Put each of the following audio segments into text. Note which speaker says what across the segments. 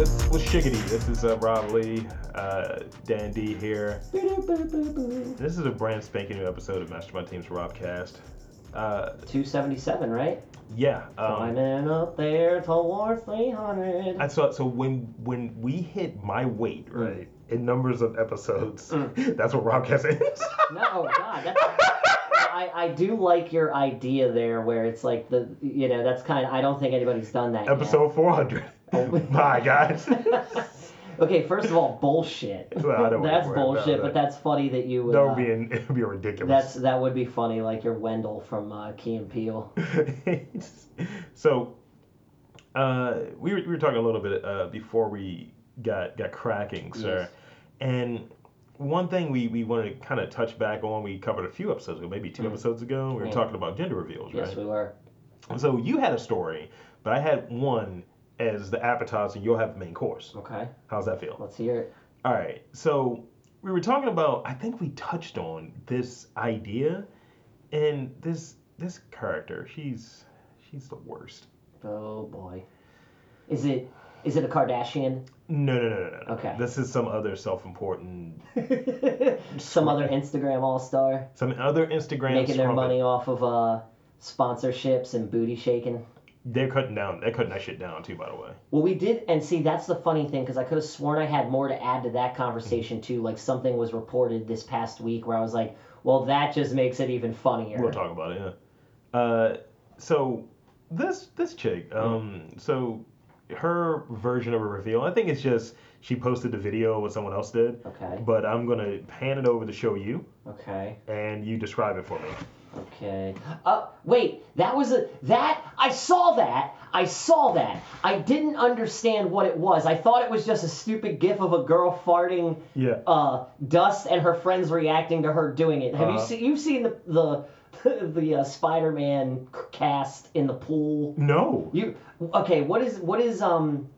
Speaker 1: Chickadee. This is uh, Rob Lee, uh, Dan D here. This is a brand spanking new episode of Master My Team's Robcast. Uh,
Speaker 2: 277, right?
Speaker 1: yeah. Um,
Speaker 2: Climbing up there towards 300.
Speaker 1: I saw. So when when we hit my weight, right, in numbers of episodes, that's what Robcast is.
Speaker 2: Mm. no, oh God, that's, I, I do like your idea there, where it's like the you know that's kind of I don't think anybody's done that. yet.
Speaker 1: Episode 400.
Speaker 2: Oh,
Speaker 1: my God.
Speaker 2: okay, first of all, bullshit.
Speaker 1: Well, I don't wanna
Speaker 2: that's
Speaker 1: worry about
Speaker 2: bullshit,
Speaker 1: that.
Speaker 2: but that's funny that you would.
Speaker 1: That
Speaker 2: uh,
Speaker 1: would be an, it would be ridiculous.
Speaker 2: that's that would be funny, like your Wendell from uh, Key and Peele.
Speaker 1: so uh, we, were, we were talking a little bit uh, before we got got cracking, sir.
Speaker 2: Yes.
Speaker 1: And one thing we, we wanted to kind of touch back on, we covered a few episodes ago, maybe 2
Speaker 2: Mm.
Speaker 1: episodes ago. We were
Speaker 2: Yeah.
Speaker 1: talking about gender reveals,
Speaker 2: Yes,
Speaker 1: right?
Speaker 2: we were.
Speaker 1: So you had a story, but I had one as the appetizer. You'll have the main course.
Speaker 2: Okay,
Speaker 1: How's that feel?
Speaker 2: let's hear it.
Speaker 1: All right. So we were talking about. I think we touched on this idea, and this this character. She's she's the worst.
Speaker 2: Oh boy, is it is it a Kardashian?
Speaker 1: No, no, no, no, no, no.
Speaker 2: Okay.
Speaker 1: This is some other self-important,
Speaker 2: Some other Instagram all star
Speaker 1: some other Instagram.
Speaker 2: making their
Speaker 1: scrumpet.
Speaker 2: money off of uh, sponsorships and booty shaking.
Speaker 1: They're cutting down. They're cutting that shit down too. By the way.
Speaker 2: Well, we did, and see, that's the funny thing because I could have sworn I had more to add to that conversation
Speaker 1: Mm-hmm.
Speaker 2: too. Like something was reported this past week where I was like, "Well, that just makes it even funnier."
Speaker 1: We'll talk about it. Yeah. Uh, so this this chick. Um, so her version of a reveal. I think it's just she posted the video what someone else did.
Speaker 2: Okay.
Speaker 1: But I'm gonna hand it over to show you,
Speaker 2: Okay.
Speaker 1: and you describe it for me.
Speaker 2: Okay. Uh, wait, that was a that I saw that. I saw that. I didn't understand what it was. I thought it was just a stupid gif of a girl farting
Speaker 1: Yeah.
Speaker 2: uh, dust and her friends reacting to her doing it. Have
Speaker 1: Uh-huh.
Speaker 2: you seen? You've seen the the the uh, Spider-Man cast in the pool.
Speaker 1: No.
Speaker 2: You okay? What is what is um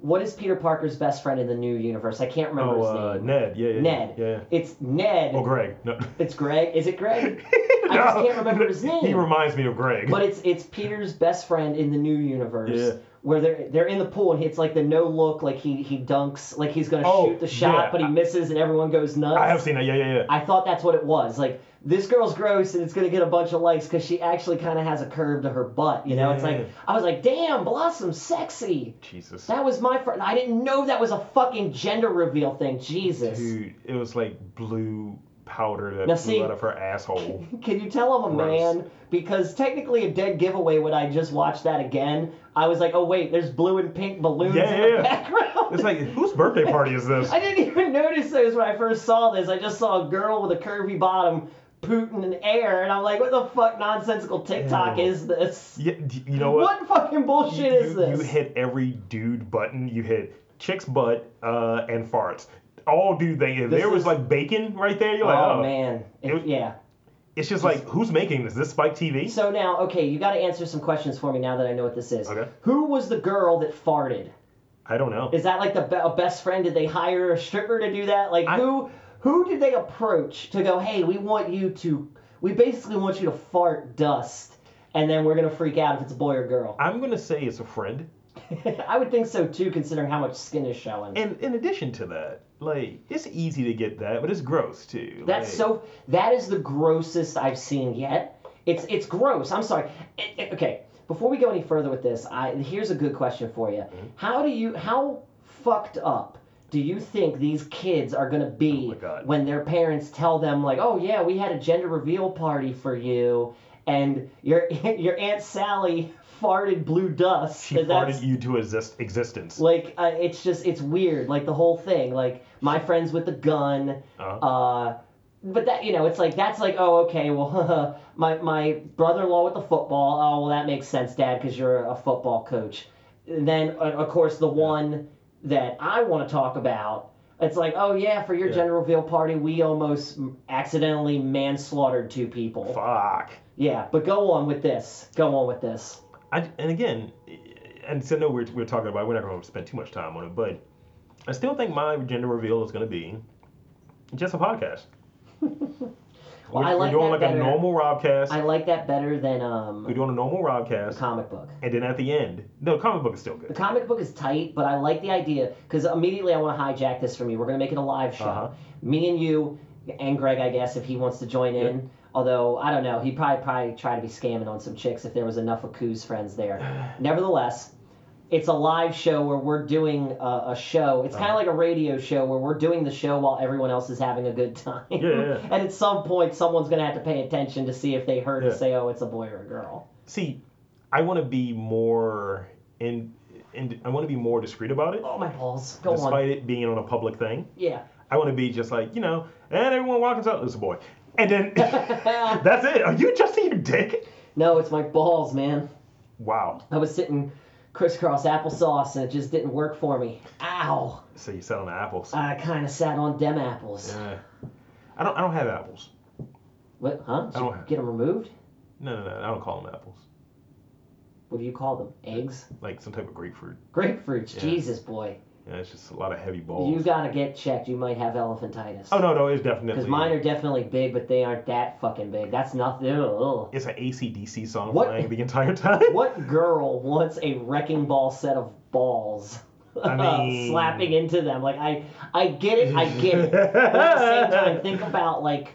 Speaker 2: what is Peter Parker's best friend in the new universe? I can't remember
Speaker 1: Oh, uh,
Speaker 2: his name.
Speaker 1: Ned. Yeah, yeah. yeah.
Speaker 2: Ned.
Speaker 1: Yeah. yeah.
Speaker 2: It's Ned.
Speaker 1: Oh, Greg. No.
Speaker 2: It's Greg. Is it Greg? I just
Speaker 1: No.
Speaker 2: can't remember his name.
Speaker 1: He reminds me of Greg.
Speaker 2: but it's it's Peter's best friend in the new universe.
Speaker 1: Yeah.
Speaker 2: Where they're they're in the pool and it's like the no look, like he he dunks, like he's gonna
Speaker 1: Oh,
Speaker 2: shoot the shot,
Speaker 1: yeah.
Speaker 2: but he misses and everyone goes nuts.
Speaker 1: I have seen that. Yeah, yeah, yeah.
Speaker 2: I thought that's what it was. Like this girl's gross and it's gonna get a bunch of likes because she actually kind of has a curve to her butt. You know, it's
Speaker 1: Yeah.
Speaker 2: like I was like, damn, Blossom, sexy.
Speaker 1: Jesus.
Speaker 2: That was my friend. I didn't know that was a fucking gender reveal thing. Jesus.
Speaker 1: Dude, it was like blue powder that
Speaker 2: Now,
Speaker 1: flew
Speaker 2: see-
Speaker 1: out of her asshole.
Speaker 2: Can you tell I'm a
Speaker 1: Gross.
Speaker 2: man? Because technically, a dead giveaway when I just watched that again, I was like, oh, wait, there's blue and pink balloons
Speaker 1: Yeah,
Speaker 2: in
Speaker 1: yeah,
Speaker 2: the
Speaker 1: yeah.
Speaker 2: background.
Speaker 1: it's like whose birthday party is this?
Speaker 2: I didn't even notice those when I first saw this. I just saw a girl with a curvy bottom pooting in air, and I'm like, what the fuck nonsensical TikTok
Speaker 1: Ew.
Speaker 2: is this?
Speaker 1: Yeah, d- you know what?
Speaker 2: What? fucking bullshit
Speaker 1: you,
Speaker 2: is this?
Speaker 1: You hit every dude button. You hit chick's butt uh, and farts. All dude thing. If
Speaker 2: This
Speaker 1: there was
Speaker 2: is-
Speaker 1: like bacon right there, you're like,
Speaker 2: oh,
Speaker 1: oh
Speaker 2: man. If-
Speaker 1: It-
Speaker 2: yeah.
Speaker 1: It's just like who's making this? This Spike TV?
Speaker 2: So now, okay, you got to answer some questions for me now that I know what this is.
Speaker 1: Okay.
Speaker 2: Who was the girl that farted?
Speaker 1: I don't know.
Speaker 2: Is that like the be- a best friend? Did they hire a stripper to do that? Like
Speaker 1: I-
Speaker 2: who who did they approach to go, hey, we want you to, we basically want you to fart dust, and then we're gonna freak out if it's a boy or girl.
Speaker 1: I'm gonna say it's a friend.
Speaker 2: I would think so too, considering how much skin is showing.
Speaker 1: And in addition to that, like it's easy to get that, but it's gross too.
Speaker 2: That's
Speaker 1: Like,
Speaker 2: so. That is the grossest I've seen yet. It's it's gross. I'm sorry. It- it- okay, before we go any further with this, I here's a good question for you.
Speaker 1: Mm-hmm.
Speaker 2: How do you how fucked up do you think these kids are gonna
Speaker 1: Oh my
Speaker 2: be
Speaker 1: God.
Speaker 2: when their parents tell them like, oh yeah, we had a gender reveal party for you, and your your aunt Sally farted blue dust.
Speaker 1: She
Speaker 2: and that's-
Speaker 1: farted you to exist existence.
Speaker 2: like uh, it's just it's weird like the whole thing like my friends with the gun
Speaker 1: Uh-huh.
Speaker 2: uh but that you know it's like that's like oh okay well my my brother-in-law with the football oh well that makes sense dad because you're a football coach and then uh, of course the one that i want to talk about it's like oh yeah for your
Speaker 1: Yeah.
Speaker 2: gender reveal party we almost accidentally manslaughtered two people
Speaker 1: Fuck.
Speaker 2: yeah but go on with this go on with this
Speaker 1: I, and again, and so no, we're, we're talking about we're not going to spend too much time on it, but I still think my gender reveal is going to be just a podcast.
Speaker 2: Well,
Speaker 1: we're,
Speaker 2: I like
Speaker 1: we're doing
Speaker 2: that
Speaker 1: like
Speaker 2: better.
Speaker 1: a normal Robcast.
Speaker 2: I like that better than
Speaker 1: we're
Speaker 2: um
Speaker 1: doing a normal
Speaker 2: the
Speaker 1: Robcast,
Speaker 2: comic book.
Speaker 1: and then at the end, no, comic book is still
Speaker 2: The
Speaker 1: good.
Speaker 2: comic book is tight, but I like the idea because immediately I want to hijack this from you. We're gonna make it a live show.
Speaker 1: Uh-huh.
Speaker 2: Me and you and Greg, I guess, if he wants to join in. Although I don't know, he probably probably try to be scamming on some chicks if there was enough of Coos friends there. Nevertheless, it's a live show where we're doing a, a show. It's kind of
Speaker 1: Uh-huh.
Speaker 2: like a radio show where we're doing the show while everyone else is having a good time.
Speaker 1: Yeah, yeah.
Speaker 2: and at some point, someone's gonna have to pay attention to see if they heard and
Speaker 1: Yeah.
Speaker 2: say, "Oh, it's a boy or a girl."
Speaker 1: See, I want to be more in, in I want to be more discreet about it,
Speaker 2: Oh my balls! Go on.
Speaker 1: despite it being on a public thing.
Speaker 2: Yeah.
Speaker 1: I want to be just like you know, and everyone walking out. It's a boy, and then that's it. Are you adjusting your dick?
Speaker 2: No, it's my balls, man.
Speaker 1: Wow.
Speaker 2: I was sitting crisscross applesauce and it just didn't work for me. Ow!
Speaker 1: So you sat on the apples.
Speaker 2: I kind of sat on dem apples.
Speaker 1: Yeah. I don't. I don't have apples.
Speaker 2: What? Huh? Did
Speaker 1: I
Speaker 2: you
Speaker 1: don't have-
Speaker 2: get them removed?
Speaker 1: No, no, no. I don't call them apples.
Speaker 2: What do you call them? Eggs?
Speaker 1: Like some type of grapefruit.
Speaker 2: Grapefruits?
Speaker 1: Yeah.
Speaker 2: Jesus, boy.
Speaker 1: Yeah, it's just a lot of heavy
Speaker 2: You
Speaker 1: balls.
Speaker 2: gotta get checked. You might have elephantitis.
Speaker 1: Oh no, no, it's definitely.
Speaker 2: Because mine are definitely big, but they aren't that fucking big. That's nothing. Ugh.
Speaker 1: It's an ACDC song
Speaker 2: What?
Speaker 1: playing the entire time.
Speaker 2: What girl wants a wrecking ball set of balls?
Speaker 1: I mean-
Speaker 2: slapping into them. Like I, I get it. I get it. But at the same time, think about like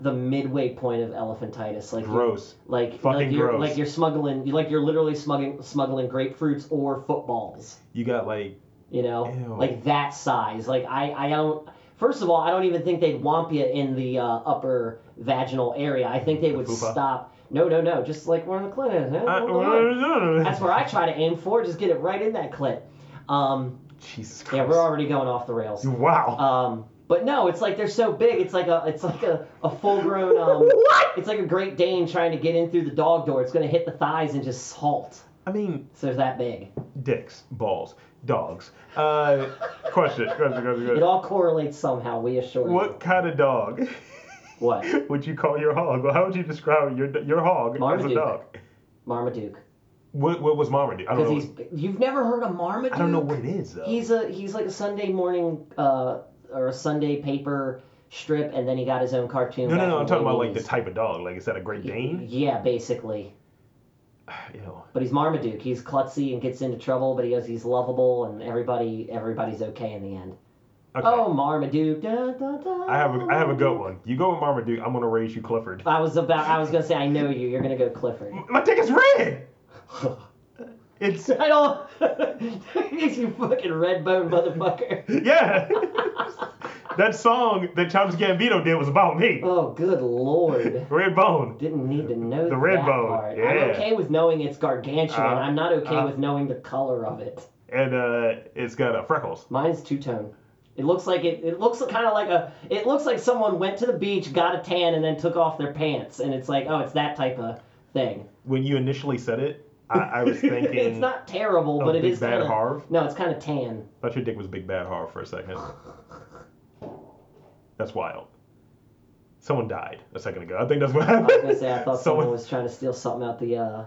Speaker 2: the midway point of elephantitis. Like you're-
Speaker 1: Gross.
Speaker 2: Like
Speaker 1: Fucking
Speaker 2: like you're
Speaker 1: gross.
Speaker 2: like you're smuggling. You like you're literally smuggling smuggling grapefruits or footballs.
Speaker 1: You got like
Speaker 2: You know,
Speaker 1: Ew.
Speaker 2: like that size. Like I I don't. First of all, I don't even think they'd womp you in the uh, upper vaginal area. I think they
Speaker 1: The Uh,
Speaker 2: would
Speaker 1: poopa?
Speaker 2: stop. No, no, no. Just like we're in the clinic. huh?
Speaker 1: I-
Speaker 2: Hold on. That's where I try to aim for. Just get it right in that clip. Um,
Speaker 1: Jesus Christ.
Speaker 2: yeah, we're already going off the rails.
Speaker 1: Wow.
Speaker 2: Um, but no, it's like they're so big. It's like a it's like a, a full grown um,
Speaker 1: what?
Speaker 2: it's like a Great Dane trying to get in through the dog door. It's gonna hit the thighs and just halt.
Speaker 1: I mean,
Speaker 2: So it's that big.
Speaker 1: dicks, balls, dogs. Uh, question, question, question,
Speaker 2: It
Speaker 1: question.
Speaker 2: all correlates somehow. We assure
Speaker 1: What kind of dog
Speaker 2: you. What?
Speaker 1: would you call your hog? Well, how would you describe your your hog as
Speaker 2: Marmaduke.
Speaker 1: a dog?
Speaker 2: Marmaduke.
Speaker 1: What, what was Marmaduke? I don't
Speaker 2: Because
Speaker 1: know.
Speaker 2: he's you've never heard of Marmaduke.
Speaker 1: I don't know what it is though.
Speaker 2: He's a he's like a Sunday morning uh or a Sunday paper strip, and then he got his own cartoon.
Speaker 1: no, no,
Speaker 2: back
Speaker 1: no.
Speaker 2: in
Speaker 1: I'm talking about
Speaker 2: late
Speaker 1: like the
Speaker 2: 80s.
Speaker 1: type of dog. Like, is that a Great Dane?
Speaker 2: Yeah, basically.
Speaker 1: Ew.
Speaker 2: But he's Marmaduke. He's klutzy and gets into trouble, but he is, he's lovable, and everybody everybody's okay in the end.
Speaker 1: Okay.
Speaker 2: Oh, Marmaduke. Da, da, da,
Speaker 1: I have a I have a good one. You go with Marmaduke. I'm gonna raise you Clifford.
Speaker 2: I was about. I was gonna say I know you. You're gonna go Clifford.
Speaker 1: My dick is red. It's
Speaker 2: I don't. you fucking red bone motherfucker.
Speaker 1: yeah. that song that Thomas Gambino did was about me.
Speaker 2: Oh, good lord.
Speaker 1: Red bone.
Speaker 2: Didn't need to know
Speaker 1: The red
Speaker 2: that
Speaker 1: bone,
Speaker 2: part. I'm
Speaker 1: yeah.
Speaker 2: okay with knowing it's gargantuan.
Speaker 1: Uh,
Speaker 2: I'm not okay
Speaker 1: uh.
Speaker 2: with knowing the color of it.
Speaker 1: and uh, it's got uh, freckles.
Speaker 2: Mine's two tone. It looks like it. It looks kind of like a. It looks like someone went to the beach, got a tan, and then took off their pants. And it's like, oh, it's that type of thing.
Speaker 1: When you initially said it, I, I was thinking
Speaker 2: it's not terrible,
Speaker 1: of
Speaker 2: but it
Speaker 1: Big
Speaker 2: is
Speaker 1: Bad
Speaker 2: kind of.
Speaker 1: Harv.
Speaker 2: No, it's kind of tan.
Speaker 1: Thought your dick was Big Bad Harv for a second. That's wild. Someone died a second ago. I think that's what
Speaker 2: I
Speaker 1: happened.
Speaker 2: was gonna say I thought someone
Speaker 1: Someone-
Speaker 2: was trying to steal something out the uh,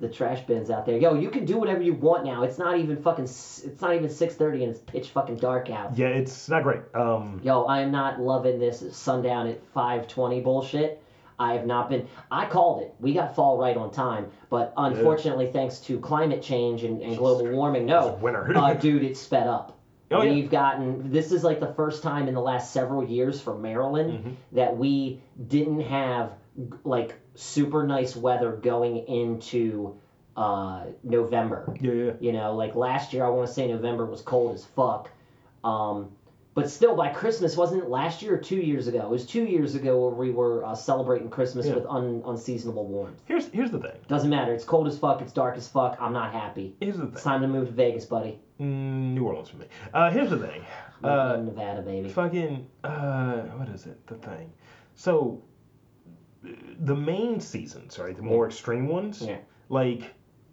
Speaker 2: the trash bins out there. Yo, you can do whatever you want now. It's not even fucking. s- It's not even six thirty, and it's pitch fucking dark out.
Speaker 1: Yeah, it's not great. Um,
Speaker 2: Yo, I am not loving this sundown at 520 bullshit. I have not been. I called it. We got fall right on time, but unfortunately, thanks to climate change and, and global warming, no,
Speaker 1: it's winter.
Speaker 2: uh, dude, it's sped up.
Speaker 1: Oh, yeah.
Speaker 2: We've gotten. This is like the first time in the last several years for Maryland
Speaker 1: Mm-hmm.
Speaker 2: that we didn't have g- like super nice weather going into uh, November.
Speaker 1: yeah, yeah.
Speaker 2: You know, like last year, I want to say November was cold as fuck. Um, but still, by Christmas, wasn't it last year or two years ago? It was two years ago where we were uh, celebrating Christmas
Speaker 1: Yeah.
Speaker 2: with un- unseasonable warmth.
Speaker 1: Here's here's the thing.
Speaker 2: Doesn't matter. It's cold as fuck. It's dark as fuck. I'm not happy.
Speaker 1: Here's the
Speaker 2: It's
Speaker 1: thing.
Speaker 2: time to move to Vegas, buddy.
Speaker 1: Mm, New Orleans for me. Uh, here's the thing.
Speaker 2: I'm
Speaker 1: Uh,
Speaker 2: in Nevada, baby.
Speaker 1: fucking uh what is it the thing so the main seasons right the more extreme ones
Speaker 2: Yeah.
Speaker 1: like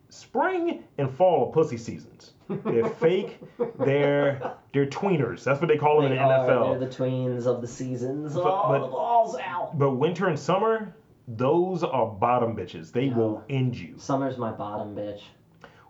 Speaker 1: spring and fall are pussy seasons they're fake they're they're tweeners that's what they call them in the
Speaker 2: They are-
Speaker 1: nfl
Speaker 2: They're the tweens of the seasons.
Speaker 1: Fu-
Speaker 2: oh,
Speaker 1: but-
Speaker 2: the balls out.
Speaker 1: but winter and summer those are bottom bitches they will end you
Speaker 2: Summer's my bottom, bitch.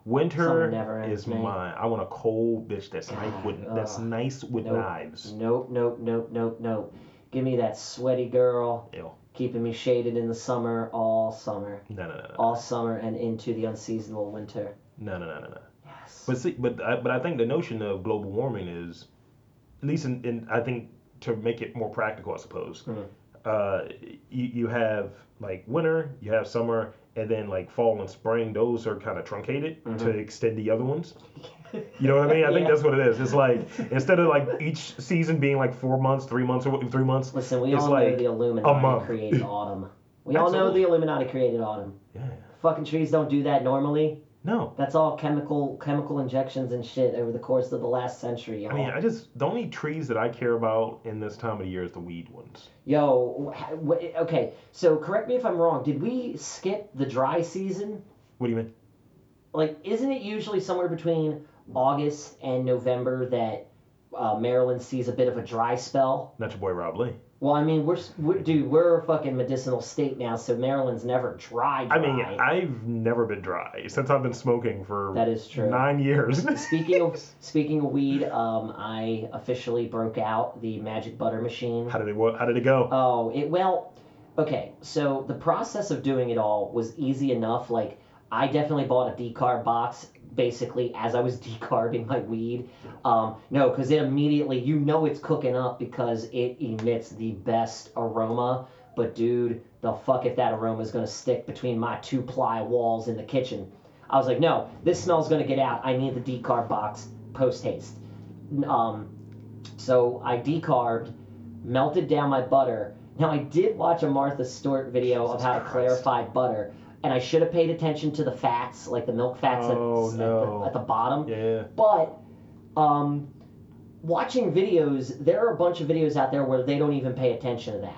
Speaker 1: winter
Speaker 2: Summer never ends,
Speaker 1: is
Speaker 2: man.
Speaker 1: mine i want a cold bitch that's nice
Speaker 2: God,
Speaker 1: with that's
Speaker 2: ugh.
Speaker 1: nice with
Speaker 2: Nope.
Speaker 1: knives
Speaker 2: Nope, nope, nope, nope, nope. Give me that sweaty girl.
Speaker 1: Ew.
Speaker 2: keeping me shaded in the summer all summer,
Speaker 1: No, no, no, no,
Speaker 2: all summer and into the unseasonable winter.
Speaker 1: no, no, no, no, no.
Speaker 2: Yes.
Speaker 1: But see, but I, but I think the notion of global warming is, at least in, in I think to make it more practical, I suppose.
Speaker 2: Mhm.
Speaker 1: Uh, you, you have like winter, you have summer, and then like fall and spring. Those are kind of truncated to
Speaker 2: Mhm.
Speaker 1: extend the other ones. You know what I mean? I think
Speaker 2: Yeah.
Speaker 1: that's what it is. It's like instead of like each season being like four months, three months, or three months.
Speaker 2: Listen, we
Speaker 1: It's
Speaker 2: all know
Speaker 1: like
Speaker 2: the Illuminati
Speaker 1: month.
Speaker 2: created autumn. We all know
Speaker 1: Absolutely.
Speaker 2: the Illuminati created autumn.
Speaker 1: Yeah.
Speaker 2: Fucking trees don't do that normally.
Speaker 1: No.
Speaker 2: That's all chemical chemical injections and shit over the course of the last century.
Speaker 1: I mean,
Speaker 2: y'all.
Speaker 1: I just the only trees that I care about in this time of the year is the weed ones.
Speaker 2: Yo, wh- wh- okay. So correct me if I'm wrong. Did we skip the dry season?
Speaker 1: What do you mean?
Speaker 2: Like, isn't it usually somewhere between August and November that uh, Maryland sees a bit of a dry spell?
Speaker 1: Not your boy Rob Lee.
Speaker 2: Well, I mean, we're, s- we're dude, we're a fucking medicinal state now, so Maryland's never dry. dry.
Speaker 1: I mean, I've never been dry since I've been smoking for
Speaker 2: that is true.
Speaker 1: nine years.
Speaker 2: Speaking of speaking of weed, um, I officially broke out the magic butter machine.
Speaker 1: how did it wo- how did it go?
Speaker 2: Oh, it well, okay. So the process of doing it all was easy enough. Like I definitely bought a decarb box basically as I was decarbing my weed. Um, no, because it immediately you know it's cooking up because it emits the best aroma. But dude, the fuck if that aroma is gonna stick between my two ply walls in the kitchen. I was like, no, this smell's gonna get out. I need the decarb box post haste. Um, so I decarbed, melted down my butter. Now I did watch a Martha Stewart video of
Speaker 1: Jesus
Speaker 2: how to
Speaker 1: Christ.
Speaker 2: clarify butter, and I should have paid attention to the fats, like the milk fats at-
Speaker 1: Oh,
Speaker 2: at,
Speaker 1: no.
Speaker 2: the, at the bottom.
Speaker 1: yeah.
Speaker 2: But um, watching videos, there are a bunch of videos out there where they don't even pay attention to that.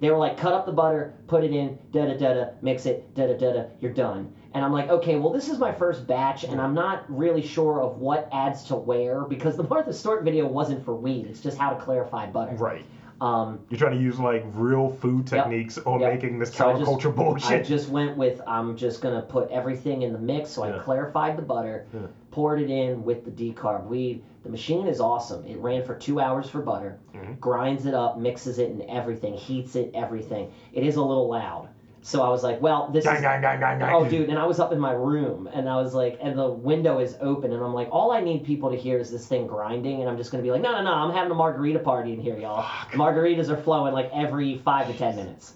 Speaker 2: They were like, cut up the butter, put it in, da da da da, mix it, da da da da, you're done. And I'm like, okay, well, this is my first batch, and I'm not really sure of what adds to where because the Martha Stewart video wasn't for weed; it's just how to clarify butter.
Speaker 1: Right.
Speaker 2: Um,
Speaker 1: You're trying to use like real food
Speaker 2: Yep.
Speaker 1: techniques on
Speaker 2: Yep.
Speaker 1: making this
Speaker 2: So I just-
Speaker 1: counterculture
Speaker 2: I
Speaker 1: bullshit.
Speaker 2: just went with I'm just gonna put everything in the mix. So I
Speaker 1: Yeah.
Speaker 2: clarified the butter,
Speaker 1: Yeah.
Speaker 2: poured it in with the decarb weed. The machine is awesome. It ran for two hours for butter,
Speaker 1: Mhm.
Speaker 2: grinds it up, mixes it and everything, heats it, everything. It is a little loud. So I was like, well, this
Speaker 1: Dang,
Speaker 2: is
Speaker 1: dang, dang, dang, dang.
Speaker 2: Oh, dude, and I was up in my room, and I was like, and the window is open, and I'm like, all I need people to hear is this thing grinding, and I'm just gonna be like, no, no, no, I'm having a margarita party in here, y'all.
Speaker 1: Fuck.
Speaker 2: Margaritas are flowing like every five to ten minutes.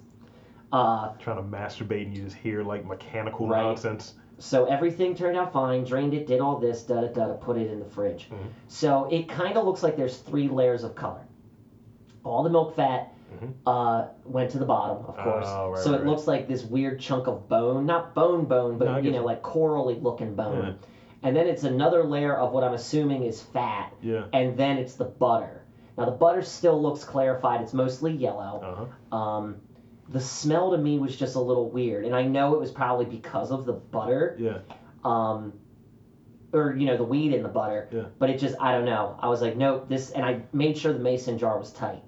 Speaker 2: Uh,
Speaker 1: Trying to masturbate and you just hear like mechanical
Speaker 2: Right.
Speaker 1: nonsense.
Speaker 2: so everything turned out fine. Drained it, did all this, da da da, da, put it in the fridge.
Speaker 1: Mhm.
Speaker 2: So it kind of looks like there's three layers of color. All the milk fat
Speaker 1: Mhm.
Speaker 2: uh, went to the bottom, of course.
Speaker 1: Oh, right,
Speaker 2: so
Speaker 1: right,
Speaker 2: it
Speaker 1: right.
Speaker 2: looks like this weird chunk of bone, not bone bone, but
Speaker 1: No, I
Speaker 2: you
Speaker 1: get
Speaker 2: know,
Speaker 1: you.
Speaker 2: like corally looking bone.
Speaker 1: Yeah.
Speaker 2: And then it's another layer of what I'm assuming is fat,
Speaker 1: Yeah.
Speaker 2: and then it's the butter. Now the butter still looks clarified. It's mostly yellow.
Speaker 1: Uh huh.
Speaker 2: Um, the smell to me was just a little weird, and I know it was probably because of the butter,
Speaker 1: Yeah.
Speaker 2: um, or you know the weed in the butter.
Speaker 1: Yeah.
Speaker 2: But it just I don't know. I was like, nope, this, and I made sure the mason jar was tight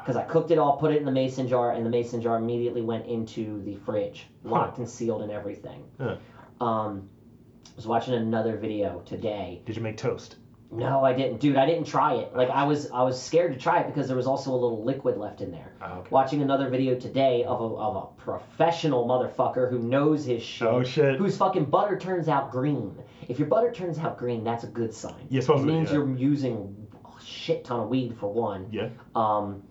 Speaker 2: because I cooked it all, put it in the mason jar, and the mason jar immediately went into the fridge, locked and sealed and everything.
Speaker 1: Yeah.
Speaker 2: Um, I was watching another video today.
Speaker 1: Did you make toast?
Speaker 2: No, I didn't, dude. I didn't try it. Like I was, I was scared to try it because there was also a little liquid left in there
Speaker 1: Oh, okay.
Speaker 2: watching another video today of a, of a professional motherfucker who knows his shit,
Speaker 1: Oh shit.
Speaker 2: whose fucking butter turns out green. If your butter turns out green, that's a good sign.
Speaker 1: Yeah,
Speaker 2: it
Speaker 1: supposedly.
Speaker 2: means
Speaker 1: Oh, yeah.
Speaker 2: you're using a shit ton of weed for one.
Speaker 1: Yeah.
Speaker 2: Um,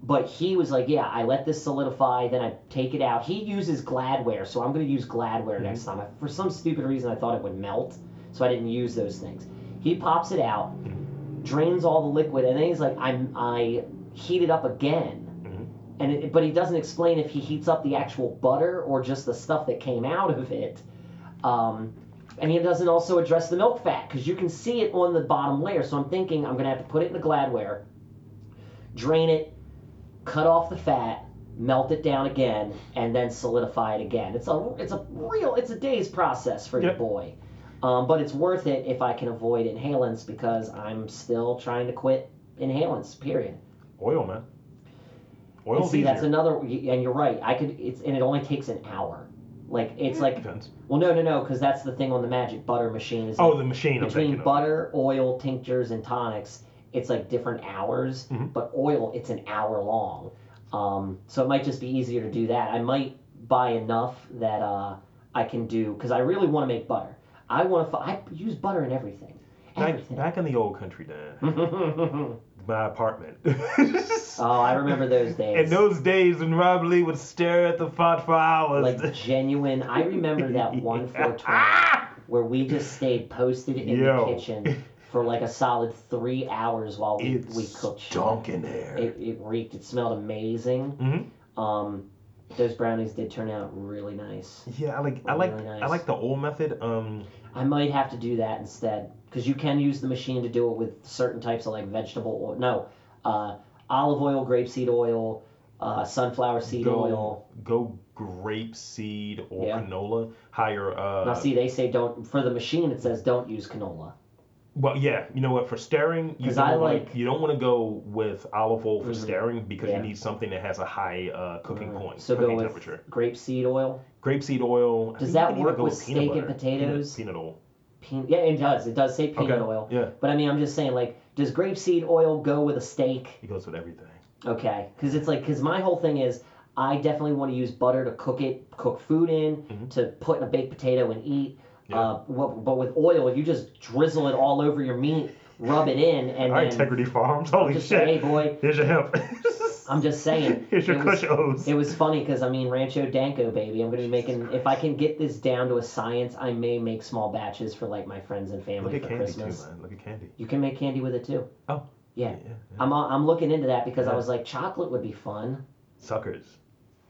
Speaker 2: but he was like, yeah, I let this solidify, then I take it out. He uses Gladware, so I'm gonna use Gladware
Speaker 1: Mhm.
Speaker 2: next time. I, for some stupid reason, I thought it would melt, so I didn't use those things. He pops it out,
Speaker 1: Mm-hmm.
Speaker 2: drains all the liquid, and then he's like, I'm I heat it up again.
Speaker 1: Mhm.
Speaker 2: And it, but he doesn't explain if he heats up the actual butter or just the stuff that came out of it. Um, and he doesn't also address the milk fat because you can see it on the bottom layer. So I'm thinking I'm gonna have to put it in the Gladware, drain it, cut off the fat, melt it down again, and then solidify it again. It's a it's a real it's a day's process for your
Speaker 1: Yep.
Speaker 2: boy. Um, but it's worth it if I can avoid inhalants because I'm still trying to quit inhalants. Period.
Speaker 1: Oil, man.
Speaker 2: And
Speaker 1: Oil.
Speaker 2: see, that's another, and you're right. I could, it's and it only takes an hour. Like it's like,
Speaker 1: Depends.
Speaker 2: well, no, no, no, because that's the thing on the magic butter machine is
Speaker 1: Oh,
Speaker 2: like,
Speaker 1: the machine. I'm
Speaker 2: between
Speaker 1: thinking of.
Speaker 2: butter, oil, tinctures, and tonics, it's like different hours.
Speaker 1: Mhm.
Speaker 2: But oil, it's an hour long. Um, so it might just be easier to do that. I might buy enough that uh, I can do because I really want to make butter. I want to. I use butter in everything.
Speaker 1: Back,
Speaker 2: Everything.
Speaker 1: back in the old country, Dan.
Speaker 2: oh,
Speaker 1: My apartment.
Speaker 2: I remember those days.
Speaker 1: In those days when Rob Lee would stare at the pot for hours.
Speaker 2: like genuine. I remember that one four twenty
Speaker 1: Ah!
Speaker 2: where we just stayed posted in
Speaker 1: Yo.
Speaker 2: the kitchen for like a solid three hours while we,
Speaker 1: It's
Speaker 2: we cooked. shit.
Speaker 1: stunk in there.
Speaker 2: It, it reeked. It smelled amazing.
Speaker 1: Mhm.
Speaker 2: Um, those brownies did turn out really nice.
Speaker 1: Yeah, I like I like
Speaker 2: Really nice.
Speaker 1: I like the old method. Um,
Speaker 2: I might have to do that instead because you can use the machine to do it with certain types of like vegetable oil. No, uh, olive oil, grapeseed oil, uh, sunflower seed
Speaker 1: go
Speaker 2: oil.
Speaker 1: go grape seed or
Speaker 2: Yeah.
Speaker 1: canola. Higher. Uh,
Speaker 2: now see, they say don't for the machine. It says don't use canola.
Speaker 1: Well, yeah, you know what? For stirring, you
Speaker 2: 'Cause
Speaker 1: don't
Speaker 2: I
Speaker 1: wanna,
Speaker 2: like-
Speaker 1: you don't want to go with olive oil for
Speaker 2: Mhm.
Speaker 1: stirring because
Speaker 2: Yeah.
Speaker 1: you need something that has a high uh, cooking
Speaker 2: Mm.
Speaker 1: point,
Speaker 2: So
Speaker 1: cooking
Speaker 2: go with
Speaker 1: temperature.
Speaker 2: grapeseed oil.
Speaker 1: Grapeseed oil. I think you
Speaker 2: Does that
Speaker 1: can even
Speaker 2: work
Speaker 1: go
Speaker 2: with
Speaker 1: peanut
Speaker 2: steak and
Speaker 1: butter,
Speaker 2: potatoes?
Speaker 1: Peanut, peanut oil.
Speaker 2: Pe- yeah, it does. It does say peanut
Speaker 1: Okay.
Speaker 2: oil.
Speaker 1: Yeah,
Speaker 2: But I mean, I'm just saying, like, does grapeseed oil go with a steak?
Speaker 1: it goes with everything.
Speaker 2: Okay, because it's like because my whole thing is I definitely want to use butter to cook it, cook food in,
Speaker 1: Mhm.
Speaker 2: to put in a baked potato and eat.
Speaker 1: Yeah.
Speaker 2: Uh, what, but with oil, you just drizzle it all over your meat, rub it in, and
Speaker 1: All right,
Speaker 2: then
Speaker 1: Integrity Farms. Holy
Speaker 2: just
Speaker 1: shit!
Speaker 2: say, hey boy,
Speaker 1: Here's your hemp.
Speaker 2: I'm just saying.
Speaker 1: Here's your
Speaker 2: it was-
Speaker 1: Kush O's.
Speaker 2: It was funny because I mean Rancho Danko, baby. I'm gonna be making if I can get this down to a science, I may make small batches for like my friends and
Speaker 1: Look
Speaker 2: family
Speaker 1: at
Speaker 2: for
Speaker 1: candy
Speaker 2: Christmas.
Speaker 1: too, man. Look at candy.
Speaker 2: You can make candy with it too. Yeah.
Speaker 1: yeah, yeah.
Speaker 2: I'm I'm looking into that because I
Speaker 1: Yeah.
Speaker 2: was like chocolate would be fun.
Speaker 1: Suckers.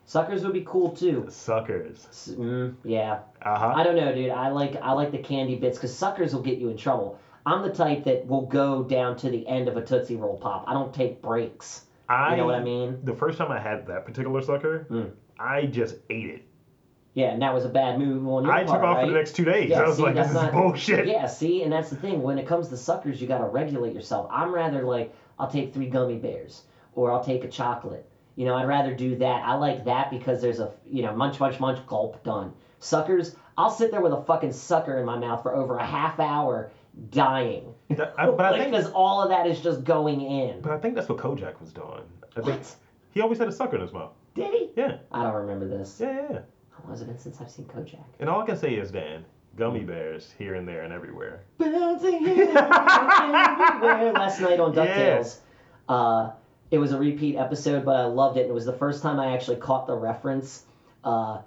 Speaker 2: Suckers would be cool too.
Speaker 1: Suckers.
Speaker 2: S- Mm, yeah,
Speaker 1: Uh huh.
Speaker 2: I don't know, dude. I like I like the candy bits because suckers will get you in trouble. I'm the type that will go down to the end of a tootsie roll pop. I don't take breaks. You
Speaker 1: I,
Speaker 2: know what I mean?
Speaker 1: The first time I had that particular sucker,
Speaker 2: Mm.
Speaker 1: I just ate it.
Speaker 2: Yeah, and that was a bad move on your
Speaker 1: I
Speaker 2: part,
Speaker 1: took off
Speaker 2: right?
Speaker 1: for the next two days.
Speaker 2: Yeah,
Speaker 1: I was
Speaker 2: see,
Speaker 1: like, this
Speaker 2: that's
Speaker 1: is
Speaker 2: not-
Speaker 1: bullshit.
Speaker 2: Yeah, see, and that's the thing. When it comes to suckers, you gotta regulate yourself. I'm rather like, I'll take three gummy bears, or I'll take a chocolate. You know, I'd rather do that. I like that because there's a, you know, munch, munch, munch, gulp, done. Suckers, I'll sit there with a fucking sucker in my mouth for over a half hour, dying.
Speaker 1: That- I- but I think,
Speaker 2: because all of that is just going in.
Speaker 1: but I think that's what Kojak was doing. I think
Speaker 2: What?
Speaker 1: he always had a sucker in his mouth.
Speaker 2: Did he?
Speaker 1: Yeah.
Speaker 2: I don't remember this.
Speaker 1: Yeah, yeah, yeah.
Speaker 2: How long has it been since I've seen Kojak?
Speaker 1: And all I can say is, Dan, gummy bears here and there and everywhere.
Speaker 2: Bouncing everywhere. Last night on
Speaker 1: Yeah.
Speaker 2: DuckTales, uh, it was a repeat episode, but I loved it. It was the first time I actually caught the reference. Uh,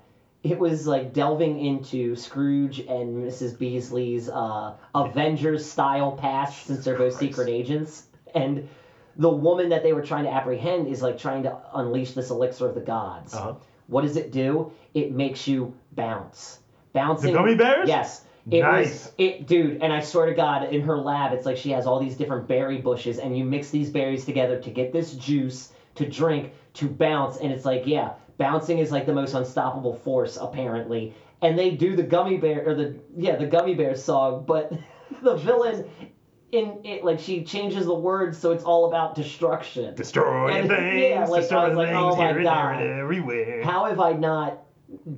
Speaker 2: it was like delving into Scrooge and Mrs. Beasley's uh, Avengers style past since they're both
Speaker 1: Christ.
Speaker 2: secret agents. And the woman that they were trying to apprehend is like trying to unleash this elixir of the gods.
Speaker 1: Uh huh.
Speaker 2: What does it do? It makes you bounce.
Speaker 1: The
Speaker 2: Bouncing.
Speaker 1: gummy bears?
Speaker 2: Yes. It
Speaker 1: Nice.
Speaker 2: was it dude, and I swear to God, in her lab it's like she has all these different berry bushes and you mix these berries together to get this juice to drink to bounce and it's like, yeah, bouncing is like the most unstoppable force apparently. And they do the gummy bear or the yeah, the gummy bear song, but the villain in it like she changes the words so it's all about destruction.
Speaker 1: Destroy
Speaker 2: And-
Speaker 1: things.
Speaker 2: yeah, like, I
Speaker 1: destroy
Speaker 2: was like,
Speaker 1: things
Speaker 2: oh my
Speaker 1: here and
Speaker 2: God.
Speaker 1: there and everywhere.
Speaker 2: How have I not?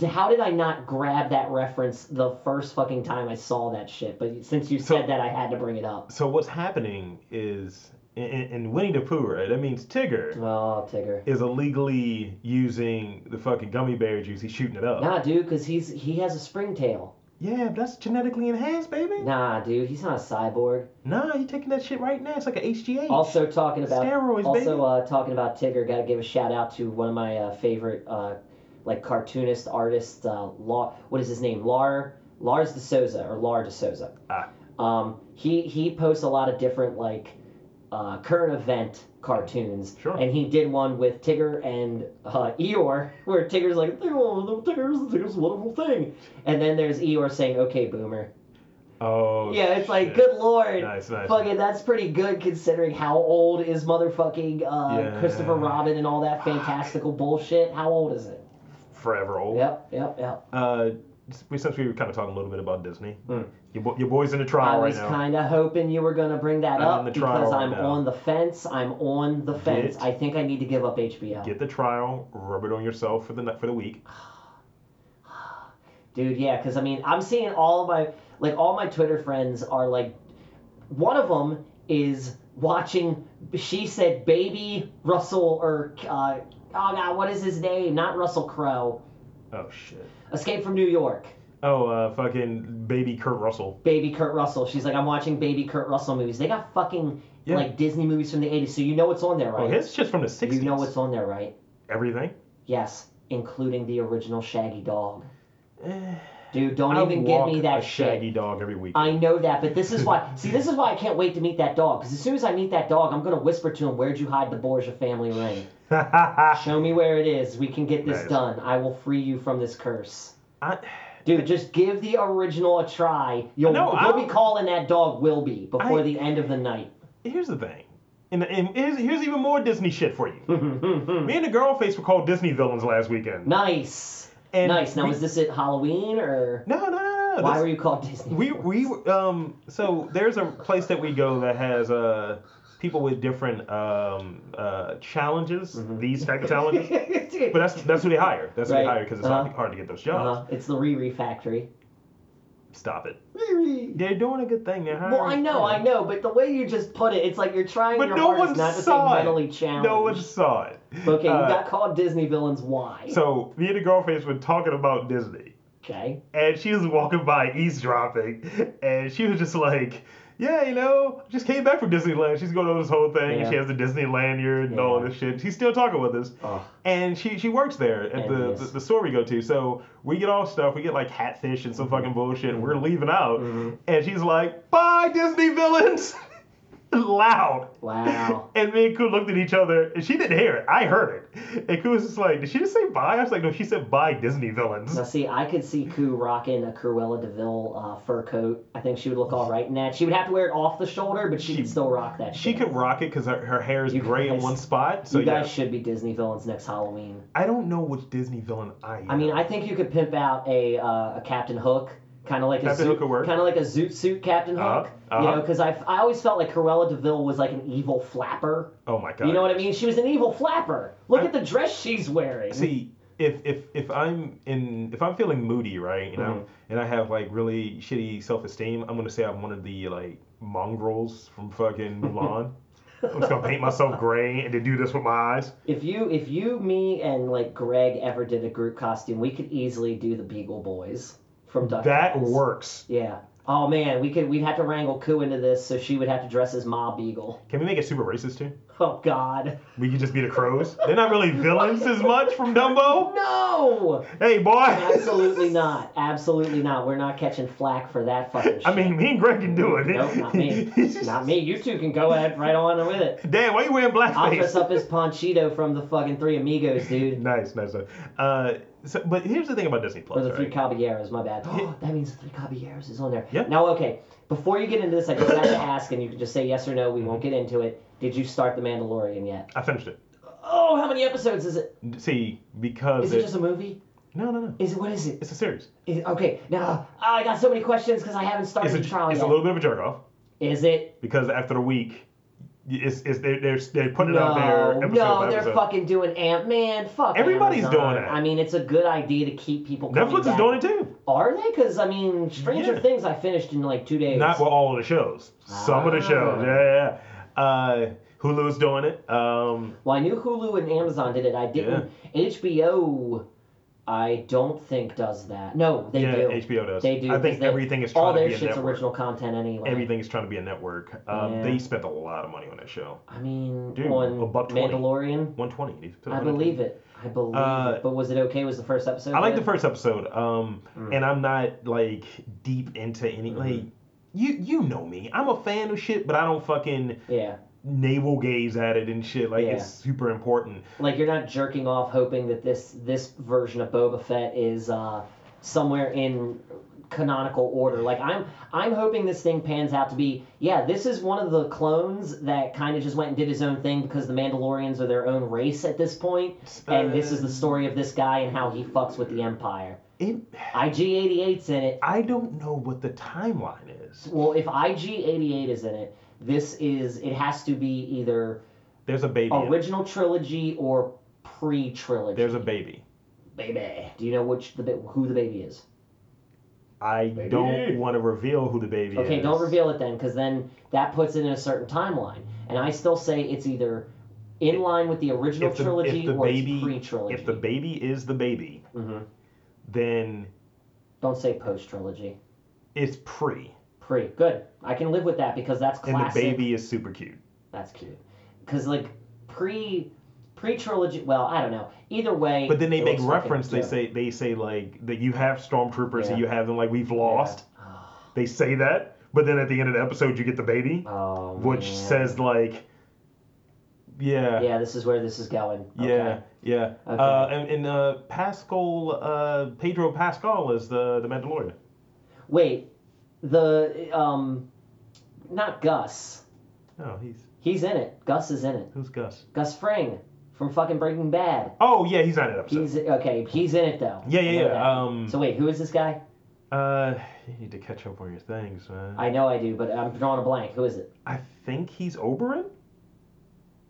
Speaker 2: How did I not grab that reference the first fucking time I saw that shit? But since you
Speaker 1: So-
Speaker 2: said that, I had to bring it up.
Speaker 1: so what's happening is, in, in in Winnie the Pooh, right? That means Tigger.
Speaker 2: Oh, Tigger.
Speaker 1: is illegally using the fucking gummy bear juice. He's shooting it up.
Speaker 2: Nah, dude, because he's he has a springtail.
Speaker 1: Yeah, but that's genetically enhanced, baby.
Speaker 2: Nah, dude, he's not a cyborg.
Speaker 1: Nah, you taking that shit right now. It's like an HGH.
Speaker 2: Also talking about
Speaker 1: steroids,
Speaker 2: also
Speaker 1: baby.
Speaker 2: uh, talking about Tigger. Got to give a shout out to one of my uh, favorite uh, like cartoonist artists. Uh, La- what is his name? Lar Lars de Souza or Lar de Souza.
Speaker 1: Ah.
Speaker 2: Um, he he posts a lot of different like uh, current event cartoons.
Speaker 1: Sure.
Speaker 2: And he did one with Tigger and uh, Eeyore, where Tigger's like, "Oh, Tigger's, Tigger's a wonderful thing," and then there's Eeyore saying, "Okay, Boomer."
Speaker 1: oh.
Speaker 2: yeah, it's like,
Speaker 1: shit.
Speaker 2: good lord.
Speaker 1: Nice, nice.
Speaker 2: Fucking, that's pretty good considering how old is motherfucking uh,
Speaker 1: Yeah.
Speaker 2: Christopher Robin and all that
Speaker 1: Fuck.
Speaker 2: fantastical bullshit? How old is it?
Speaker 1: Forever old.
Speaker 2: Yep, yep, yep.
Speaker 1: Uh, we- since we were kind of talking a little bit about Disney,
Speaker 2: Mm.
Speaker 1: your, bo- your boy's in the
Speaker 2: I
Speaker 1: trial right
Speaker 2: was
Speaker 1: now.
Speaker 2: kind of hoping you were going to bring that
Speaker 1: I'm
Speaker 2: up
Speaker 1: on the trial
Speaker 2: because
Speaker 1: right
Speaker 2: I'm
Speaker 1: now.
Speaker 2: on the fence. I'm on the fence.
Speaker 1: Get-
Speaker 2: I think I need to give up HBO.
Speaker 1: Get the trial, rub it on yourself for the ni- for the week.
Speaker 2: Dude, yeah, because I mean, I'm seeing all of my like all my Twitter friends are like, one of them is watching. She said, "Baby Russell or uh, oh god, what is his name? Not Russell Crowe.
Speaker 1: Oh shit.
Speaker 2: Escape from New York.
Speaker 1: Oh, uh, fucking baby Kurt Russell.
Speaker 2: Baby Kurt Russell. She's like, I'm watching baby Kurt Russell movies. They got fucking
Speaker 1: Yeah.
Speaker 2: like Disney movies from the 80s, so you know what's on there,
Speaker 1: Oh,
Speaker 2: right?
Speaker 1: his shit's from the
Speaker 2: you
Speaker 1: '60s.
Speaker 2: know what's on there, right?
Speaker 1: everything.
Speaker 2: Yes, including the original Shaggy Dog.
Speaker 1: Eh,
Speaker 2: Dude, don't
Speaker 1: I
Speaker 2: even give
Speaker 1: walk
Speaker 2: me that
Speaker 1: a
Speaker 2: shit.
Speaker 1: shaggy dog every week.
Speaker 2: I know that, but this is why. see, this is why I can't wait to meet that dog. Because as soon as I meet that dog, I'm gonna whisper to him, "Where'd you hide the Borgia family ring?
Speaker 1: I,
Speaker 2: Show me where it is. We can get this
Speaker 1: Nice.
Speaker 2: done. I will free you from this curse." Dude, just give the original a try. You'll,
Speaker 1: No,
Speaker 2: you'll
Speaker 1: I'll-
Speaker 2: be calling that dog Wilby before
Speaker 1: I-
Speaker 2: the end of the night.
Speaker 1: here's the thing, and, and here's, here's even more Disney shit for you.
Speaker 2: Mm.
Speaker 1: Me and the girl face were called Disney villains last weekend.
Speaker 2: nice,
Speaker 1: And
Speaker 2: nice. Now,
Speaker 1: we-
Speaker 2: is this at Halloween or
Speaker 1: No, no, no, no.
Speaker 2: why
Speaker 1: this-
Speaker 2: were you called Disney?
Speaker 1: we we um so there's a place that we go that has uh people with different um uh challenges
Speaker 2: Mhm.
Speaker 1: these type of challenges
Speaker 2: Dude.
Speaker 1: but that's that's who they hire that's who they
Speaker 2: Right.
Speaker 1: hire because it's
Speaker 2: Uh-huh.
Speaker 1: hard, hard to get those jobs
Speaker 2: uh-huh. It's the Riri factory.
Speaker 1: stop it
Speaker 2: Riri.
Speaker 1: they're doing a good thing they're hiring
Speaker 2: Well, I know, I know, but the way you just put it, it's like you're trying
Speaker 1: But
Speaker 2: your
Speaker 1: no
Speaker 2: hardest
Speaker 1: one
Speaker 2: not to say
Speaker 1: saw it.
Speaker 2: mentally challenged.
Speaker 1: no one saw it
Speaker 2: Okay,
Speaker 1: Uh,
Speaker 2: you got called Disney villains. Why?
Speaker 1: so me and the girlface were talking about disney
Speaker 2: okay.
Speaker 1: and she was walking by eavesdropping, and she was just like, "Yeah, you know, just came back from Disneyland. She's going on this whole thing.
Speaker 2: Yeah.
Speaker 1: She has the Disney lanyard and all
Speaker 2: Yeah.
Speaker 1: this shit. She's still talking with us,
Speaker 2: Oh.
Speaker 1: and she she works there at the,
Speaker 2: Envious.
Speaker 1: the the store we go to. So we get all stuff. We get like catfish and some
Speaker 2: Mm-hmm.
Speaker 1: fucking bullshit. and We're leaving out,
Speaker 2: Mhm.
Speaker 1: and she's like, "Bye, Disney villains." Loud.
Speaker 2: Wow.
Speaker 1: And me and Koo looked at each other, and she didn't hear it. I heard it. And Koo was just like, "Did she just say bye?" I was like, "No, she said bye, Disney villains."
Speaker 2: Now, see, I could see Koo rocking a Cruella Deville uh, fur coat. I think she would look all right in that. She would have to wear it off the shoulder, but she,
Speaker 1: She-
Speaker 2: could still rock that.
Speaker 1: She
Speaker 2: shit.
Speaker 1: could rock it because her, her hair is
Speaker 2: You
Speaker 1: gray in
Speaker 2: guys-
Speaker 1: one spot. So
Speaker 2: You
Speaker 1: yeah,
Speaker 2: guys should be Disney villains next Halloween.
Speaker 1: I don't know which Disney villain I am.
Speaker 2: I mean, I think you could pimp out a uh, a Captain Hook, kind of like a
Speaker 1: Captain
Speaker 2: zoot,
Speaker 1: Hook would work.
Speaker 2: kind of like a zoot suit Captain
Speaker 1: Uh-huh,
Speaker 2: Hook. You
Speaker 1: uh-huh.
Speaker 2: know, because I I always felt like Cruella Deville was like an evil flapper.
Speaker 1: oh my god.
Speaker 2: You know what I mean? She was an evil flapper. Look at the dress she's wearing.
Speaker 1: See, if if if I'm in if I'm feeling moody, right, and I'm
Speaker 2: Mm-hmm.
Speaker 1: and I have like really shitty self esteem, I'm gonna say I'm one of the like mongrels from fucking Mulan. I'm just gonna paint myself gray and then do this with my eyes.
Speaker 2: if you if you me and like Greg ever did a group costume, we could easily do the Beagle Boys from DuckTales.
Speaker 1: That works.
Speaker 2: Yeah. Oh man, we could we'd have to wrangle Koo into this, so she would have to dress as Ma Beagle.
Speaker 1: Can we make it super racist too?
Speaker 2: Oh God.
Speaker 1: We could just be the crows. They're not really villains as much from Dumbo.
Speaker 2: No.
Speaker 1: Hey boy.
Speaker 2: Absolutely not. Absolutely not. We're not catching flack for that fucking shit.
Speaker 1: I mean, me and Greg can do it.
Speaker 2: nope, not me. not me. You two can go ahead right on with it.
Speaker 1: Damn, why you wearing
Speaker 2: I'll dress
Speaker 1: blackface?
Speaker 2: up as Ponchito from the fucking Three Amigos, dude.
Speaker 1: Nice, nice. nice. Uh, so, but here's the thing about Disney
Speaker 2: Or
Speaker 1: Plus,
Speaker 2: the Three
Speaker 1: right?
Speaker 2: Caballeros, my bad. Oh, that means the Three Caballeros is on there.
Speaker 1: Yeah.
Speaker 2: Now, okay, before you get into this, I just have to ask, and you can just say yes or no. We
Speaker 1: Mm-hmm.
Speaker 2: won't get into it. Did you start The Mandalorian yet?
Speaker 1: I finished it.
Speaker 2: Oh, how many episodes is it?
Speaker 1: See, because
Speaker 2: Is it just a movie?
Speaker 1: no, no, no.
Speaker 2: Is it what is it?
Speaker 1: It's a series.
Speaker 2: Is it okay, now uh, I got so many questions because I haven't started
Speaker 1: It's a,
Speaker 2: the trial
Speaker 1: it's
Speaker 2: yet.
Speaker 1: a little bit of a jerk off
Speaker 2: is it?
Speaker 1: because after the week, it's, it's they're, they're they're putting it out there.
Speaker 2: No,
Speaker 1: Episode
Speaker 2: no,
Speaker 1: by
Speaker 2: they're
Speaker 1: episode.
Speaker 2: fucking doing Ant Man. Fuck.
Speaker 1: Everybody's
Speaker 2: Amazon.
Speaker 1: doing it.
Speaker 2: I mean, it's a good idea to keep people. coming
Speaker 1: Netflix is
Speaker 2: back.
Speaker 1: doing it too.
Speaker 2: Are they? Because I mean, Stranger
Speaker 1: Yeah.
Speaker 2: Things I finished in like two days.
Speaker 1: Not with all of the shows. Some of the shows.
Speaker 2: Ah.
Speaker 1: Yeah, yeah. yeah. Uh, Hulu's doing it. Um,
Speaker 2: Well, I knew Hulu and Amazon did it. I didn't. HBO, I don't think does that. No, they
Speaker 1: yeah,
Speaker 2: do.
Speaker 1: HBO does.
Speaker 2: They do,
Speaker 1: I
Speaker 2: 'cause
Speaker 1: think
Speaker 2: they-
Speaker 1: everything is trying
Speaker 2: All
Speaker 1: to
Speaker 2: their
Speaker 1: be a
Speaker 2: shit's
Speaker 1: network.
Speaker 2: original content anyway.
Speaker 1: Everything is trying to be a network. Um,
Speaker 2: Yeah.
Speaker 1: They spent a lot of money on that show.
Speaker 2: I mean,
Speaker 1: Dude,
Speaker 2: on
Speaker 1: a buck twenty.
Speaker 2: Mandalorian,
Speaker 1: 120. They put
Speaker 2: I
Speaker 1: 120.
Speaker 2: believe it. I believe
Speaker 1: Uh,
Speaker 2: it. But was it okay? Was the first episode?
Speaker 1: I like the
Speaker 2: good?
Speaker 1: first episode. Um,
Speaker 2: Mm.
Speaker 1: and I'm not like deep into any
Speaker 2: Mhm.
Speaker 1: like. You you know me. I'm a fan of shit, but I don't fucking
Speaker 2: Yeah,
Speaker 1: navel gaze at it and shit. Like
Speaker 2: Yeah.
Speaker 1: it's super important.
Speaker 2: like you're not jerking off hoping that this this version of Boba Fett is uh, somewhere in canonical order. Like I'm I'm hoping this thing pans out to be yeah, this is one of the clones that kind of just went and did his own thing because the Mandalorians are their own race at this point, and this is the story of this guy and how he fucks with the Empire.
Speaker 1: Uh, It,
Speaker 2: IG88's in it.
Speaker 1: I don't know what the timeline is.
Speaker 2: Well, if IG88 is in it, this is it has to be either
Speaker 1: There's a baby. in-
Speaker 2: original trilogy or pre-trilogy.
Speaker 1: There's a baby.
Speaker 2: baby. Do you know which the ba- who the baby is?
Speaker 1: I
Speaker 2: Baby.
Speaker 1: don't want to reveal who the baby is.
Speaker 2: Okay, don't reveal it then, because then that puts it in a certain timeline. And I still say it's either in line with the original
Speaker 1: If the- if
Speaker 2: trilogy
Speaker 1: the
Speaker 2: or
Speaker 1: baby-
Speaker 2: its pre-trilogy.
Speaker 1: If the baby is the baby,
Speaker 2: hmm
Speaker 1: then
Speaker 2: Don't say post-trilogy.
Speaker 1: it's pre,
Speaker 2: Pre. Good. I can live with that because that's
Speaker 1: and the
Speaker 2: classic.
Speaker 1: baby is super cute.
Speaker 2: That's cute. Because like pre pre-trilogy. Well, I don't know. Either way.
Speaker 1: But then they
Speaker 2: it
Speaker 1: make
Speaker 2: looks like a
Speaker 1: reference. They
Speaker 2: joke.
Speaker 1: say they say like that you have stormtroopers
Speaker 2: Yeah.
Speaker 1: and you have them like we've lost. They say that, but then at the end of the episode you get the baby,
Speaker 2: Oh.
Speaker 1: which
Speaker 2: man.
Speaker 1: says like, yeah, yeah,
Speaker 2: Yeah, this is where this is going.
Speaker 1: yeah.
Speaker 2: Okay.
Speaker 1: Uh, and and uh, Pascal uh, Pedro Pascal is the the Mandalorian.
Speaker 2: Wait, the um, not Gus.
Speaker 1: No, Oh, he's
Speaker 2: He's in it. Gus is in it.
Speaker 1: who's Gus?
Speaker 2: Gus Fring from fucking Breaking Bad.
Speaker 1: Oh yeah, he's not in the episode.
Speaker 2: He's okay. He's in it though.
Speaker 1: yeah,
Speaker 2: I
Speaker 1: yeah,
Speaker 2: know that.
Speaker 1: yeah. Um,
Speaker 2: So wait, who is this guy?
Speaker 1: uh, you need to catch up on your things, man.
Speaker 2: I know I do, but I'm drawing a blank. Who is it?
Speaker 1: I think he's Oberon.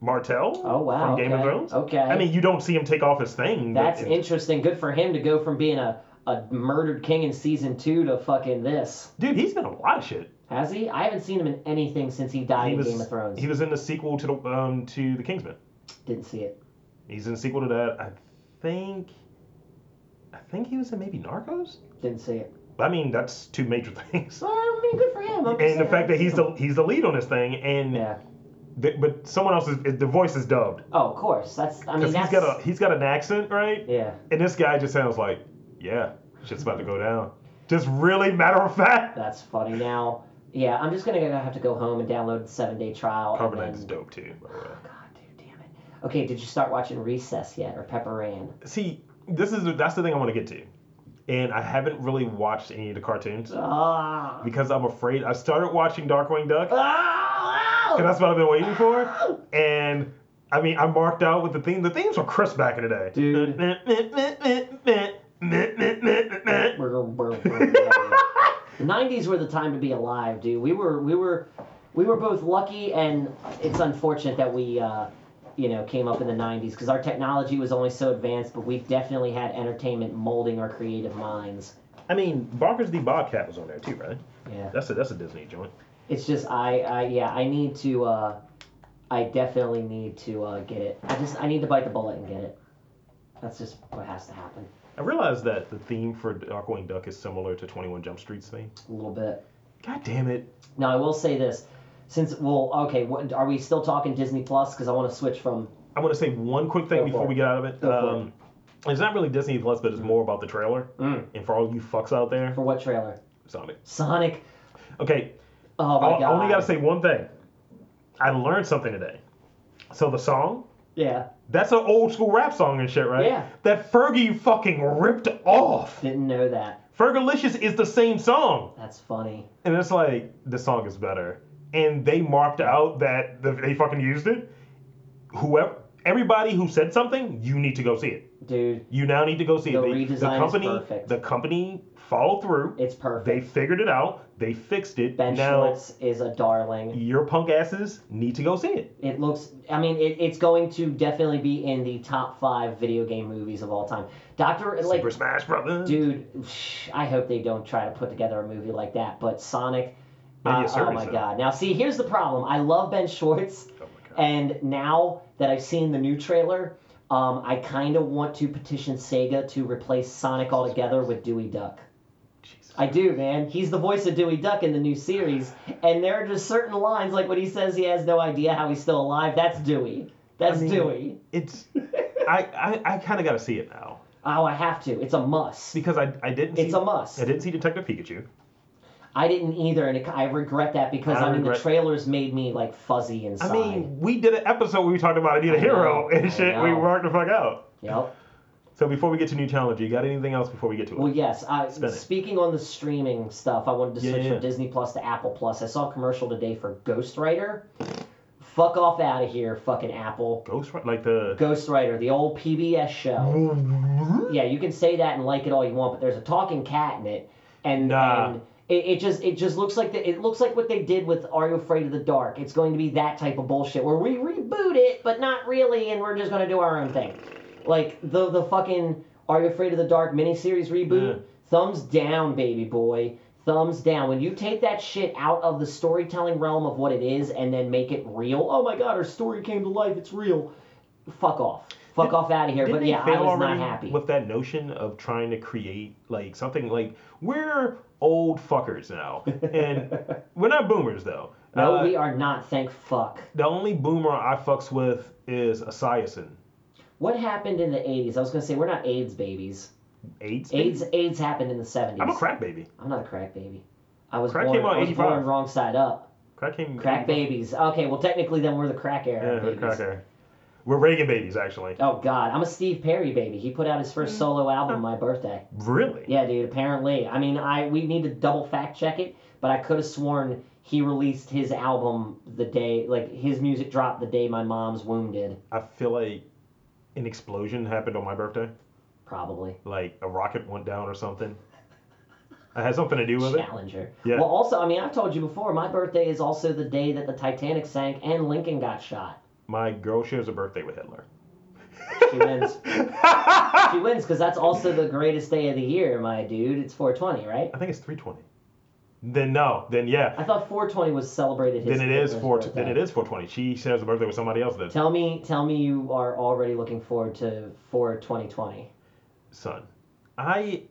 Speaker 1: Martell.
Speaker 2: Oh wow.
Speaker 1: From Game of
Speaker 2: okay,
Speaker 1: Thrones.
Speaker 2: Okay.
Speaker 1: I mean, you don't see him take off his thing. but
Speaker 2: that's
Speaker 1: it-
Speaker 2: interesting. Good for him to go from being a a murdered king in season two to fucking this.
Speaker 1: dude. He's been in a lot of shit.
Speaker 2: Has he? I haven't seen him in anything since he died
Speaker 1: He
Speaker 2: in
Speaker 1: was-
Speaker 2: Game of Thrones.
Speaker 1: He was in the sequel to the um to the Kingsman.
Speaker 2: Didn't see it.
Speaker 1: He's in the sequel to that. I think. I think he was in maybe Narcos.
Speaker 2: Didn't see it.
Speaker 1: I mean, that's two major things.
Speaker 2: So I mean, good for him. I'm just
Speaker 1: And the
Speaker 2: saying,
Speaker 1: fact that he's
Speaker 2: you know.
Speaker 1: the he's the lead on this thing, and
Speaker 2: yeah.
Speaker 1: th- but someone else is the voice is dubbed
Speaker 2: Oh, of course. That's I mean
Speaker 1: because
Speaker 2: that's
Speaker 1: he's got a he's got an accent, right?
Speaker 2: yeah.
Speaker 1: And this guy just sounds like, yeah, shit's about to go down. Just really matter of fact.
Speaker 2: That's funny. Now, yeah, I'm just gonna go- have to go home and download the seven day trial. and
Speaker 1: Carbonite is
Speaker 2: then-
Speaker 1: dope too. by the way.
Speaker 2: Oh, God, dude, damn it. Okay, did you start watching Recess yet or Pepper Ann?
Speaker 1: See, this is that's the thing I want to get to, and I haven't really watched any of the cartoons
Speaker 2: Ah.
Speaker 1: because I'm afraid. I started watching Darkwing Duck, and
Speaker 2: Ah!
Speaker 1: that's what I've been waiting for. And I mean, I marked out with the theme. The themes were crisp back in the day.
Speaker 2: Dude.
Speaker 1: Dude.
Speaker 2: the 90s were the time to be alive, dude. We were we were we were both lucky and it's unfortunate that we uh, you know came up in the 90s because our technology was only so advanced, but we've definitely had entertainment molding our creative minds.
Speaker 1: I mean, Bonkers the Bobcat was on there too, right?
Speaker 2: Yeah.
Speaker 1: That's a that's a Disney joint.
Speaker 2: It's just I, I yeah, I need to uh I definitely need to uh get it. I just I need to bite the bullet and get it. That's just what has to happen.
Speaker 1: I realized that the theme for Darkwing Duck is similar to 21 Jump Street's theme.
Speaker 2: A little bit.
Speaker 1: God damn it.
Speaker 2: Now I will say this. Since well, okay, what, are we still talking Disney Plus? Because I want to switch from
Speaker 1: I want to say one quick
Speaker 2: Go
Speaker 1: thing
Speaker 2: for
Speaker 1: before
Speaker 2: it.
Speaker 1: we get out of it.
Speaker 2: Go for Mm.
Speaker 1: Um, it's not really Disney Plus, but it's more about the trailer. And for all you fucks out there,
Speaker 2: for what trailer?
Speaker 1: Sonic.
Speaker 2: Sonic.
Speaker 1: Okay,
Speaker 2: Oh my
Speaker 1: I- I
Speaker 2: god.
Speaker 1: only got to say one thing. I learned something today. So the song,
Speaker 2: Yeah.
Speaker 1: that's an old school rap song and shit, right?
Speaker 2: Yeah.
Speaker 1: That Fergie fucking ripped off.
Speaker 2: Didn't know that.
Speaker 1: Fergalicious is the same song.
Speaker 2: That's funny.
Speaker 1: And it's like the song is better, and they marked out that the, they fucking used it. Whoever, everybody who said something, you need to go see it.
Speaker 2: Dude,
Speaker 1: You now need to go see
Speaker 2: The
Speaker 1: it. They-
Speaker 2: redesign is
Speaker 1: company,
Speaker 2: perfect.
Speaker 1: the company followed through.
Speaker 2: it's perfect.
Speaker 1: They figured it out. They fixed it.
Speaker 2: ben
Speaker 1: now
Speaker 2: Schwartz is a darling.
Speaker 1: your punk asses need to go see it.
Speaker 2: It looks. I mean, it, it's going to definitely be in the top five video game movies of all time. Doctor, like,
Speaker 1: Super Smash Brothers.
Speaker 2: dude, psh, I hope they don't try to put together a movie like that. But Sonic.
Speaker 1: Maybe a
Speaker 2: uh, oh
Speaker 1: series,
Speaker 2: my
Speaker 1: though.
Speaker 2: god! Now, see, here's the problem. I love Ben Schwartz,
Speaker 1: Oh my God.
Speaker 2: and now that I've seen the new trailer, um, I kind of want to petition Sega to replace Sonic altogether with Dewey Duck.
Speaker 1: Jesus.
Speaker 2: I do, man. He's the voice of Dewey Duck in the new series, and there are just certain lines, like when he says he has no idea how he's still alive. That's Dewey. That's
Speaker 1: I mean-
Speaker 2: Dewey.
Speaker 1: It's I I, I kind of got to see it now
Speaker 2: Oh, I have to. It's a must.
Speaker 1: because I I didn't.
Speaker 2: It's
Speaker 1: see,
Speaker 2: a must.
Speaker 1: I didn't see Detective Pikachu.
Speaker 2: I didn't either, and it, I regret that because
Speaker 1: I
Speaker 2: I, mean the
Speaker 1: regret-
Speaker 2: trailers made me like fuzzy inside.
Speaker 1: I mean, we did an episode where we talked about Anita Hero
Speaker 2: know, I
Speaker 1: and shit. We
Speaker 2: know.
Speaker 1: worked the fuck out.
Speaker 2: yep.
Speaker 1: So before we get to new challenge, you got anything else before we get to it?
Speaker 2: Well, yes. I,
Speaker 1: Spin it.
Speaker 2: speaking on the streaming stuff, I wanted to
Speaker 1: Yeah,
Speaker 2: switch
Speaker 1: yeah.
Speaker 2: from Disney Plus to Apple Plus. I saw a commercial today for Ghostwriter. Fuck off out of here, fucking Apple.
Speaker 1: Ghost Rider, like the.
Speaker 2: Ghostwriter, the old PBS show. yeah, you can say that and like it all you want, but there's a talking cat in it, and,
Speaker 1: Nah.
Speaker 2: and it, it just it just looks like the, it looks like what they did with Are You Afraid of the Dark? It's going to be that type of bullshit where we reboot it, but not really, and we're just going to do our own thing, like the
Speaker 1: Mm.
Speaker 2: the fucking Are You Afraid of the Dark miniseries reboot.
Speaker 1: Yeah.
Speaker 2: Thumbs down, baby boy. thumbs down. When you take that shit out of the storytelling realm of what it is and then make it real, oh my god, our story came to life, it's real. Fuck off. Fuck off out of here.
Speaker 1: Didn't
Speaker 2: But
Speaker 1: they
Speaker 2: yeah, I
Speaker 1: fail
Speaker 2: was not
Speaker 1: already
Speaker 2: happy.
Speaker 1: with that notion of trying to create like something like we're old fuckers now, and we're not boomers though.
Speaker 2: No,
Speaker 1: Uh,
Speaker 2: we are not. Thank fuck.
Speaker 1: the only boomer I fucks with is Asiasen.
Speaker 2: What happened in the 80s? I was going to say, we're not AIDS babies.
Speaker 1: AIDS.
Speaker 2: AIDS AIDS happened in the 70s.
Speaker 1: I'm a crack baby.
Speaker 2: I'm not a crack baby. I was,
Speaker 1: Crack
Speaker 2: born,
Speaker 1: came out
Speaker 2: I was
Speaker 1: 85.
Speaker 2: born wrong side up.
Speaker 1: Crack came.
Speaker 2: Crack babies. Okay, well, technically, then we're the crack
Speaker 1: Yeah,
Speaker 2: era.
Speaker 1: we're
Speaker 2: babies.
Speaker 1: crack era. We're Reagan babies actually.
Speaker 2: Oh, God. I'm a Steve Perry baby. He put out his first solo album my birthday.
Speaker 1: Really?
Speaker 2: Yeah, dude. Apparently, I mean, I we need to double fact check it, but I could have sworn he released his album the day, like his music dropped the day my mom's womb did.
Speaker 1: I feel like an explosion happened on my birthday.
Speaker 2: Probably
Speaker 1: Like a rocket went down or something. It had something to do with it.
Speaker 2: Challenger.
Speaker 1: Yeah.
Speaker 2: Well, also, I mean, I've told you before, my birthday is also the day that the Titanic sank and Lincoln got shot.
Speaker 1: My girl shares a birthday with Hitler.
Speaker 2: She wins. she wins because that's also the greatest day of the year, my dude. It's 420, right?
Speaker 1: I think it's 320. Then no. Then yeah.
Speaker 2: I thought 420 was celebrated. His
Speaker 1: Then it is
Speaker 2: his
Speaker 1: four.
Speaker 2: birthday.
Speaker 1: Then it is 420. She shares a birthday with somebody else. Then
Speaker 2: Tell me, tell me, you are already looking forward to 4 2020.
Speaker 1: son, I.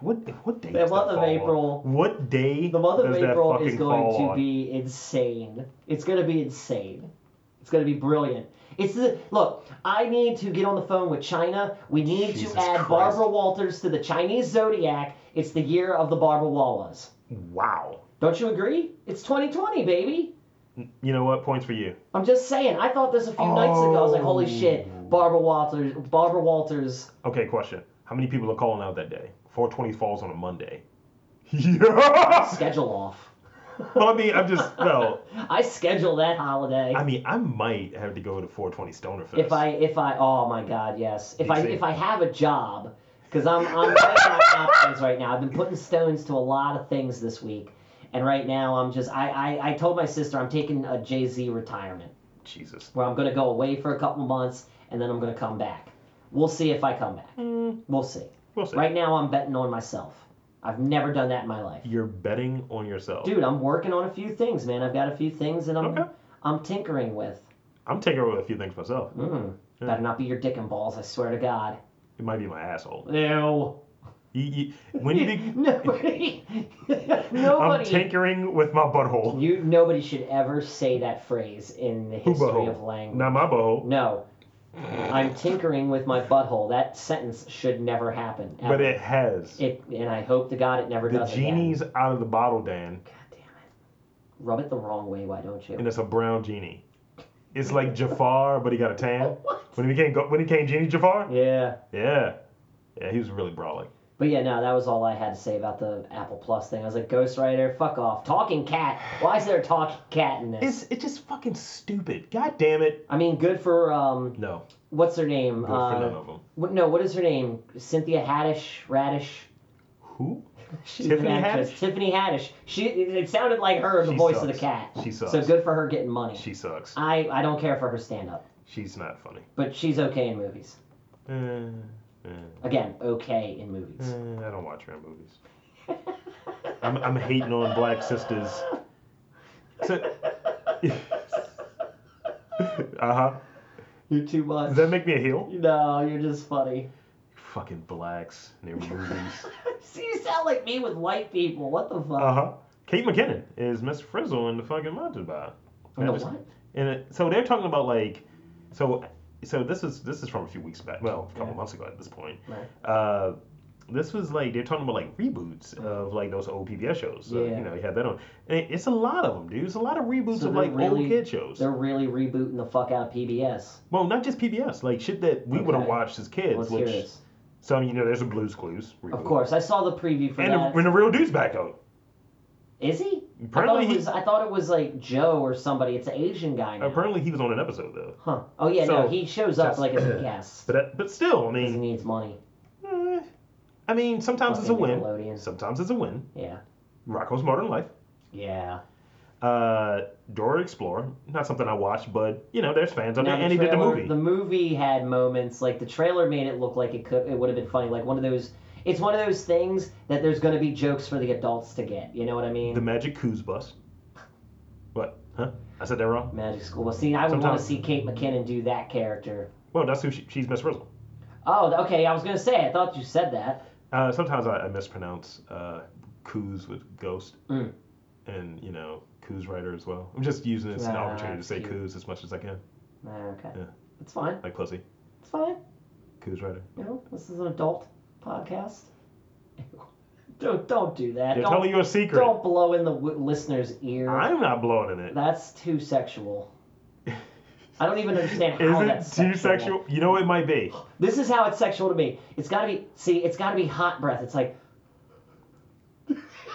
Speaker 1: What what day?
Speaker 2: The
Speaker 1: does that
Speaker 2: month of
Speaker 1: fall on?
Speaker 2: April-
Speaker 1: What day?
Speaker 2: The month of
Speaker 1: does that
Speaker 2: April is
Speaker 1: fucking
Speaker 2: going
Speaker 1: fall
Speaker 2: to
Speaker 1: on?
Speaker 2: be insane. It's going to be insane. It's going to be brilliant. It's the, look. I need to get on the phone with China. We need
Speaker 1: Jesus
Speaker 2: to add
Speaker 1: Christ.
Speaker 2: Barbara Walters to the Chinese zodiac. It's the year of the Barbara Wallas.
Speaker 1: Wow.
Speaker 2: Don't you agree? It's 2020, baby.
Speaker 1: You know what? Points for you.
Speaker 2: I'm just saying. I thought this a few nights ago. I was like, holy
Speaker 1: Oh.
Speaker 2: shit, Barbara Walters. Barbara Walters.
Speaker 1: Okay, question. How many people are calling out that day? 420 falls on a Monday. Yeah.
Speaker 2: Schedule off.
Speaker 1: well, I mean, I'm just well.
Speaker 2: I schedule that holiday.
Speaker 1: I mean, I might have to go to 420 Stoner Fest.
Speaker 2: If I if I oh my god yes if I
Speaker 1: see.
Speaker 2: if I have a job because I'm I'm weighing my options right now I've been putting stones to a lot of things this week and right now I'm just I I, I told my sister I'm taking a Jay Z retirement
Speaker 1: Jesus.
Speaker 2: where I'm gonna go away for a couple months and then I'm gonna come back we'll see if I come back
Speaker 1: Mm,
Speaker 2: we'll see
Speaker 1: we'll see.
Speaker 2: right now I'm betting on myself I've never done that in my life
Speaker 1: You're betting on yourself.
Speaker 2: dude um, I'm working on a few things man I've got a few things that I'm
Speaker 1: Okay.
Speaker 2: I'm tinkering with
Speaker 1: I'm taking over a few things myself.
Speaker 2: mm,
Speaker 1: Yeah.
Speaker 2: better not be your dick and balls I swear to God
Speaker 1: It might be my asshole.
Speaker 2: ew.
Speaker 1: You, you, when you be,
Speaker 2: nobody,
Speaker 1: I'm
Speaker 2: nobody,
Speaker 1: tinkering with my butthole.
Speaker 2: you nobody should ever say that phrase in the
Speaker 1: Who
Speaker 2: history of
Speaker 1: butthole?
Speaker 2: language.
Speaker 1: Not my butthole.
Speaker 2: no, I'm tinkering with my butthole. That sentence should never happen. ever.
Speaker 1: But it has.
Speaker 2: It- and I hope to God it never
Speaker 1: the
Speaker 2: does
Speaker 1: genie's out of the bottle, Dan,
Speaker 2: again. God damn it! Rub it the wrong way, why don't you?
Speaker 1: and it's a brown genie. It's like Jafar, but he got a tan.
Speaker 2: What?
Speaker 1: When he became go- when he became Genie Jafar.
Speaker 2: Yeah.
Speaker 1: Yeah. Yeah, he was really brawling.
Speaker 2: But yeah, no, that was all I had to say about the Apple Plus thing. I was like, Ghostwriter, fuck off. Talking cat. Why is there a talking cat in this?
Speaker 1: It's it's just fucking stupid. God damn it.
Speaker 2: I mean, good for um,
Speaker 1: No.
Speaker 2: what's her name?
Speaker 1: Good
Speaker 2: uh,
Speaker 1: for none of them.
Speaker 2: What, no, what is her name? Cynthia Haddish? Radish?
Speaker 1: Who?
Speaker 2: She's
Speaker 1: Tiffany
Speaker 2: an actress.
Speaker 1: Haddish?
Speaker 2: Tiffany Haddish. She. It it sounded like her, in the
Speaker 1: She
Speaker 2: voice of
Speaker 1: sucks.
Speaker 2: the cat.
Speaker 1: She sucks.
Speaker 2: So good for her getting money.
Speaker 1: She sucks.
Speaker 2: I, I don't care for her stand up,
Speaker 1: She's not funny.
Speaker 2: but she's okay in movies.
Speaker 1: Uh, uh,
Speaker 2: Again, okay in movies.
Speaker 1: uh, I don't watch her movies. I'm I'm hating on black sisters. Mm. So, uh huh.
Speaker 2: You're too much.
Speaker 1: Does that make me a heel?
Speaker 2: no, you're just funny.
Speaker 1: Fucking blacks and their movies.
Speaker 2: See, you sound like me with white people. What the fuck?
Speaker 1: Uh huh. Kate McKinnon is Miss Frizzle in the fucking Mountain Bar.
Speaker 2: no,
Speaker 1: I just-
Speaker 2: what?
Speaker 1: And it, so they're talking about like, so so this is this is from a few weeks back. Well, a couple
Speaker 2: Yeah.
Speaker 1: months ago at this point.
Speaker 2: Right. Mm.
Speaker 1: Uh, this was like they're talking about like reboots of like those old PBS shows. So,
Speaker 2: Yeah.
Speaker 1: You know, you had that on. And it- it's a lot of them, dude. It's a lot of reboots
Speaker 2: So
Speaker 1: of
Speaker 2: they're
Speaker 1: like
Speaker 2: really-
Speaker 1: old kid shows.
Speaker 2: They're really rebooting the fuck out of PBS.
Speaker 1: Well, not just PBS, like shit that we would have
Speaker 2: Okay.
Speaker 1: watched as kids.
Speaker 2: Let's
Speaker 1: which
Speaker 2: hear this.
Speaker 1: some you know, there's a Blues Clues.
Speaker 2: Of
Speaker 1: reboot.
Speaker 2: course, I saw the preview for
Speaker 1: And
Speaker 2: that.
Speaker 1: when the real dude's back on.
Speaker 2: Is he? I
Speaker 1: Apparently
Speaker 2: thought, it
Speaker 1: he-
Speaker 2: was, I thought it was like Joe or somebody. It's an Asian guy now.
Speaker 1: Apparently he was on an episode though.
Speaker 2: Huh. Oh yeah, no,
Speaker 1: So-
Speaker 2: he shows up
Speaker 1: Just-
Speaker 2: like as a guest
Speaker 1: But that, but still, I
Speaker 2: 'cause he
Speaker 1: mean,
Speaker 2: needs money.
Speaker 1: eh, I mean, sometimes it's a
Speaker 2: Fucking
Speaker 1: win.
Speaker 2: Nickelodeon.
Speaker 1: Sometimes it's a win.
Speaker 2: Yeah.
Speaker 1: Rocco's Modern Life.
Speaker 2: Yeah.
Speaker 1: Uh, Dora Explorer. Not something I watched, but you know, there's fans out there,
Speaker 2: Now,
Speaker 1: and he did the
Speaker 2: trailer-
Speaker 1: movie.
Speaker 2: The movie had moments like the trailer made it look like it could. It would have been funny, like one of those. it's one of those things that there's going to be jokes for the adults to get. You know what I mean?
Speaker 1: The Magic Coos Bus. What? Huh? I said that wrong.
Speaker 2: Magic School Bus. See, I would want
Speaker 1: Sometimes-
Speaker 2: to see Kate McKinnon do that character.
Speaker 1: Well, that's who she, she's Miss Frizzle.
Speaker 2: Oh, okay. I was going to say. I thought you said that.
Speaker 1: Uh, sometimes I, I mispronounce uh, coos with ghost,
Speaker 2: Mm.
Speaker 1: and you know coos writer as well. I'm just using it as an
Speaker 2: Ah,
Speaker 1: opportunity to say
Speaker 2: cute.
Speaker 1: coos as much as I can,
Speaker 2: Ah, Okay.
Speaker 1: Yeah.
Speaker 2: It's fine.
Speaker 1: like pussy.
Speaker 2: It's fine.
Speaker 1: Coos writer.
Speaker 2: You know, this is an adult podcast. Don't don't do that.
Speaker 1: They're
Speaker 2: Don't,
Speaker 1: telling you a secret.
Speaker 2: don't blow in the w- listener's ear.
Speaker 1: I'm not blowing in it.
Speaker 2: That's too sexual. I don't even understand how that's
Speaker 1: Is it too sexual? You know it might be.
Speaker 2: This is how it's sexual to me. It's gotta be see, it's gotta be hot breath. It's like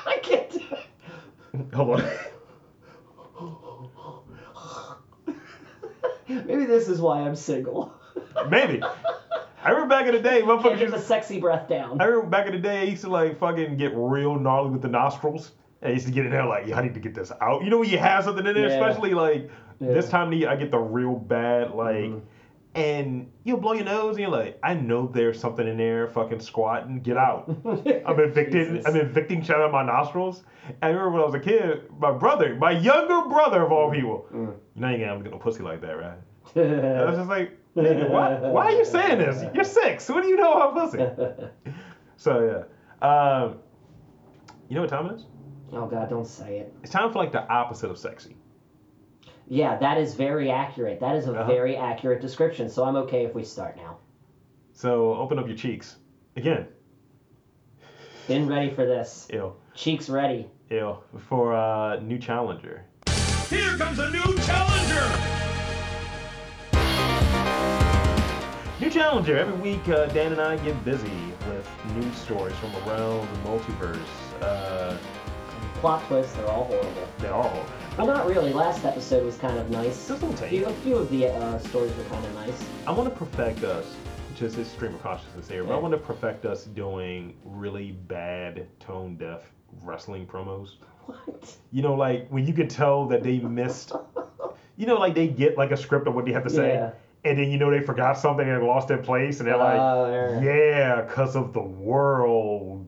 Speaker 2: I can't do it.
Speaker 1: Hold on.
Speaker 2: Maybe this is why I'm single.
Speaker 1: Maybe. I remember back in the day,
Speaker 2: Can't
Speaker 1: motherfuckers
Speaker 2: get the
Speaker 1: used.
Speaker 2: sexy breath down.
Speaker 1: I remember back in the day, I used to like fucking get real gnarly with the nostrils. I used to get in there like, "Yo, I need to get this out. You know when you have something in there,
Speaker 2: Yeah.
Speaker 1: especially like
Speaker 2: Yeah.
Speaker 1: this time of the year, I get the real bad like.
Speaker 2: Mhm.
Speaker 1: And you'll blow your nose and you're like, I know there's something in there, fucking squatting, get out. I'm evicted.
Speaker 2: Jesus.
Speaker 1: I'm evicting shit out of my nostrils. I remember when I was a kid, my brother, my younger brother of all people,
Speaker 2: Mm.
Speaker 1: you know you ain't gonna get no pussy like that, right? I was just like, nigga, why, why are you saying this? You're six. What do you know about pussy? So yeah, um, you know what time it is?
Speaker 2: oh god, don't say it.
Speaker 1: It's time for like the opposite of sexy.
Speaker 2: Yeah, that is very accurate. That is a
Speaker 1: Uh-huh.
Speaker 2: very accurate description. So I'm okay if we start now.
Speaker 1: So open up your cheeks. Again,
Speaker 2: Been ready for this.
Speaker 1: ew,
Speaker 2: Cheeks ready.
Speaker 1: ew, for uh, new challenger.
Speaker 3: Here comes a new challenger!
Speaker 1: New Challenger. Every week, uh, Dan and I get busy with news stories from around the multiverse. Uh,
Speaker 2: Plot twists, they're all horrible.
Speaker 1: they're all.
Speaker 2: Well, not really. Last episode was kind of nice.
Speaker 1: Just don't
Speaker 2: a
Speaker 1: take
Speaker 2: few,
Speaker 1: it.
Speaker 2: a few of the uh, stories were kind of nice.
Speaker 1: I want to perfect us, just this stream of consciousness here, but I
Speaker 2: Yeah.
Speaker 1: want to perfect us doing really bad, tone deaf wrestling promos.
Speaker 2: What?
Speaker 1: You know, like when you can tell that they missed, you know, like they get like a script of what they have to say,
Speaker 2: Yeah.
Speaker 1: and then you know they forgot something and lost their place, and they're like,
Speaker 2: Uh,
Speaker 1: yeah, because of the world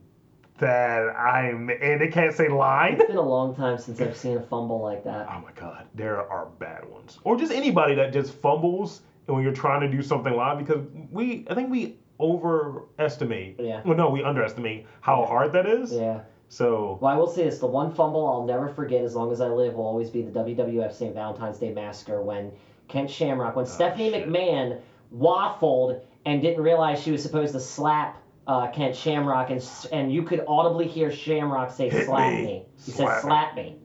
Speaker 1: that I'm, and they can't say line.
Speaker 2: It's been a long time since I've seen a fumble like that.
Speaker 1: Oh my God, there are bad ones, or just anybody that just fumbles and when you're trying to do something live because we, I think we overestimate.
Speaker 2: Yeah.
Speaker 1: Well, no, we underestimate how hard that is.
Speaker 2: Yeah.
Speaker 1: So
Speaker 2: Well, I will say this: the one fumble I'll never forget, as long as I live, will always be the WWF St. Valentine's Day Massacre when Kent Shamrock, when Stephanie
Speaker 1: Oh, shit.
Speaker 2: McMahon waffled and didn't realize she was supposed to slap uh, Kent Shamrock, and s- and you could audibly hear Shamrock say,
Speaker 1: Hit
Speaker 2: "Slap
Speaker 1: me.
Speaker 2: me." He says,
Speaker 1: Slap me.
Speaker 2: "Slap me,"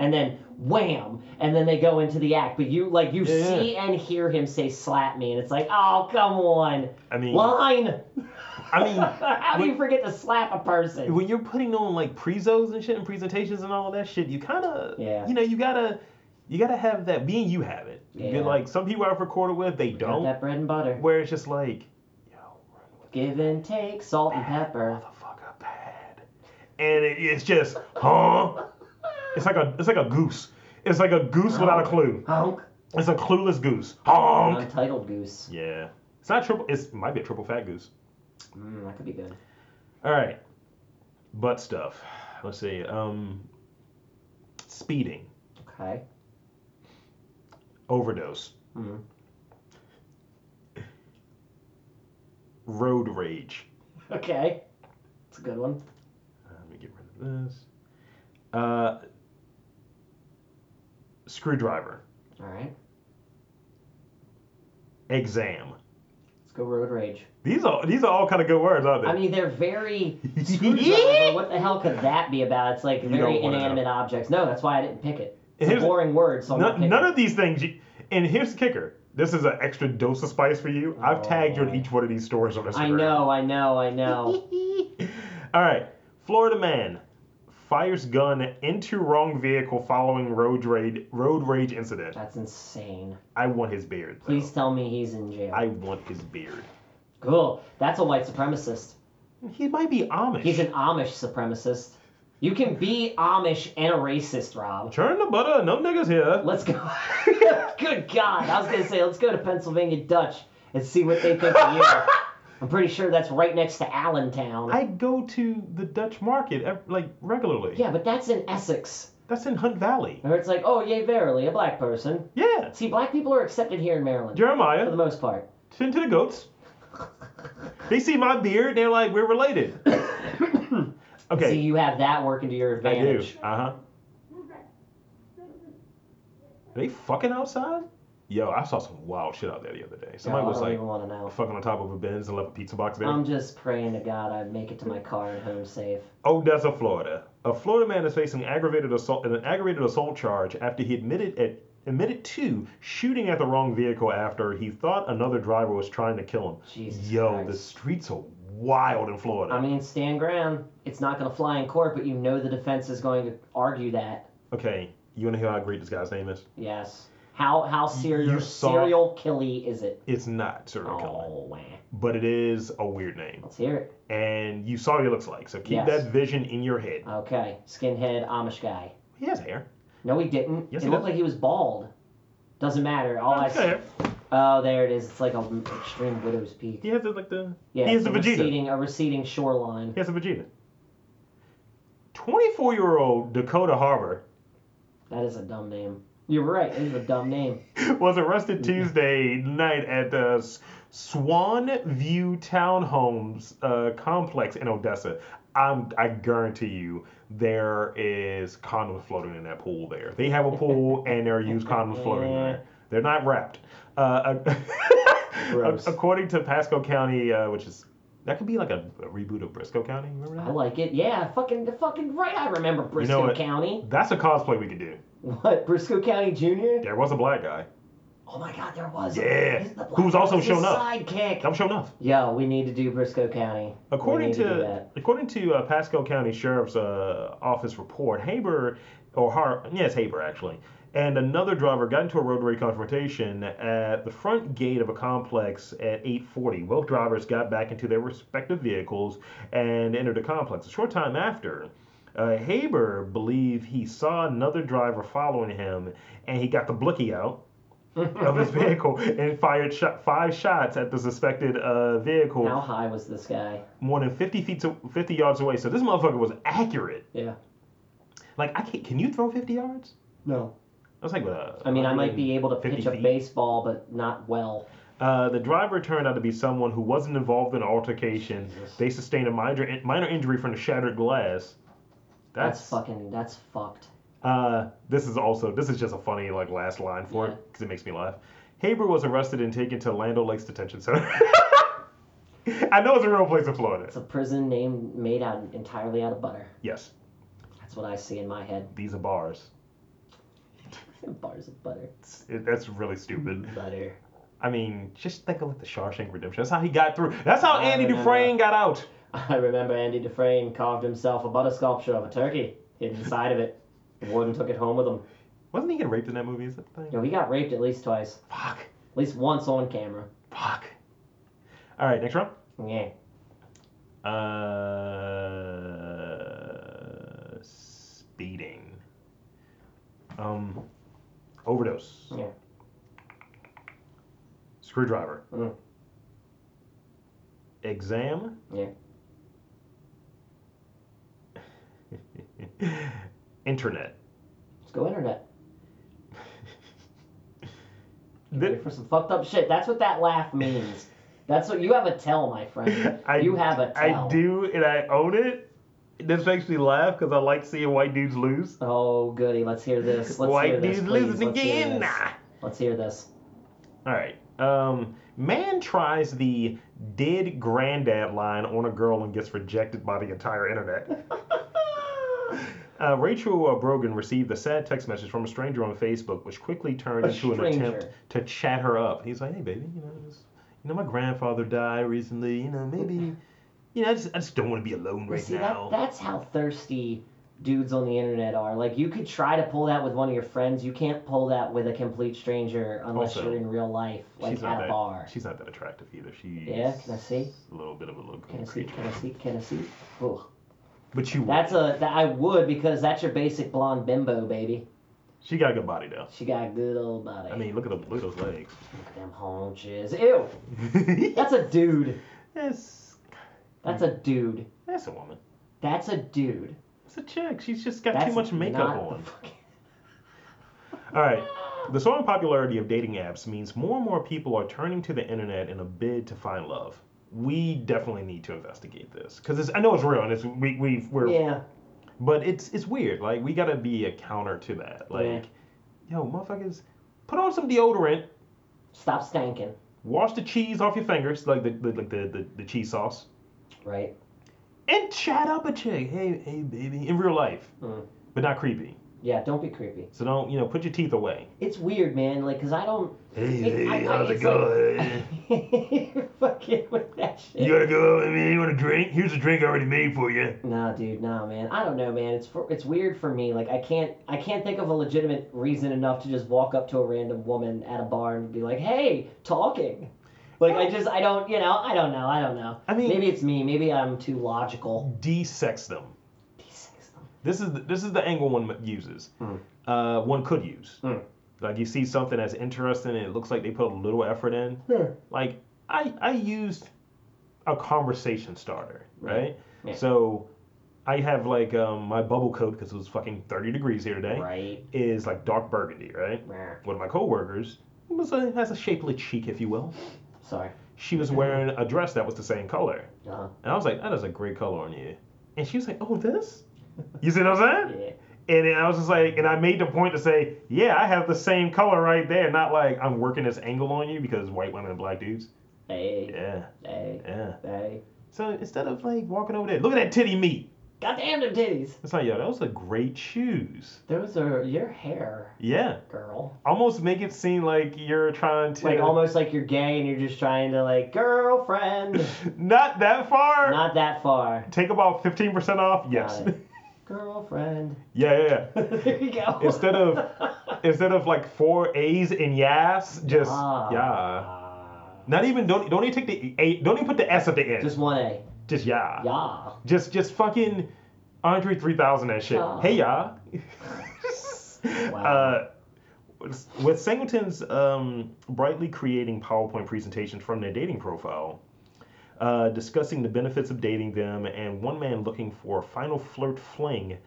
Speaker 2: and then wham, and then they go into the act. But you like you
Speaker 1: Yeah.
Speaker 2: see and hear him say, "Slap me," and it's like, oh come on,
Speaker 1: I mean,
Speaker 2: line.
Speaker 1: I mean,
Speaker 2: How do you forget to slap a person?
Speaker 1: when you're putting on like prezos and shit and presentations and all of that shit, you kind of,
Speaker 2: Yeah.
Speaker 1: you know, you gotta, you gotta have that. Me and you have it. You
Speaker 2: Yeah.
Speaker 1: get like some people I've recorded with, they
Speaker 2: Got
Speaker 1: don't.
Speaker 2: that bread and butter.
Speaker 1: Where it's just like, yo, run with
Speaker 2: Give and take, salt and pepper.
Speaker 1: motherfucker bad, and it, it's just, huh? It's like a, it's like a goose. It's like a goose without a clue.
Speaker 2: Honk.
Speaker 1: It's a clueless goose. Honk.
Speaker 2: Untitled Goose.
Speaker 1: Yeah. It's not triple. It's, it might be a triple fat goose.
Speaker 2: Mm, that could be good.
Speaker 1: All right. Butt stuff. Let's see. Um. Speeding.
Speaker 2: Okay.
Speaker 1: Overdose.
Speaker 2: Mm.
Speaker 1: Road rage.
Speaker 2: Okay. It's a good one.
Speaker 1: Uh, let me get rid of this. Uh. Screwdriver.
Speaker 2: All right.
Speaker 1: Exam.
Speaker 2: Let's go road rage.
Speaker 1: These are these are all kind of good words, aren't they?
Speaker 2: I mean, they're very. screwdriver, what the hell could that be about? It's like
Speaker 1: You
Speaker 2: very
Speaker 1: don't wanna know.
Speaker 2: inanimate objects. No, that's why I didn't pick it. It's
Speaker 1: Here's-
Speaker 2: a boring word, so I'm not
Speaker 1: none,
Speaker 2: picking
Speaker 1: none
Speaker 2: it.
Speaker 1: of these things. You, and here's the kicker. This is an extra dose of spice for you. I've
Speaker 2: Oh,
Speaker 1: tagged you in
Speaker 2: boy.
Speaker 1: each one of these stories on Instagram.
Speaker 2: I know, I know, I know.
Speaker 1: All right. Florida man fires gun into wrong vehicle following road rage road rage incident.
Speaker 2: That's insane.
Speaker 1: I want his beard. though.
Speaker 2: Please tell me he's in jail.
Speaker 1: I want his beard.
Speaker 2: Cool. That's a white supremacist.
Speaker 1: He might be Amish.
Speaker 2: He's an Amish supremacist. You can be Amish and a racist, Rob.
Speaker 1: Turn the butter, no niggas here.
Speaker 2: Let's go. Good God. I was going to say, let's go to Pennsylvania Dutch and see what they think of you. I'm pretty sure that's right next to Allentown.
Speaker 1: I go to the Dutch market ev- like regularly.
Speaker 2: yeah, but that's in Essex.
Speaker 1: That's in Hunt Valley.
Speaker 2: Where it's like, oh, yay, verily, a black person.
Speaker 1: Yeah.
Speaker 2: See, black people are accepted here in Maryland for the
Speaker 1: Jeremiah,
Speaker 2: most part.
Speaker 1: tend to the goats. They see my beard, they're like, we're related.
Speaker 2: See,
Speaker 1: Okay,
Speaker 2: you have that working to your
Speaker 1: I do.
Speaker 2: advantage.
Speaker 1: Uh huh. Are they fucking outside? Yo, I saw some wild shit out there the other day. Somebody
Speaker 2: No, I
Speaker 1: was
Speaker 2: don't
Speaker 1: like
Speaker 2: even want to know.
Speaker 1: fucking on top of a Benz and left a pizza box there.
Speaker 2: I'm just praying to God I make it to my car and home safe.
Speaker 1: Odessa, Florida. Oh, A Florida man is facing aggravated assault an aggravated assault charge after he admitted at admitted to shooting at the wrong vehicle after he thought another driver was trying to kill him.
Speaker 2: Jesus
Speaker 1: Yo,
Speaker 2: Christ.
Speaker 1: the streets are wild in Florida.
Speaker 2: I mean, stand ground. It's not going to fly in court, but you know the defense is going to argue that.
Speaker 1: okay, you wanna hear how great this guy's name is?
Speaker 2: Yes. How how serial
Speaker 1: you saw-
Speaker 2: serial killy is it?
Speaker 1: It's not serial killer,
Speaker 2: Oh, man.
Speaker 1: but it is a weird name.
Speaker 2: Let's hear it.
Speaker 1: And you saw what he looks like, so keep
Speaker 2: Yes.
Speaker 1: that vision in your head.
Speaker 2: Okay, skinhead Amish guy.
Speaker 1: He has hair.
Speaker 2: No, he didn't.
Speaker 1: Yes,
Speaker 2: it
Speaker 1: he
Speaker 2: looked
Speaker 1: does.
Speaker 2: like he was bald. Doesn't matter. All
Speaker 1: Oh,
Speaker 2: I
Speaker 1: he's got
Speaker 2: see.
Speaker 1: hair.
Speaker 2: Oh, there it is. It's like a extreme widow's peak.
Speaker 1: He has the, like the
Speaker 2: Yeah,
Speaker 1: he has
Speaker 2: it's
Speaker 1: the
Speaker 2: a
Speaker 1: Vegeta.
Speaker 2: receding, a receding shoreline.
Speaker 1: He has a Vegeta. 24 year old Dakota Harbor
Speaker 2: That is a dumb name. You're right. It is a dumb name.
Speaker 1: was arrested Tuesday night at the S- Swan View Townhomes uh, complex in Odessa. I'm, I guarantee you, there is condoms floating in that pool there. They have a pool and there are used condoms floating in there. They're not wrapped. Uh, ac-
Speaker 2: Gross.
Speaker 1: according to Pasco County, uh, which is that could be like a, a reboot of Briscoe County. Remember
Speaker 2: I
Speaker 1: that?
Speaker 2: like it. Yeah, fucking, fucking right. I remember Briscoe
Speaker 1: what?
Speaker 2: County.
Speaker 1: That's a cosplay we could do.
Speaker 2: What? Briscoe County Junior?
Speaker 1: There was a black guy.
Speaker 2: Oh my God, there was.
Speaker 1: Yeah.
Speaker 2: He's the
Speaker 1: Who
Speaker 2: black
Speaker 1: was also
Speaker 2: guy's
Speaker 1: shown up.
Speaker 2: Sidekick.
Speaker 1: I'm sure enough.
Speaker 2: Yo, we need to do Briscoe County. We
Speaker 1: According
Speaker 2: need
Speaker 1: to,
Speaker 2: do that.
Speaker 1: according to uh, Pasco County Sheriff's uh, Office report, Haber or Har yes Haber actually, and another driver got into a road rage confrontation at the front gate of a complex at 8:40. Both drivers got back into their respective vehicles and entered the complex. A short time after. Uh, Haber believed he saw another driver following him, and he got the blicky out of his vehicle and fired shot, five shots at the suspected uh, vehicle
Speaker 2: How high was this guy?
Speaker 1: more than 50 feet to 50 yards away. So this motherfucker was accurate.
Speaker 2: Yeah.
Speaker 1: Like I can't, can you throw 50 yards?
Speaker 2: No.
Speaker 1: I was like, uh,
Speaker 2: I mean, I might be able to
Speaker 1: 50
Speaker 2: pitch a
Speaker 1: feet.
Speaker 2: baseball, but not well.
Speaker 1: Uh, the driver turned out to be someone who wasn't involved in an altercation.
Speaker 2: Jesus.
Speaker 1: They sustained a minor minor injury from the shattered glass.
Speaker 2: That's,
Speaker 1: That's,
Speaker 2: fucking. That's fucked.
Speaker 1: Uh, this is also this is just a funny like last line for it 'cause
Speaker 2: Yeah.
Speaker 1: it because it makes me laugh. Haber was arrested and taken to Lando Lakes Detention Center. I know it's a real place in Florida.
Speaker 2: It's a prison named made out entirely out of butter.
Speaker 1: Yes,
Speaker 2: That's what I see in my head.
Speaker 1: these are bars.
Speaker 2: Bars of butter.
Speaker 1: It's- it- that's really stupid.
Speaker 2: Butter.
Speaker 1: I mean, just think of like the Shawshank Redemption. That's how he got through. That's how
Speaker 2: I
Speaker 1: Andy
Speaker 2: remember.
Speaker 1: Dufresne got out.
Speaker 2: I remember Andy Dufresne carved himself a butter sculpture of a turkey hidden inside of it. The warden took it home with him.
Speaker 1: Wasn't he getting raped in that movie? Is that the thing?
Speaker 2: Yo, he got raped at least twice.
Speaker 1: Fuck.
Speaker 2: At least once on camera.
Speaker 1: Fuck. All right, next round.
Speaker 2: Yeah.
Speaker 1: Uh, speeding. Um, overdose.
Speaker 2: Yeah.
Speaker 1: Screwdriver.
Speaker 2: Mm.
Speaker 1: Exam.
Speaker 2: Yeah.
Speaker 1: Internet.
Speaker 2: Let's go internet.
Speaker 1: Thi-
Speaker 2: Ready for some fucked up shit. That's what that laugh means. That's what you have a tell, my friend.
Speaker 1: I,
Speaker 2: you have a tell.
Speaker 1: I do, and I own it. This makes me laugh because I like seeing white dudes lose.
Speaker 2: Oh goody, let's hear this. Let's
Speaker 1: white
Speaker 2: hear this.
Speaker 1: dudes
Speaker 2: please.
Speaker 1: losing
Speaker 2: Let's hear
Speaker 1: again.
Speaker 2: this. Let's hear this.
Speaker 1: All right. Um, man tries the dead granddad line on a girl and gets rejected by the entire internet. Uh, Rachel uh, Brogan received a sad text message from a stranger on Facebook, which quickly turned
Speaker 2: A
Speaker 1: into an
Speaker 2: stranger.
Speaker 1: attempt to chat her up. He's like, "Hey, baby, you know, this, you know, my grandfather died recently. You know, maybe, you know, I just, I just don't want to be alone
Speaker 2: You
Speaker 1: right
Speaker 2: see
Speaker 1: now."
Speaker 2: that? That's how thirsty dudes on the internet are. Like you could try to pull that with one of your friends. You can't pull that with a complete stranger unless
Speaker 1: Also,
Speaker 2: you're in real life, like
Speaker 1: she's
Speaker 2: at
Speaker 1: not
Speaker 2: a
Speaker 1: that,
Speaker 2: bar.
Speaker 1: She's not that attractive either. She's
Speaker 2: Yeah, can I see?
Speaker 1: A little bit of a little
Speaker 2: Can I see?
Speaker 1: creature.
Speaker 2: Can I see? Can I see? Ugh.
Speaker 1: But you,
Speaker 2: That's a that I would because that's your basic blonde bimbo, baby.
Speaker 1: she got a good body though.
Speaker 2: She got a good old body.
Speaker 1: I mean, look at the look at those legs.
Speaker 2: Look at them haunches. Ew. That's a dude.
Speaker 1: That's
Speaker 2: That's a dude.
Speaker 1: that's a woman.
Speaker 2: That's a dude.
Speaker 1: It's a chick. She's just got
Speaker 2: That's
Speaker 1: too much makeup
Speaker 2: not
Speaker 1: on.
Speaker 2: the fucking-
Speaker 1: All right. The soaring popularity of dating apps means more and more people are turning to the internet in a bid to find love. We definitely need to investigate this because I know it's real and it's we we we're
Speaker 2: Yeah.
Speaker 1: but it's it's weird. Like we gotta be a counter to that. Like, yo, motherfuckers, put on some deodorant,
Speaker 2: Stop stanking.
Speaker 1: wash the cheese off your fingers, like the the- like the the, the cheese sauce,
Speaker 2: Right.
Speaker 1: and chat up a chick. Hey hey baby, in real life,
Speaker 2: Mm.
Speaker 1: but not creepy.
Speaker 2: Yeah. Don't be creepy.
Speaker 1: So don't you know put your teeth away.
Speaker 2: It's weird, man. Like, cause I don't.
Speaker 1: Hey
Speaker 2: it- I- I- it's Like, fucking with that shit.
Speaker 1: wanna go out with me? You want a drink? Here's a drink already made for you.
Speaker 2: Nah, dude, nah, man. I don't know, man. It's for, it's weird for me. Like, I can't I can't think of a legitimate reason enough to just walk up to a random woman at a bar and be like, "Hey, talking." Like, I just I don't you know I don't know I don't know.
Speaker 1: I mean-
Speaker 2: maybe it's me. Maybe I'm too logical.
Speaker 1: De-sex them.
Speaker 2: Desex them.
Speaker 1: This is the, this is the angle one uses.
Speaker 2: Mm.
Speaker 1: Uh, one could use.
Speaker 2: Mm.
Speaker 1: Like you see something that's interesting and it looks like they put a little effort in.
Speaker 2: Huh.
Speaker 1: Like I I used a conversation starter, right?
Speaker 2: Yeah.
Speaker 1: So I have like um, my bubble coat because it was fucking 30 degrees here today.
Speaker 2: Right.
Speaker 1: Is like dark burgundy, right?
Speaker 2: Meh.
Speaker 1: One of my coworkers was a, has a shapely cheek, if you will.
Speaker 2: Sorry.
Speaker 1: She
Speaker 2: Mm-hmm.
Speaker 1: was wearing a dress that was the same color,
Speaker 2: Uh,
Speaker 1: and I was like, "That is a great color on you." And she was like, "Oh, this." You see what I'm saying?
Speaker 2: yeah.
Speaker 1: And then I was just like, and I made the point to say, yeah, I have the same color right there. Not like I'm working this angle on you because white women and black dudes.
Speaker 2: Hey.
Speaker 1: Yeah,
Speaker 2: Hey.
Speaker 1: yeah.
Speaker 2: Hey.
Speaker 1: So instead of like walking over there, look at that titty meat.
Speaker 2: Goddamn them titties.
Speaker 1: It's like, yo, those are great shoes.
Speaker 2: Those are your hair,
Speaker 1: Yeah.
Speaker 2: girl.
Speaker 1: Almost make it seem like you're trying to.
Speaker 2: Like almost like you're gay and you're just trying to like girlfriend.
Speaker 1: Not that far.
Speaker 2: Not that far.
Speaker 1: Take about 15% off. Yes.
Speaker 2: Got it. Girlfriend.
Speaker 1: yeah, yeah, yeah.
Speaker 2: there you go.
Speaker 1: Instead of- Instead of like four A's and yas, just
Speaker 2: Ah.
Speaker 1: yeah. Not even don't don't even take the A, don't even put the S at the end.
Speaker 2: Just one A.
Speaker 1: just yeah.
Speaker 2: Yeah.
Speaker 1: Just just fucking Andre 3000 that shit.
Speaker 2: Aw.
Speaker 1: Hey y'all. Uh, with Singleton's um, brightly creating PowerPoint presentations from their dating profile, uh, discussing the benefits of dating them, and one man looking for a final flirt fling.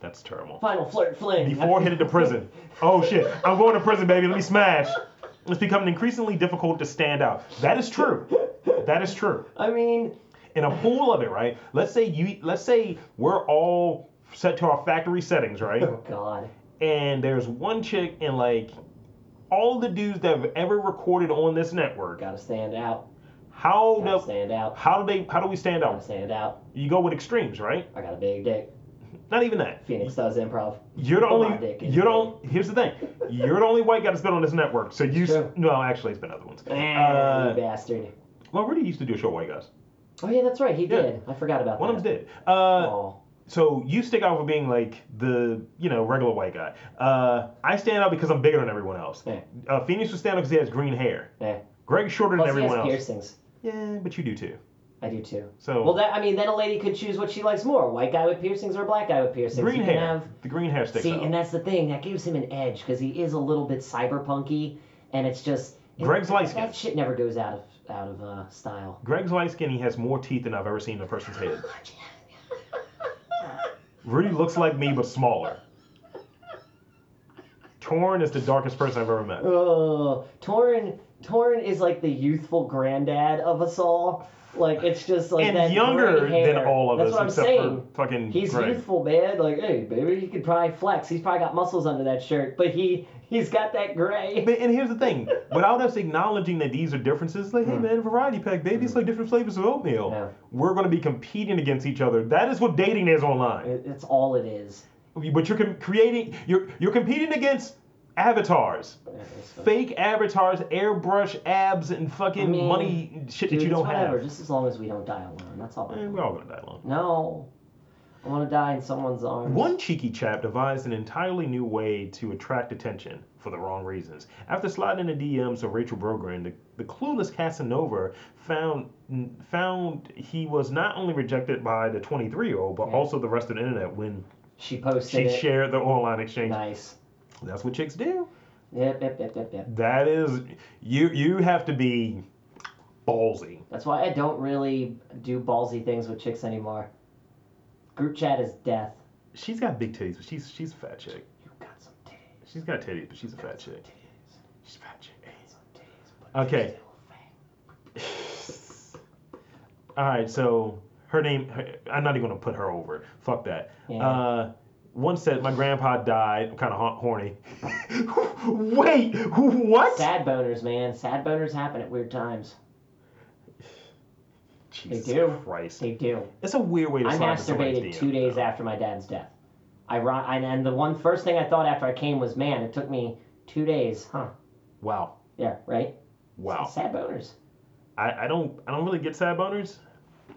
Speaker 1: That's terrible.
Speaker 2: Final flirt fling.
Speaker 1: Before headed to prison. Oh shit, I'm going to prison, baby. Let me smash. It's becoming increasingly difficult to stand out. That is true. That is true
Speaker 2: I mean,
Speaker 1: in a pool of it, right? Let's say you let's say we're all set to our factory settings, right?
Speaker 2: oh god.
Speaker 1: and there's one chick and like all the dudes that have ever recorded on this network.
Speaker 2: Gotta stand out.
Speaker 1: How
Speaker 2: Gotta
Speaker 1: do
Speaker 2: stand out.
Speaker 1: how do they how do we stand
Speaker 2: Gotta
Speaker 1: out?
Speaker 2: stand out.
Speaker 1: You go with extremes, right?
Speaker 2: I got a big dick.
Speaker 1: Not even that.
Speaker 2: Phoenix does improv.
Speaker 1: You're the
Speaker 2: Come
Speaker 1: only
Speaker 2: on, Dick, it's
Speaker 1: you don't here's the thing. You're the only white guy that's been on this network. So you s-
Speaker 2: True.
Speaker 1: no, actually it's been other ones.
Speaker 2: Ah, you
Speaker 1: Uh,
Speaker 2: bastard.
Speaker 1: well, Rudy used to do a show with white guys.
Speaker 2: Oh yeah, that's right. He
Speaker 1: yeah.
Speaker 2: did. I forgot about
Speaker 1: One of
Speaker 2: that.
Speaker 1: them did. Uh,
Speaker 2: Oh,
Speaker 1: so you stick out for being like the you know regular white guy. Uh, I stand out because I'm bigger than everyone else.
Speaker 2: Yeah.
Speaker 1: Uh, Phoenix would stand out because he has green hair.
Speaker 2: yeah.
Speaker 1: Greg's shorter
Speaker 2: Plus
Speaker 1: than
Speaker 2: he has
Speaker 1: everyone else.
Speaker 2: piercings.
Speaker 1: Yeah, but you do too.
Speaker 2: I do too.
Speaker 1: So
Speaker 2: Well, that I mean, then a lady could choose what she likes more: a white guy with piercings or a black guy with piercings.
Speaker 1: green
Speaker 2: you can
Speaker 1: hair.
Speaker 2: have
Speaker 1: the green hair sticks
Speaker 2: See,
Speaker 1: out.
Speaker 2: and that's the thing that gives him an edge because he is a little bit cyberpunky, and it's just it-
Speaker 1: Greg's light skin.
Speaker 2: That shit never goes out of out of uh, style.
Speaker 1: Greg's light skin. He has more teeth than I've ever seen in a person's head. Rudy looks like me but smaller. Torn is the darkest person I've ever met.
Speaker 2: Oh, Torin, Torin is like the youthful granddad of us all. Like it's just like
Speaker 1: and
Speaker 2: that
Speaker 1: younger
Speaker 2: gray hair.
Speaker 1: than all of
Speaker 2: That's
Speaker 1: us,
Speaker 2: what I'm
Speaker 1: except
Speaker 2: saying.
Speaker 1: for fucking
Speaker 2: He's
Speaker 1: Greg.
Speaker 2: youthful, man. Like, hey, baby, he could probably flex. He's probably got muscles under that shirt, but he he's got that gray.
Speaker 1: But, and here's the thing, without us acknowledging that these are differences, like, hey man, variety pack, baby, it's like different flavors of oatmeal.
Speaker 2: Hmm. Yeah.
Speaker 1: We're going to be competing against each other. That is what dating is online.
Speaker 2: It- It's all it is.
Speaker 1: But you're com- creating, you're you're competing against avatars, fake avatars, airbrush abs, and fucking
Speaker 2: I mean,
Speaker 1: money and shit
Speaker 2: Dude,
Speaker 1: that you
Speaker 2: it's
Speaker 1: don't
Speaker 2: whatever,
Speaker 1: have.
Speaker 2: just as long as we don't die alone. That's all. I
Speaker 1: Eh,
Speaker 2: want.
Speaker 1: We're all gonna die alone.
Speaker 2: No. I want to die in someone's arms.
Speaker 1: One cheeky chap devised an entirely new way to attract attention for the wrong reasons. After sliding into DMs of Rachel Brogren, the, the clueless Casanova found found he was not only rejected by the 23 year old, but
Speaker 2: Yeah.
Speaker 1: also the rest of the internet when
Speaker 2: She posted
Speaker 1: she
Speaker 2: it.
Speaker 1: shared the online exchange.
Speaker 2: Nice.
Speaker 1: That's what chicks do.
Speaker 2: Yep, yep, yep, yep, yep.
Speaker 1: That is, you you have to be ballsy.
Speaker 2: That's why I don't really do ballsy things with chicks anymore. Group chat is death.
Speaker 1: She's got big titties, but she's she's a fat chick.
Speaker 2: You got some titties.
Speaker 1: She's got titties, but she's a fat
Speaker 2: Some
Speaker 1: chick.
Speaker 2: titties.
Speaker 1: She's a fat chick.
Speaker 2: Some titties. but
Speaker 1: Okay.
Speaker 2: she's still fat.
Speaker 1: All right, so her name. her- I'm not even gonna put her over. Fuck that.
Speaker 2: Yeah.
Speaker 1: Uh, one said my grandpa died. I'm kind of horny. Wait, what?
Speaker 2: Sad boners, man. Sad boners happen at weird times.
Speaker 1: Jesus
Speaker 2: do.
Speaker 1: Christ.
Speaker 2: They do.
Speaker 1: That's a weird way to
Speaker 2: I
Speaker 1: slide into somebody's
Speaker 2: masturbated
Speaker 1: DM,
Speaker 2: two days
Speaker 1: though.
Speaker 2: after my dad's death. I ro- and, and the one first thing I thought after I came was, man, it took me two days, huh?
Speaker 1: Wow.
Speaker 2: Yeah, right.
Speaker 1: Wow.
Speaker 2: Sad boners.
Speaker 1: I, I don't I don't really get sad boners.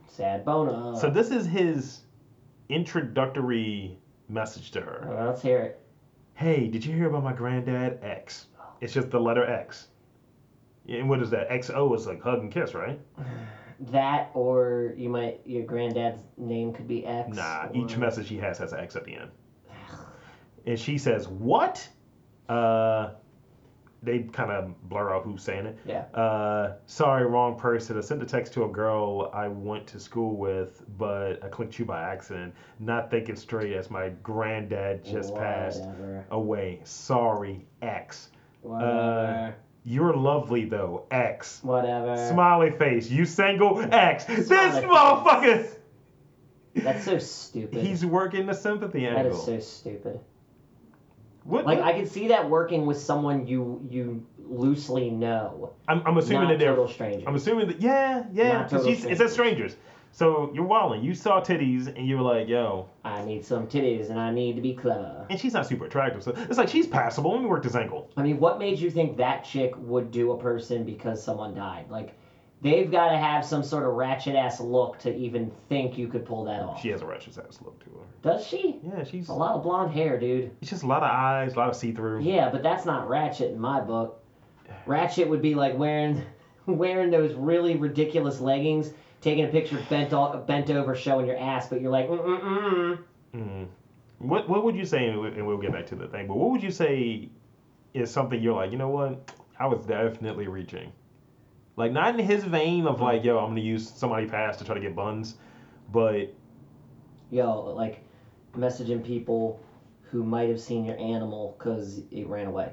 Speaker 2: Sad boners.
Speaker 1: So this is his introductory message to her.
Speaker 2: Well, let's hear it.
Speaker 1: Hey, did you hear about my granddad X? It's just the letter X. And what is that? XO is like hug and kiss, right?
Speaker 2: That or you might your granddad's name could be X.
Speaker 1: Nah,
Speaker 2: or-
Speaker 1: each message he has has an X at the end. And she says, What? Uh, they kind of blur out who's saying it.
Speaker 2: Yeah.
Speaker 1: Uh, sorry, wrong person. I sent a text to a girl I went to school with, but I clicked you by accident, not thinking straight as my granddad just passed
Speaker 2: Whatever.
Speaker 1: away. Sorry, X.
Speaker 2: Whatever.
Speaker 1: You're lovely though, X.
Speaker 2: Whatever.
Speaker 1: Uh, Smiley face. You single, X. this
Speaker 2: face.
Speaker 1: motherfucker.
Speaker 2: That's so stupid.
Speaker 1: He's working the sympathy
Speaker 2: that
Speaker 1: angle.
Speaker 2: is so stupid.
Speaker 1: what?
Speaker 2: Like
Speaker 1: what-
Speaker 2: I can see that working with someone you you loosely know,
Speaker 1: I'm, I'm assuming
Speaker 2: not
Speaker 1: that they're.
Speaker 2: total stranger.
Speaker 1: I'm assuming that yeah, yeah.
Speaker 2: Not
Speaker 1: Because
Speaker 2: total
Speaker 1: it says strangers. So you're walling. You saw titties and you were like, yo.
Speaker 2: I need some titties and I need to be clever.
Speaker 1: And she's not super attractive, so it's like she's passable. Let me work this angle.
Speaker 2: I mean, what made you think that chick would do a person because someone died? Like, they've got to have some sort of ratchet ass look to even think you could pull that off.
Speaker 1: She has a ratchet ass look to her.
Speaker 2: Does she?
Speaker 1: Yeah, she's.
Speaker 2: A lot of blonde hair, dude.
Speaker 1: It's just a lot of eyes, a lot of see through.
Speaker 2: Oh. Yeah, but that's not ratchet in my book. Ratchet would be like wearing wearing those really ridiculous leggings, taking a picture bent all, bent over, showing your ass, but you're like, mm mm mm.
Speaker 1: Mm. What What would you say? And we- and we'll get back to the thing. But what would you say is something you're like? You know what? I was definitely reaching. Like not in his vein of like, yo, I'm gonna use somebody past to try to get buns, but
Speaker 2: Yo, like messaging people who might have seen your animal because it ran away.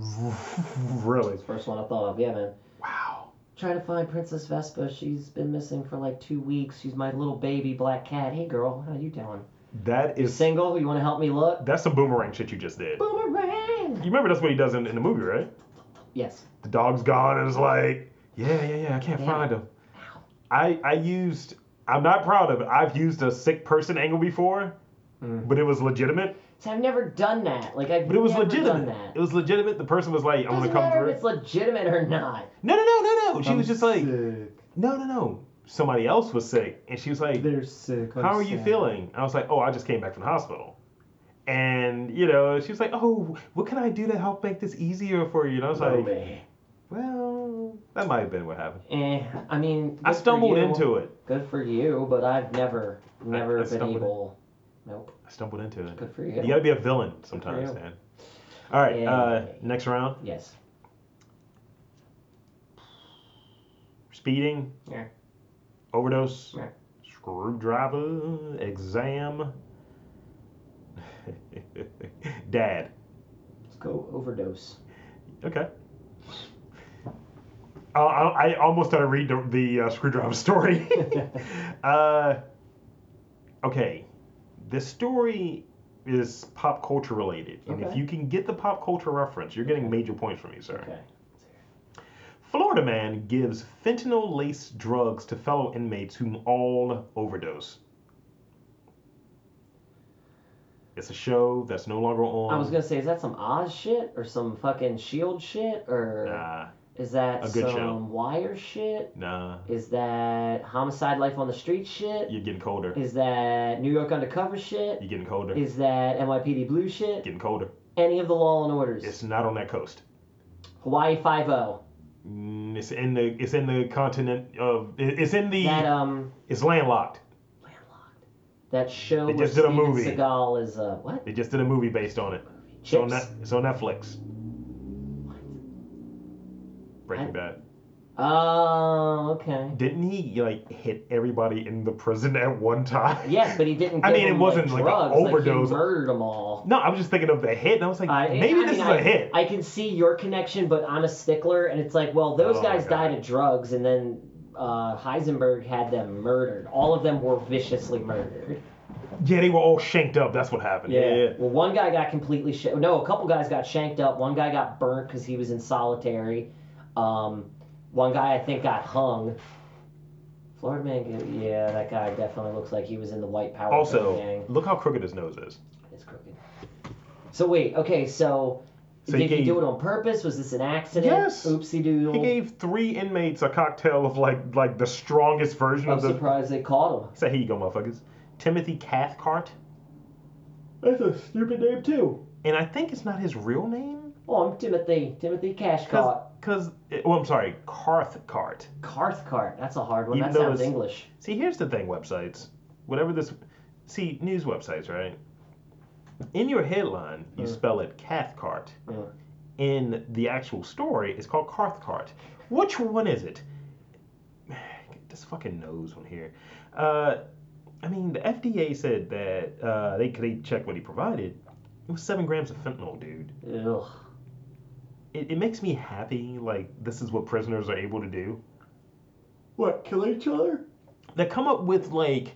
Speaker 1: really,
Speaker 2: First one I thought of, yeah, man.
Speaker 1: wow.
Speaker 2: Trying to find Princess Vespa. She's been missing for like two weeks. She's my little baby black cat. Hey, girl, how you doing?
Speaker 1: That
Speaker 2: You
Speaker 1: is
Speaker 2: single? You want to help me look?
Speaker 1: that's some boomerang shit you just did. You
Speaker 2: Boomerang.
Speaker 1: remember that's what he does in, in the movie, right?
Speaker 2: Yes.
Speaker 1: the dog's gone and it's like yeah yeah yeah i can't
Speaker 2: Yeah.
Speaker 1: find him i i used i'm not proud of it i've used a sick person angle before
Speaker 2: Mm.
Speaker 1: but it was legitimate
Speaker 2: So I've never done that. Like I've
Speaker 1: Mm-hmm. but it was
Speaker 2: never
Speaker 1: legitimate
Speaker 2: done that.
Speaker 1: it was legitimate the person was like i'm gonna
Speaker 2: Doesn't
Speaker 1: come
Speaker 2: matter
Speaker 1: through
Speaker 2: if it's legitimate or not.
Speaker 1: no no no no no she
Speaker 4: I'm
Speaker 1: was just like
Speaker 4: sick.
Speaker 1: no no no somebody else was sick and she was like
Speaker 4: they're sick. I'm
Speaker 1: how are you
Speaker 4: sad.
Speaker 1: feeling i was like oh i just came back from the hospital and you know she was like oh what can i do to help make this easier for you and i was like
Speaker 2: Boomy.
Speaker 1: well that might have been what happened
Speaker 2: Eh, I mean,
Speaker 1: i
Speaker 2: good for
Speaker 1: stumbled
Speaker 2: you.
Speaker 1: into it
Speaker 2: Good for you, but I've never, never
Speaker 1: I
Speaker 2: been
Speaker 1: stumbled in.
Speaker 2: able. Nope.
Speaker 1: I stumbled into it.
Speaker 2: Good for you.
Speaker 1: You gotta be a villain sometimes,
Speaker 2: you.
Speaker 1: man. All right, uh,
Speaker 2: Yeah.
Speaker 1: next round.
Speaker 2: Yes.
Speaker 1: Speeding.
Speaker 2: Yeah.
Speaker 1: Overdose.
Speaker 2: Yeah.
Speaker 1: Screwdriver. Exam. Dad.
Speaker 2: Let's go overdose.
Speaker 1: Okay. I, I, I almost started reading the, the uh, screwdriver story. uh, okay. This story is pop culture related. And if
Speaker 2: Okay.
Speaker 1: you can get the pop culture reference, you're getting major points from me, sir.
Speaker 2: Okay.
Speaker 1: Florida man gives fentanyl laced drugs to fellow inmates whom all overdose. It's a show that's no longer on.
Speaker 2: I was gonna say, is that some Oz shit or some fucking Shield E shit or
Speaker 1: Nah,
Speaker 2: is that
Speaker 1: a good
Speaker 2: some
Speaker 1: show.
Speaker 2: Wire shit?
Speaker 1: nah.
Speaker 2: Is that Homicide: Life on the Street shit?
Speaker 1: You're getting colder.
Speaker 2: Is that New York Undercover shit?
Speaker 1: You're getting colder.
Speaker 2: Is that NYPD Blue shit?
Speaker 1: getting colder.
Speaker 2: Any of the Law and Orders?
Speaker 1: It's not on that coast.
Speaker 2: Hawaii Five O.
Speaker 1: Mm, it's in the it's in the continent of it- it's in the
Speaker 2: That um,
Speaker 1: it's landlocked.
Speaker 2: landlocked. That show
Speaker 1: They
Speaker 2: where
Speaker 1: just did a
Speaker 2: Steven
Speaker 1: movie.
Speaker 2: Seagal is uh what?
Speaker 1: They just did a movie based on it.
Speaker 2: Chips.
Speaker 1: So net so Netflix. Breaking
Speaker 2: I-
Speaker 1: Bad.
Speaker 2: Oh, okay.
Speaker 1: Didn't he like hit everybody in the prison at one time?
Speaker 2: Yes, but he didn't. Give
Speaker 1: I mean, it
Speaker 2: them,
Speaker 1: wasn't
Speaker 2: like
Speaker 1: like a
Speaker 2: drugs.
Speaker 1: overdose.
Speaker 2: he murdered them all.
Speaker 1: No, I was just thinking of the hit, and I was like,
Speaker 2: I-
Speaker 1: maybe
Speaker 2: I
Speaker 1: this
Speaker 2: mean,
Speaker 1: is a
Speaker 2: I-
Speaker 1: hit.
Speaker 2: I can see your connection, but I'm a stickler, and it's like, well, those
Speaker 1: Oh,
Speaker 2: guys
Speaker 1: God.
Speaker 2: died of drugs, and then uh, Heisenberg had them murdered. All of them were viciously murdered.
Speaker 1: yeah, they were all shanked up. That's what happened. Yeah. yeah.
Speaker 2: Well, one guy got completely sh- no, a couple guys got shanked up. One guy got burnt because he was in solitary. Um, one guy I think got hung. Florida man, yeah, that guy definitely looks like he was in the white power
Speaker 1: Also,
Speaker 2: gang.
Speaker 1: look how crooked his nose is.
Speaker 2: It's crooked. So wait, okay, so,
Speaker 1: So he
Speaker 2: did he,
Speaker 1: gave-
Speaker 2: do it on purpose? Was this an accident?
Speaker 1: Yes.
Speaker 2: Oopsie doodle.
Speaker 1: He gave three inmates a cocktail of like like the strongest version
Speaker 2: I'm
Speaker 1: of the.
Speaker 2: surprised they caught him.
Speaker 1: Say here you go, motherfuckers. Timothy Cathcart. That's a stupid name too. And I think it's not his real name.
Speaker 2: Oh, I'm Timothy. Timothy Cashcart.
Speaker 1: Cause, cause, well, I'm sorry, Carthcart.
Speaker 2: Carthcart. That's a hard one.
Speaker 1: Even
Speaker 2: That
Speaker 1: though
Speaker 2: sounds
Speaker 1: it's-
Speaker 2: English.
Speaker 1: See, here's the thing, websites. Whatever this, see, news websites, right? In your headline, you spell it Cathcart.
Speaker 2: Mm.
Speaker 1: In the actual story, it's called Carthcart. Which one is it? This fucking nose on here. Uh, I mean, the FDA said that uh, they could they check what he provided. It was seven grams of fentanyl, dude.
Speaker 2: Ugh.
Speaker 1: It, it makes me happy. Like this is what prisoners are able to do.
Speaker 2: What? Kill each other?
Speaker 1: They come up with like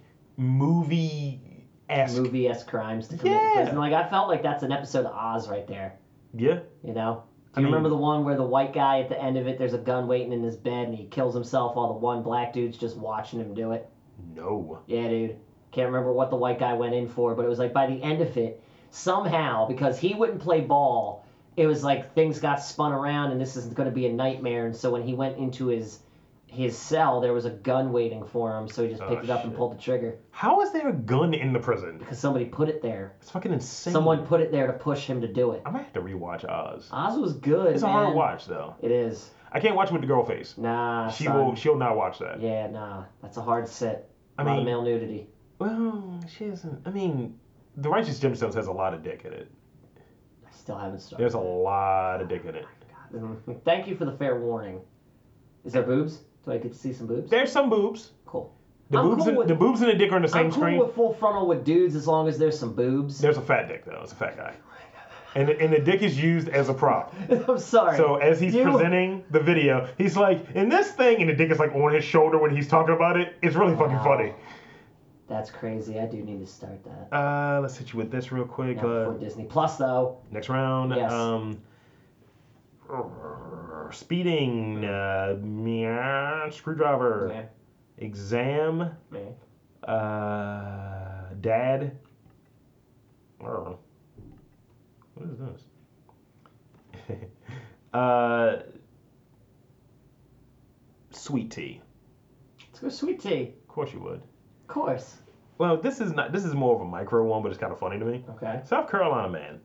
Speaker 1: movie esque.
Speaker 2: Movie esque crimes to commit
Speaker 1: Yeah.
Speaker 2: in prison. Like I felt like that's an episode of Oz right there.
Speaker 1: Yeah.
Speaker 2: You know.
Speaker 1: I
Speaker 2: Do you
Speaker 1: mean-
Speaker 2: remember the one where the white guy at the end of it, there's a gun waiting in his bed, and he kills himself while the one black dude's just watching him do it?
Speaker 1: No.
Speaker 2: Yeah, dude. Can't remember what the white guy went in for, but it was like by the end of it, somehow, because he wouldn't play ball, it was like things got spun around and this is going to be a nightmare. And so when he went into his his cell, there was a gun waiting for him, so he just
Speaker 1: Oh,
Speaker 2: picked it up and
Speaker 1: shit.
Speaker 2: pulled the trigger
Speaker 1: How is there a gun in the prison?
Speaker 2: because somebody put it there.
Speaker 1: It's fucking insane.
Speaker 2: Someone put it there to push him to do it.
Speaker 1: I might have to rewatch Oz.
Speaker 2: Oz was good.
Speaker 1: It's a hard
Speaker 2: man.
Speaker 1: watch though.
Speaker 2: It is.
Speaker 1: I can't watch with the girl face.
Speaker 2: Nah.
Speaker 1: She
Speaker 2: son.
Speaker 1: will. She'll not watch that.
Speaker 2: Yeah, nah. That's a hard sit.
Speaker 1: I
Speaker 2: a lot
Speaker 1: mean-
Speaker 2: of male nudity.
Speaker 1: Well, she isn't. I mean, The Righteous Gemstones has a lot of dick in it.
Speaker 2: I still haven't started.
Speaker 1: There's a lot of dick in it.
Speaker 2: Mhm. Thank you for the fair warning. Is there boobs? Do I get to see some boobs?
Speaker 1: There's some boobs.
Speaker 2: Cool.
Speaker 1: The
Speaker 2: I'm
Speaker 1: boobs.
Speaker 2: cool
Speaker 1: and,
Speaker 2: with-
Speaker 1: the boobs and the dick are on the same
Speaker 2: I'm cool
Speaker 1: screen.
Speaker 2: with full frontal with dudes as long as there's some boobs.
Speaker 1: There's a fat dick though. It's a fat guy. And the, and the dick is used as a prop.
Speaker 2: I'm sorry.
Speaker 1: So as he's
Speaker 2: You-
Speaker 1: presenting the video, he's like, "In this thing," and the dick is like on his shoulder when he's talking about it. It's really fucking
Speaker 2: Wow.
Speaker 1: funny.
Speaker 2: That's crazy. I do need to start that.
Speaker 1: Uh, let's hit you with this real quick.
Speaker 2: Not
Speaker 1: Uh,
Speaker 2: before Disney Plus though.
Speaker 1: next round.
Speaker 2: Yes.
Speaker 1: Um, speeding. Uh, meow, screwdriver.
Speaker 2: Meh,
Speaker 1: Exam.
Speaker 2: meh.
Speaker 1: Uh, dad. Oh. What is this? uh, sweet tea.
Speaker 2: Let's go sweet tea.
Speaker 1: Of course you would.
Speaker 2: Of course.
Speaker 1: Well, this is not. This is more of a micro one, but it's kind of funny to me.
Speaker 2: Okay.
Speaker 1: South Carolina man.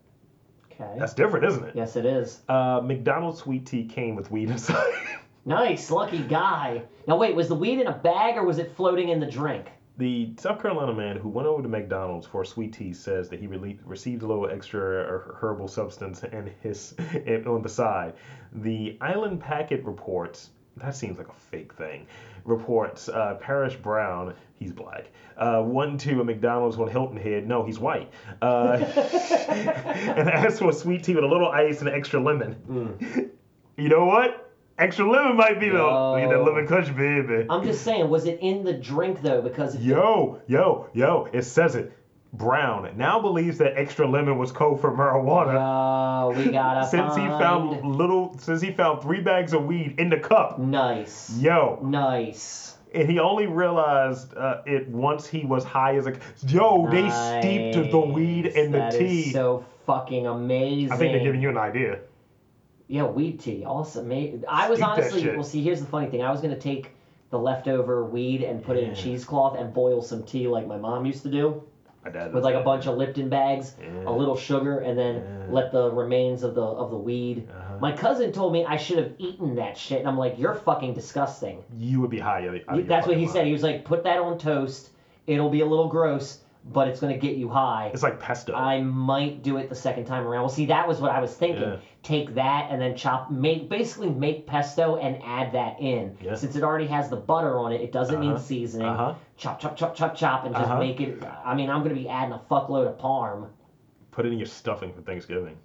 Speaker 2: Okay.
Speaker 1: That's different, isn't it?
Speaker 2: Yes, it is.
Speaker 1: Uh, McDonald's sweet tea came with weed inside.
Speaker 2: Nice, lucky guy. Now wait, was the weed in a bag or was it floating in the drink?
Speaker 1: the South Carolina man who went over to McDonald's for sweet tea says that he rele received a little extra her- herbal substance in his in- on the side. The Island Packet reports. That seems like a fake thing. Reports uh, Parrish Brown, he's black, uh, one to a McDonald's on Hilton Head. No, he's white. Uh, and asked for sweet tea with a little ice and extra lemon. You know what? Extra lemon might be the
Speaker 2: Yo.
Speaker 1: that lemon crush, baby.
Speaker 2: I'm just saying, was it in the drink though? Because if
Speaker 1: Yo, yo, yo, it says it. Brown now believes that extra lemon was code for marijuana
Speaker 2: Oh, we gotta
Speaker 1: since he
Speaker 2: find-
Speaker 1: found little since he found three bags of weed in the cup.
Speaker 2: Nice.
Speaker 1: Yo,
Speaker 2: Nice.
Speaker 1: and he only realized uh, it once he was high as a. Yo, they steeped the weed in the
Speaker 2: Nice. That is
Speaker 1: tea.
Speaker 2: so fucking amazing.
Speaker 1: I think they're giving you an idea.
Speaker 2: Yeah, weed tea. Also, made. I was
Speaker 1: Steep that
Speaker 2: honestly.
Speaker 1: shit.
Speaker 2: Well, see, here's the funny thing. I was gonna take the leftover weed and put it in cheesecloth and boil some tea like my mom used to do
Speaker 1: My dad
Speaker 2: with like a bunch of Lipton bags,
Speaker 1: Yeah.
Speaker 2: a little sugar, and then
Speaker 1: Yeah.
Speaker 2: let the remains of the of the weed.
Speaker 1: Uh-huh.
Speaker 2: My cousin told me I should have eaten that shit, and I'm like, you're fucking disgusting.
Speaker 1: You would be high. out of- out of your
Speaker 2: That's what
Speaker 1: fucking
Speaker 2: he
Speaker 1: mind.
Speaker 2: said. He was like, put that on toast. It'll be a little gross, but it's going to get you high.
Speaker 1: It's like pesto.
Speaker 2: I might do it the second time around. Well, see, that was what I was thinking.
Speaker 1: Yeah.
Speaker 2: Take that and then chop, make basically make pesto and add that in.
Speaker 1: Yeah.
Speaker 2: Since it already has the butter on it, it doesn't
Speaker 1: Uh-huh.
Speaker 2: need seasoning.
Speaker 1: Uh-huh.
Speaker 2: Chop, chop, chop, chop, chop, and just
Speaker 1: Uh-huh.
Speaker 2: make it. I mean, I'm gonna be adding a fuckload of parm.
Speaker 1: Put it in your stuffing for Thanksgiving.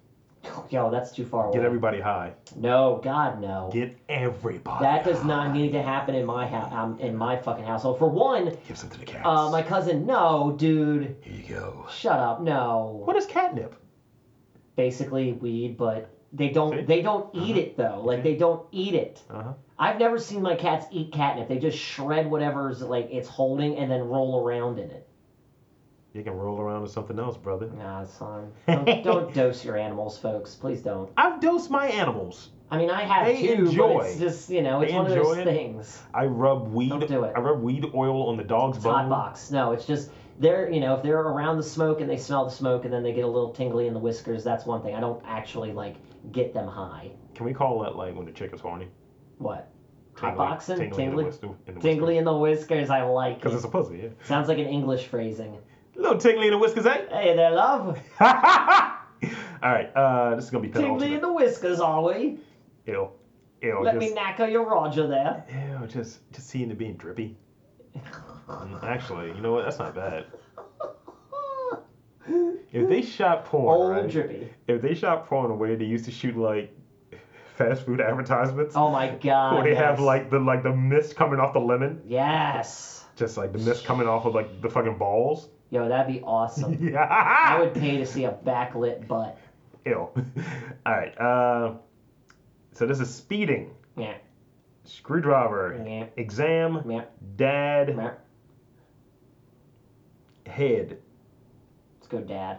Speaker 2: Yo, that's too far away.
Speaker 1: Get everybody high.
Speaker 2: no, God, no.
Speaker 1: Get everybody.
Speaker 2: that does not
Speaker 1: high.
Speaker 2: need to happen in my house. Um, in my fucking household. For one,
Speaker 1: Give some to the cats.
Speaker 2: uh, my cousin. No, dude.
Speaker 1: Here you go.
Speaker 2: Shut up. No.
Speaker 1: What is catnip?
Speaker 2: basically weed, but they don't
Speaker 1: See? Uh-huh. Mm-hmm.
Speaker 2: they don't eat it though. Like they don't eat it.
Speaker 1: Uh huh.
Speaker 2: I've never seen my cats eat catnip. They just shred whatever's like it's holding and then roll around in it.
Speaker 1: You can roll around with something else, brother.
Speaker 2: Nah, it's fine. Don't, don't dose your animals, folks. Please don't.
Speaker 1: I've dosed my animals.
Speaker 2: I mean, I have
Speaker 1: They
Speaker 2: too,
Speaker 1: enjoy.
Speaker 2: but it's just you know, it's
Speaker 1: They
Speaker 2: one of those
Speaker 1: enjoy it.
Speaker 2: things.
Speaker 1: I rub weed.
Speaker 2: Don't do it.
Speaker 1: I rub weed oil on the dog's
Speaker 2: It's hot
Speaker 1: bone.
Speaker 2: box. No, it's just they're you know if they're around the smoke and they smell the smoke and then they get a little tingly in the whiskers. That's one thing. I don't actually like get them high.
Speaker 1: Can we call that like when the chick is horny?
Speaker 2: What? Hot
Speaker 1: Tingly-
Speaker 2: boxing,
Speaker 1: tingly in the
Speaker 2: tingly,
Speaker 1: whisker- in the
Speaker 2: tingly in the whiskers. I like.
Speaker 1: Because
Speaker 2: it.
Speaker 1: it's a pussy. Yeah.
Speaker 2: Sounds like an English phrasing.
Speaker 1: little tingly in the whiskers, eh?
Speaker 2: Hey there, love.
Speaker 1: All right. Uh, this is gonna be
Speaker 2: Tingly in
Speaker 1: penultimate.
Speaker 2: the whiskers, are we?
Speaker 1: Ew. Ew.
Speaker 2: Let
Speaker 1: just,
Speaker 2: me knacker your Roger there.
Speaker 1: Ew. Just, just seeing it being drippy. Mm, Actually, you know what? That's not bad. If they shot porn,
Speaker 2: Old
Speaker 1: right?
Speaker 2: drippy.
Speaker 1: if they shot porn away, they used to shoot like fast food advertisements.
Speaker 2: Oh my god.
Speaker 1: Where they have
Speaker 2: yes.
Speaker 1: like the like the mist coming off the lemon,
Speaker 2: Yes.
Speaker 1: just like the mist coming off of like the fucking balls.
Speaker 2: Yo, that'd be awesome.
Speaker 1: Yeah.
Speaker 2: I would pay to see a backlit butt.
Speaker 1: Ew. All right. Uh, so this is speeding,
Speaker 2: Yeah.
Speaker 1: screwdriver,
Speaker 2: Yeah.
Speaker 1: exam,
Speaker 2: Yeah.
Speaker 1: dad,
Speaker 2: yeah.
Speaker 1: head.
Speaker 2: Let's go, Dad.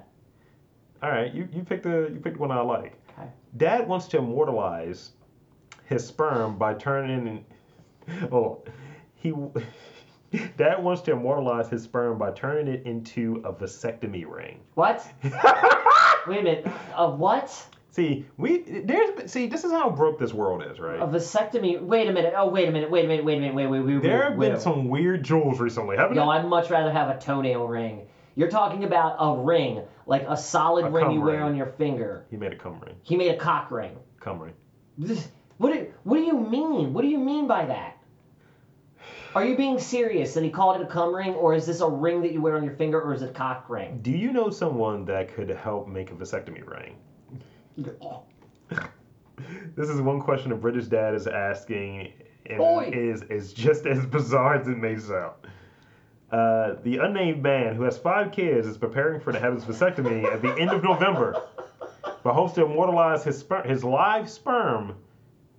Speaker 1: All right, you you picked the you picked one I like.
Speaker 2: Okay.
Speaker 1: Dad wants to immortalize his sperm by turning. Oh, he. Dad wants to immortalize his sperm by turning it into a vasectomy ring.
Speaker 2: What? Wait a minute. A what?
Speaker 1: see, we there's see this is how broke this world is, right?
Speaker 2: A vasectomy? Wait a minute. Oh, wait a minute. Wait a minute. Wait a minute. Wait, wait, wait, wait.
Speaker 1: there have
Speaker 2: wait,
Speaker 1: been some weird jewels recently, haven't
Speaker 2: Yo,
Speaker 1: there?
Speaker 2: I'd much rather have a toenail ring. You're talking about a ring, like a solid
Speaker 1: A
Speaker 2: ring
Speaker 1: cum
Speaker 2: you wear
Speaker 1: ring.
Speaker 2: on your finger.
Speaker 1: He made a cum ring.
Speaker 2: He made a cock ring.
Speaker 1: Cum ring.
Speaker 2: This, what, do, what do you mean? What do you mean by that? Are you being serious that he called it a cum ring, or is this a ring that you wear on your finger, or is it a cock ring?
Speaker 1: Do you know someone that could help make a vasectomy ring? This is one question a British dad is asking, and
Speaker 2: Oi.
Speaker 1: it is is just as bizarre as it may sound. Uh, the unnamed man who has five kids is preparing for to have his vasectomy at the end of November, but hopes to immortalize his sper- his live sperm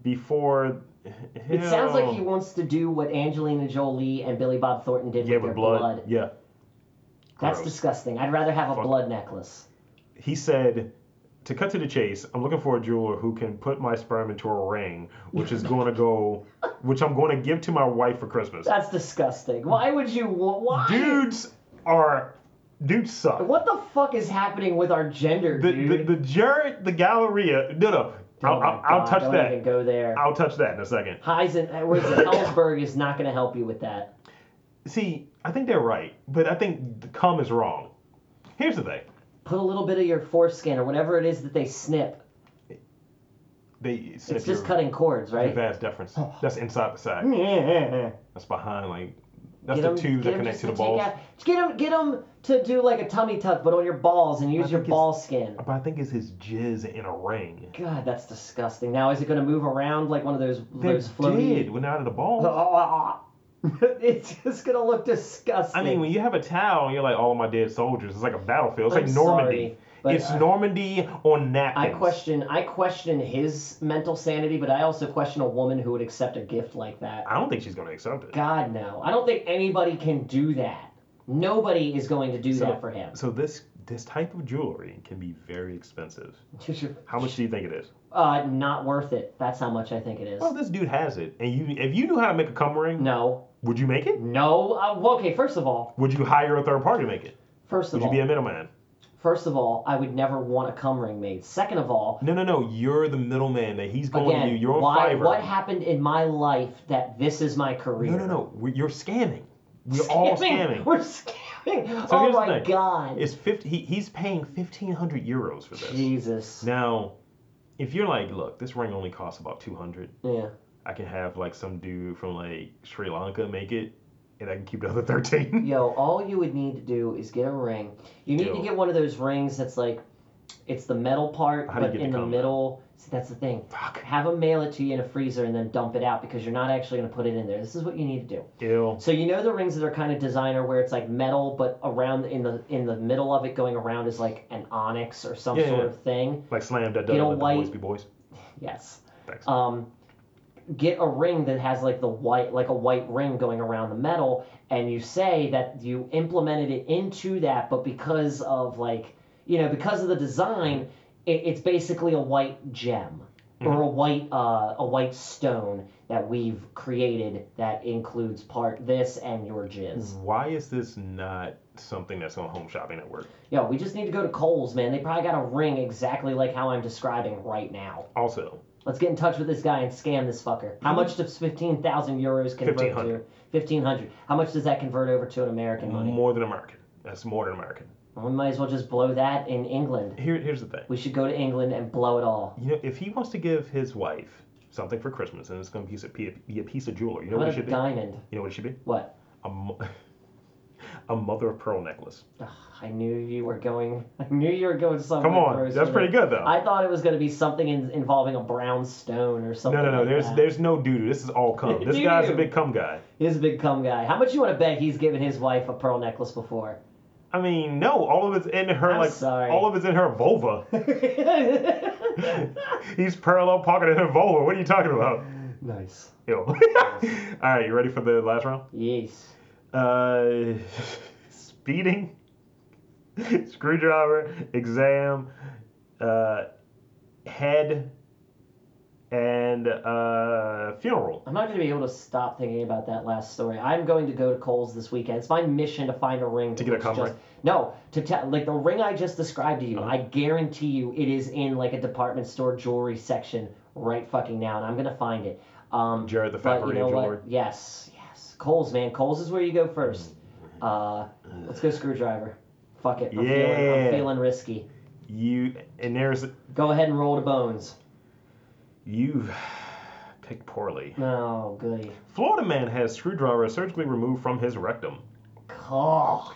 Speaker 1: before.
Speaker 2: It sounds like he wants to do what Angelina Jolie and Billy Bob Thornton did
Speaker 1: yeah
Speaker 2: with their
Speaker 1: with blood. Yeah,
Speaker 2: That's
Speaker 1: Gross.
Speaker 2: disgusting. I'd rather have a
Speaker 1: Fuck.
Speaker 2: blood necklace.
Speaker 1: he said. To cut to the chase, I'm looking for a jeweler who can put my sperm into a ring, which is going to go, which I'm going to give to my wife for Christmas.
Speaker 2: That's disgusting. Why would you? wa- Why?
Speaker 1: dudes are dudes suck.
Speaker 2: What the fuck is happening with our gender,
Speaker 1: The
Speaker 2: dude?
Speaker 1: the, the Jared the Galleria. No no.
Speaker 2: Oh
Speaker 1: I'll,
Speaker 2: my
Speaker 1: I'll, I'll
Speaker 2: God,
Speaker 1: touch
Speaker 2: don't
Speaker 1: that.
Speaker 2: Even go there.
Speaker 1: I'll touch that in a second.
Speaker 2: Heisen, where's it? Ellsberg is not going to help you with that.
Speaker 1: See, I think they're right, but I think the cum is wrong. Here's the thing.
Speaker 2: Put a little bit of your foreskin or whatever it is that they snip.
Speaker 1: They
Speaker 2: It's just cutting cords, right? Oh. Hmm.
Speaker 1: vast deference. That's inside the sack.
Speaker 2: That's
Speaker 1: That's behind like that's the tubes that connect to the balls.
Speaker 2: Get him, get him to do like a tummy tuck, but on your balls and use your
Speaker 1: think it's-
Speaker 2: ball skin.
Speaker 1: But I think it's his jizz in a ring.
Speaker 2: God, that's disgusting. Now is it going to move around like one of those
Speaker 1: They
Speaker 2: those floaty?
Speaker 1: did when out of the balls.
Speaker 2: it's just going to look disgusting.
Speaker 1: I mean, when you have a towel and you're like, all of my dead soldiers, it's like a battlefield. It's
Speaker 2: I'm
Speaker 1: like Normandy.
Speaker 2: sorry, but
Speaker 1: it's
Speaker 2: I-
Speaker 1: Normandy on
Speaker 2: I
Speaker 1: napkins.
Speaker 2: question I question his mental sanity, but I also question a woman who would accept a gift like that.
Speaker 1: I don't think she's going to accept it.
Speaker 2: God no. I don't think anybody can do that. Nobody is going to do
Speaker 1: So-
Speaker 2: that for him.
Speaker 1: So this this type of jewelry can be very expensive. How much do you think it is?
Speaker 2: Uh, not worth it. That's how much I think it is.
Speaker 1: Well, this dude has it, and you if you knew how to make a cum ring,
Speaker 2: No,
Speaker 1: would you make it?
Speaker 2: no. Uh, well, okay, first of all,
Speaker 1: Would you hire a third party to make it?
Speaker 2: first
Speaker 1: Would
Speaker 2: of
Speaker 1: you
Speaker 2: all,
Speaker 1: be a middleman?
Speaker 2: first of all, I would never want a cum ring made. Second of all,
Speaker 1: No, no, no. You're the middleman that he's going to you.
Speaker 2: again,
Speaker 1: You're on
Speaker 2: why?
Speaker 1: Fiverr.
Speaker 2: What happened in my life that this is my career?
Speaker 1: no, no, no. We- You're scamming. We're all scamming.
Speaker 2: We're scamming.
Speaker 1: So
Speaker 2: oh
Speaker 1: here's the
Speaker 2: my
Speaker 1: thing.
Speaker 2: god.
Speaker 1: It's fifty. He, he's paying fifteen hundred euros for this.
Speaker 2: Jesus.
Speaker 1: Now, if you're like, look, this ring only costs about two hundred.
Speaker 2: Yeah.
Speaker 1: I can have like some dude from like Sri Lanka make it, and I can keep the other thirteen.
Speaker 2: Yo, all you would need to do is get a ring. You need to
Speaker 1: Yo.
Speaker 2: get one of those rings that's like, it's the metal part,
Speaker 1: How do you
Speaker 2: but
Speaker 1: get
Speaker 2: in
Speaker 1: the
Speaker 2: the
Speaker 1: combo?
Speaker 2: middle. See, that's the thing.
Speaker 1: Fuck.
Speaker 2: Have them mail it to you in a freezer and then dump it out because you're not actually going to put it in there. This is what you need to do.
Speaker 1: Ew.
Speaker 2: So you know the rings that are kind of designer where it's like metal, but around in the in the middle of it going around is like an onyx or some
Speaker 1: Yeah,
Speaker 2: sort
Speaker 1: yeah.
Speaker 2: of thing.
Speaker 1: Like slam that
Speaker 2: Get a
Speaker 1: down. Let the boys
Speaker 2: white-
Speaker 1: be boys.
Speaker 2: Yes.
Speaker 1: Thanks.
Speaker 2: Um, get a ring that has like the white, like a white ring going around the metal, and you say that you implemented it into that, but because of like you know because of the design, it, it's basically a white gem or a white uh, a white stone that we've created that includes part this and your jizz.
Speaker 1: Why is this not something that's on Home Shopping Network?
Speaker 2: Yo, we just need to go to Cole's, man. They probably got a ring exactly like how I'm describing right now.
Speaker 1: Also,
Speaker 2: Let's get in touch with this guy and scam this fucker.
Speaker 1: Mm-hmm.
Speaker 2: How much does 15,000 euros convert to?
Speaker 1: 1,500.
Speaker 2: 1,500. How much does that convert over to an American money?
Speaker 1: more than American. That's more than American.
Speaker 2: We might as well just blow that in England.
Speaker 1: Here, here's the thing.
Speaker 2: We should go to England and blow it all.
Speaker 1: You know, if he wants to give his wife something for Christmas, and it's going to be a, be a piece of jewelry, you know what
Speaker 2: What
Speaker 1: it
Speaker 2: a
Speaker 1: should be?
Speaker 2: diamond.
Speaker 1: You know what it should be?
Speaker 2: What?
Speaker 1: A, mo- a mother of pearl necklace.
Speaker 2: Ugh, I knew you were going. I knew you were going somewhere.
Speaker 1: Come on,
Speaker 2: gross
Speaker 1: that's
Speaker 2: with
Speaker 1: pretty
Speaker 2: it.
Speaker 1: good though.
Speaker 2: I thought it was going to be something in, involving a brown stone or something.
Speaker 1: no, no, no.
Speaker 2: like
Speaker 1: There's
Speaker 2: that.
Speaker 1: there's no doo doo. This is all cum. This guy's a
Speaker 2: Doo-doo.
Speaker 1: big cum guy.
Speaker 2: He's a big cum guy. How much you want to bet he's given his wife a pearl necklace before?
Speaker 1: I mean, no. All of it's in her
Speaker 2: I'm
Speaker 1: like
Speaker 2: sorry.
Speaker 1: all of it's in her vulva.
Speaker 2: nice.
Speaker 1: He's parallel pocketing her vulva. What are you talking about? Ew. all right, you ready for the last round?
Speaker 2: Yes.
Speaker 1: Uh, speeding, screwdriver, exam, uh, head, and uh, funeral.
Speaker 2: I'm not going to be able to stop thinking about that last story. I'm going to go to Cole's this weekend. It's my mission to find a ring
Speaker 1: To get a
Speaker 2: looks
Speaker 1: cum
Speaker 2: just-
Speaker 1: ring?
Speaker 2: No, to tell like the ring I just described to
Speaker 1: Oh.
Speaker 2: you. I guarantee you, it is in like a department store jewelry section right fucking now, and I'm gonna find it. Um,
Speaker 1: Jared the
Speaker 2: but
Speaker 1: Fat
Speaker 2: you
Speaker 1: Burrito
Speaker 2: know
Speaker 1: jewelry.
Speaker 2: what? Yes, yes. Cole's man, Cole's is where you go first. Uh, let's go screwdriver. Fuck it. I'm feeling,
Speaker 1: Yeah.
Speaker 2: I'm feeling risky.
Speaker 1: You and there's
Speaker 2: Go ahead and roll to bones.
Speaker 1: you picked poorly.
Speaker 2: No, goody.
Speaker 1: Florida man has screwdriver surgically removed from his rectum.
Speaker 2: Cough.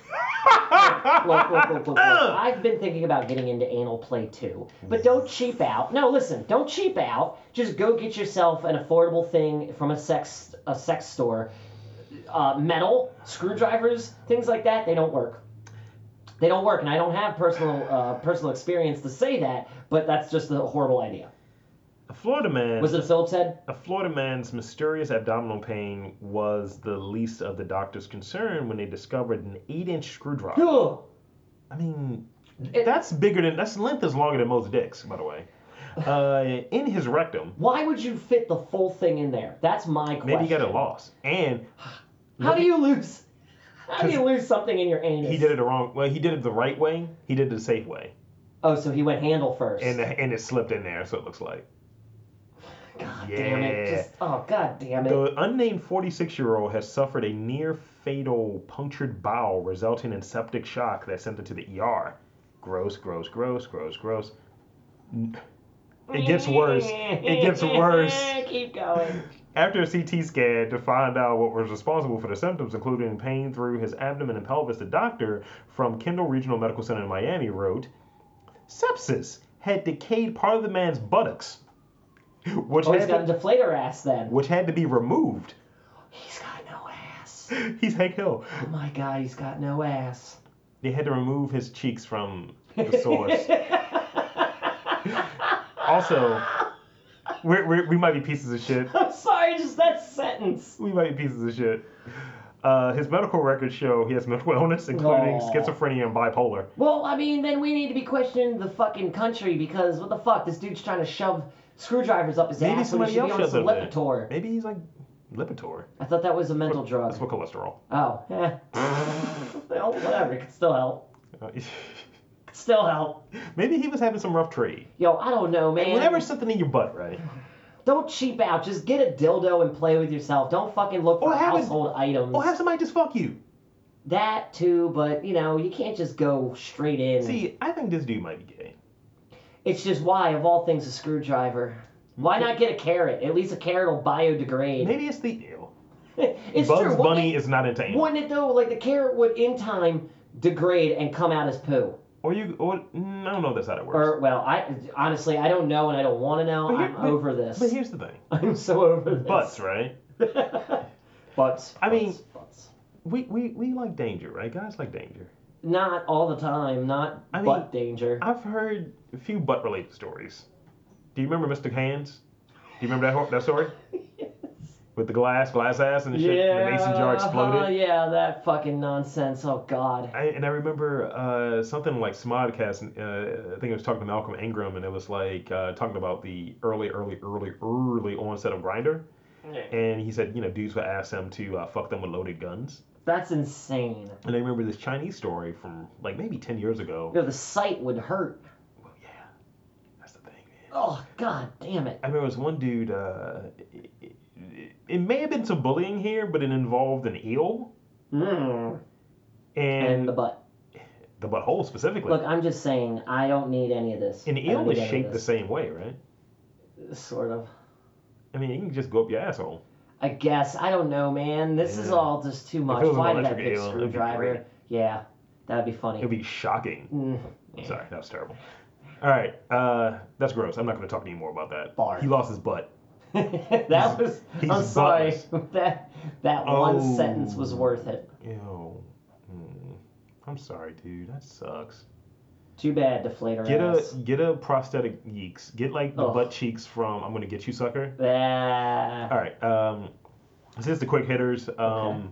Speaker 2: look, look, look, look, look. I've been thinking about getting into anal play too. But don't cheap out. No, listen, don't cheap out. Just go get yourself an affordable thing from a sex a sex store. Uh, metal, screwdrivers, things like that, they don't work. They don't work, and I don't have personal uh, personal experience to say that, but that's just a horrible idea.
Speaker 1: A Florida man.
Speaker 2: Was it a Phillips head?
Speaker 1: A Florida man's mysterious abdominal pain was the least of the doctor's concern when they discovered an eight-inch screwdriver.
Speaker 2: Ugh.
Speaker 1: I mean,
Speaker 2: It-
Speaker 1: that's bigger than that's length is longer than most dicks, by the way. Uh, in his rectum,
Speaker 2: Why would you fit the full thing in there? That's my question.
Speaker 1: maybe he got it lost, and
Speaker 2: How do you lose? How do you lose something in your anus?
Speaker 1: he did it the wrong. Well, he did it the right way. He did it the safe way,
Speaker 2: Oh, so he went handle first.
Speaker 1: and and it slipped in there, so it looks like.
Speaker 2: God damn it!
Speaker 1: Yeah.
Speaker 2: Just oh, god damn it!
Speaker 1: The unnamed 46-year-old has suffered a near-fatal punctured bowel, resulting in septic shock that sent him to the ER. Gross, gross, gross, gross, gross. N- It gets worse. It gets worse.
Speaker 2: Keep going.
Speaker 1: After a CT scan to find out what was responsible for the symptoms, including pain through his abdomen and pelvis, the doctor from Kendall Regional Medical Center in Miami wrote, "Sepsis had decayed part of the man's buttocks, which
Speaker 2: Oh, he's
Speaker 1: had
Speaker 2: got a
Speaker 1: to,
Speaker 2: deflator ass then.
Speaker 1: which had to be removed."
Speaker 2: He's got no ass.
Speaker 1: He's Hank Hill.
Speaker 2: Oh my god, he's got no ass.
Speaker 1: They had to remove his cheeks from the source. also, we're, we're, we might be pieces of shit.
Speaker 2: I'm sorry, just that sentence.
Speaker 1: We might be pieces of shit. Uh, his medical records show he has mental illness, including
Speaker 2: Aw.
Speaker 1: schizophrenia and bipolar.
Speaker 2: Well, I mean, then we need to be questioning the fucking country because what the fuck? This dude's trying to shove screwdrivers up his
Speaker 1: Maybe
Speaker 2: ass when
Speaker 1: somebody
Speaker 2: he should be
Speaker 1: else
Speaker 2: on
Speaker 1: shoves
Speaker 2: some
Speaker 1: it up there.
Speaker 2: Lipitor.
Speaker 1: Maybe he's like Lipitor.
Speaker 2: I thought that was a mental
Speaker 1: That's
Speaker 2: drug.
Speaker 1: what cholesterol.
Speaker 2: Oh, eh. well, whatever. It could still help.
Speaker 1: Uh,
Speaker 2: Could still help.
Speaker 1: Maybe he was having some rough trade.
Speaker 2: Yo, I don't know, man.
Speaker 1: Whenever something in your butt, right?
Speaker 2: Mm-hmm. Don't cheap out. Just get a dildo and play with yourself. Don't fucking look for
Speaker 1: Or have a-
Speaker 2: household items.
Speaker 1: Or have somebody just fuck you.
Speaker 2: That too, but you know, you can't just go straight in.
Speaker 1: See, I think this dude might be gay.
Speaker 2: It's just why, of all things, a screwdriver. Why not get a carrot? At least a carrot will biodegrade.
Speaker 1: Maybe it's the ew.
Speaker 2: it's
Speaker 1: Bugs
Speaker 2: true.
Speaker 1: Bunny
Speaker 2: wouldn't
Speaker 1: is not into
Speaker 2: it,
Speaker 1: anal.
Speaker 2: wouldn't it though? Like the carrot would, in time, degrade and come out as poo.
Speaker 1: Or you, or, mm, I don't know if that's how that works.
Speaker 2: Or well, I honestly I don't know and I don't want to know.
Speaker 1: But here-
Speaker 2: I'm
Speaker 1: but-
Speaker 2: over this.
Speaker 1: but here's the thing,
Speaker 2: I'm so over this.
Speaker 1: butts, right?
Speaker 2: but butts.
Speaker 1: I mean-
Speaker 2: butts, butts.
Speaker 1: We, we we like danger, right? Guys like danger.
Speaker 2: not all the time. Not
Speaker 1: I mean-
Speaker 2: butt danger.
Speaker 1: I've heard a few butt related stories. Do you remember Mr. Hands? Do you remember that ho- that story with the glass, glass ass, and the shit, and the mason jar exploded?
Speaker 2: uh, yeah, that fucking nonsense. Oh God.
Speaker 1: I, and I remember uh, something like Smodcast. Uh, I think I was talking to Malcolm Ingram, and it was like uh, talking about the early, early, early, early onset of Grinder. And he said, you know, dudes would ask them to uh, fuck them with loaded guns.
Speaker 2: That's insane.
Speaker 1: And I remember this Chinese story from like maybe ten years ago.
Speaker 2: You know, the sight would hurt.
Speaker 1: Well, yeah, that's the thing, man.
Speaker 2: Oh God, damn it.
Speaker 1: I remember it was one dude. Uh, it, it, it may have been some bullying here, but it involved an eel
Speaker 2: Mm.
Speaker 1: and,
Speaker 2: And the butt.
Speaker 1: the butthole specifically.
Speaker 2: Look, I'm just saying, I don't need any of this.
Speaker 1: an
Speaker 2: I
Speaker 1: eel
Speaker 2: don't need
Speaker 1: is
Speaker 2: any of
Speaker 1: shaped the
Speaker 2: this.
Speaker 1: same way, right?
Speaker 2: Sort of.
Speaker 1: I mean, you can just go up your asshole.
Speaker 2: I guess. I don't know, man. This is
Speaker 1: Yeah.
Speaker 2: all just too much.
Speaker 1: it was an
Speaker 2: Why did I
Speaker 1: electric
Speaker 2: pick
Speaker 1: eel, it'd be great.
Speaker 2: screwdriver? Yeah, that'd be funny.
Speaker 1: It'd be shocking.
Speaker 2: Mm.
Speaker 1: Sorry, that was terrible. All right, uh, that's gross. I'm not going to talk to you more about that.
Speaker 2: Barf.
Speaker 1: He lost his butt.
Speaker 2: that was.
Speaker 1: he's
Speaker 2: I'm sorry.
Speaker 1: buttless.
Speaker 2: that that one
Speaker 1: Oh.
Speaker 2: sentence was worth it.
Speaker 1: Ew. Mm. I'm sorry, dude. That sucks.
Speaker 2: Too bad, deflator
Speaker 1: Get a
Speaker 2: ass.
Speaker 1: get a prosthetic yeeks. Get like the
Speaker 2: Ugh.
Speaker 1: butt cheeks from I'm gonna get you, sucker.
Speaker 2: Ah.
Speaker 1: All right. Um, this is the quick hitters. Um,
Speaker 2: Okay.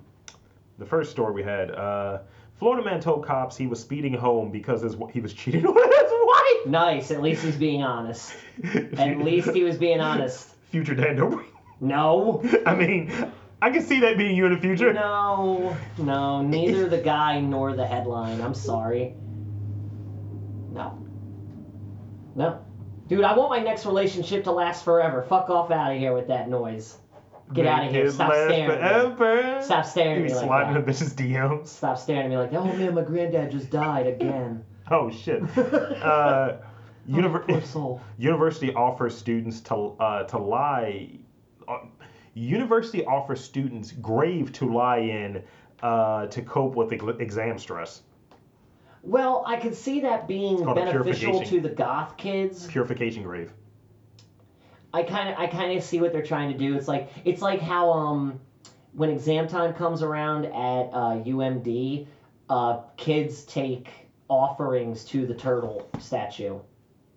Speaker 1: The first story we had. Uh, Florida man told cops he was speeding home because his, he was cheating on his
Speaker 2: Nice. At least he's being honest.
Speaker 1: wife.
Speaker 2: At least he was being honest.
Speaker 1: Future Dan Dobrik.
Speaker 2: No.
Speaker 1: I mean, I can see that being you in the future.
Speaker 2: No. No. Neither the guy nor the headline. I'm sorry. No. No. Dude, I want my next relationship to last forever. Fuck off out of here with that noise. Get
Speaker 1: Make
Speaker 2: out of here.
Speaker 1: it
Speaker 2: Stop
Speaker 1: last
Speaker 2: staring. at me.
Speaker 1: Forever.
Speaker 2: Stop staring at
Speaker 1: You be
Speaker 2: me like
Speaker 1: sliding
Speaker 2: that.
Speaker 1: in the bitch's DMs.
Speaker 2: Stop staring at me like, oh man, my granddad just died again.
Speaker 1: Oh shit. uh, univer-
Speaker 2: Oh, Poor soul.
Speaker 1: university offers students to uh, to lie. Uh, university offers students grave to lie in uh, to cope with ex- exam stress.
Speaker 2: Well, I could see that being
Speaker 1: called a
Speaker 2: beneficial to
Speaker 1: purification.
Speaker 2: the goth kids.
Speaker 1: Purification grave.
Speaker 2: I kind of I kind of see what they're trying to do. It's like it's like how um when exam time comes around at uh, UMD, uh, kids take offerings to the turtle statue.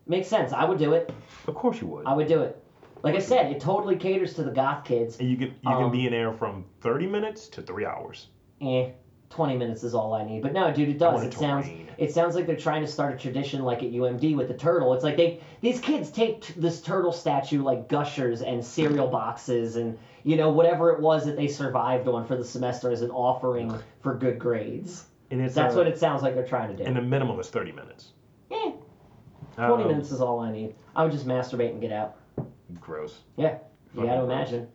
Speaker 2: Makes sense. I would do it.
Speaker 1: Of course you would.
Speaker 2: I would do it. Like I said, it totally caters to the goth kids.
Speaker 1: and you can you
Speaker 2: Um,
Speaker 1: can be in there from 30 minutes to three hours.
Speaker 2: Eh, twenty minutes is all I need. But no, dude, it
Speaker 1: I
Speaker 2: does.
Speaker 1: wanna
Speaker 2: It sounds
Speaker 1: train.
Speaker 2: it sounds like they're trying to start a tradition like at UMD with the turtle. It's like they these kids take t- this turtle statue like gushers and cereal boxes and you know whatever it was that they survived on for the semester as an offering for good grades.
Speaker 1: And it's
Speaker 2: That's
Speaker 1: uh,
Speaker 2: what it sounds like they're trying to do.
Speaker 1: And the minimum is 30 minutes.
Speaker 2: Eh, twenty
Speaker 1: Um,
Speaker 2: minutes is all I need. I would just masturbate and get out.
Speaker 1: Gross.
Speaker 2: Yeah, you
Speaker 1: Fucking
Speaker 2: gotta
Speaker 1: gross.
Speaker 2: imagine.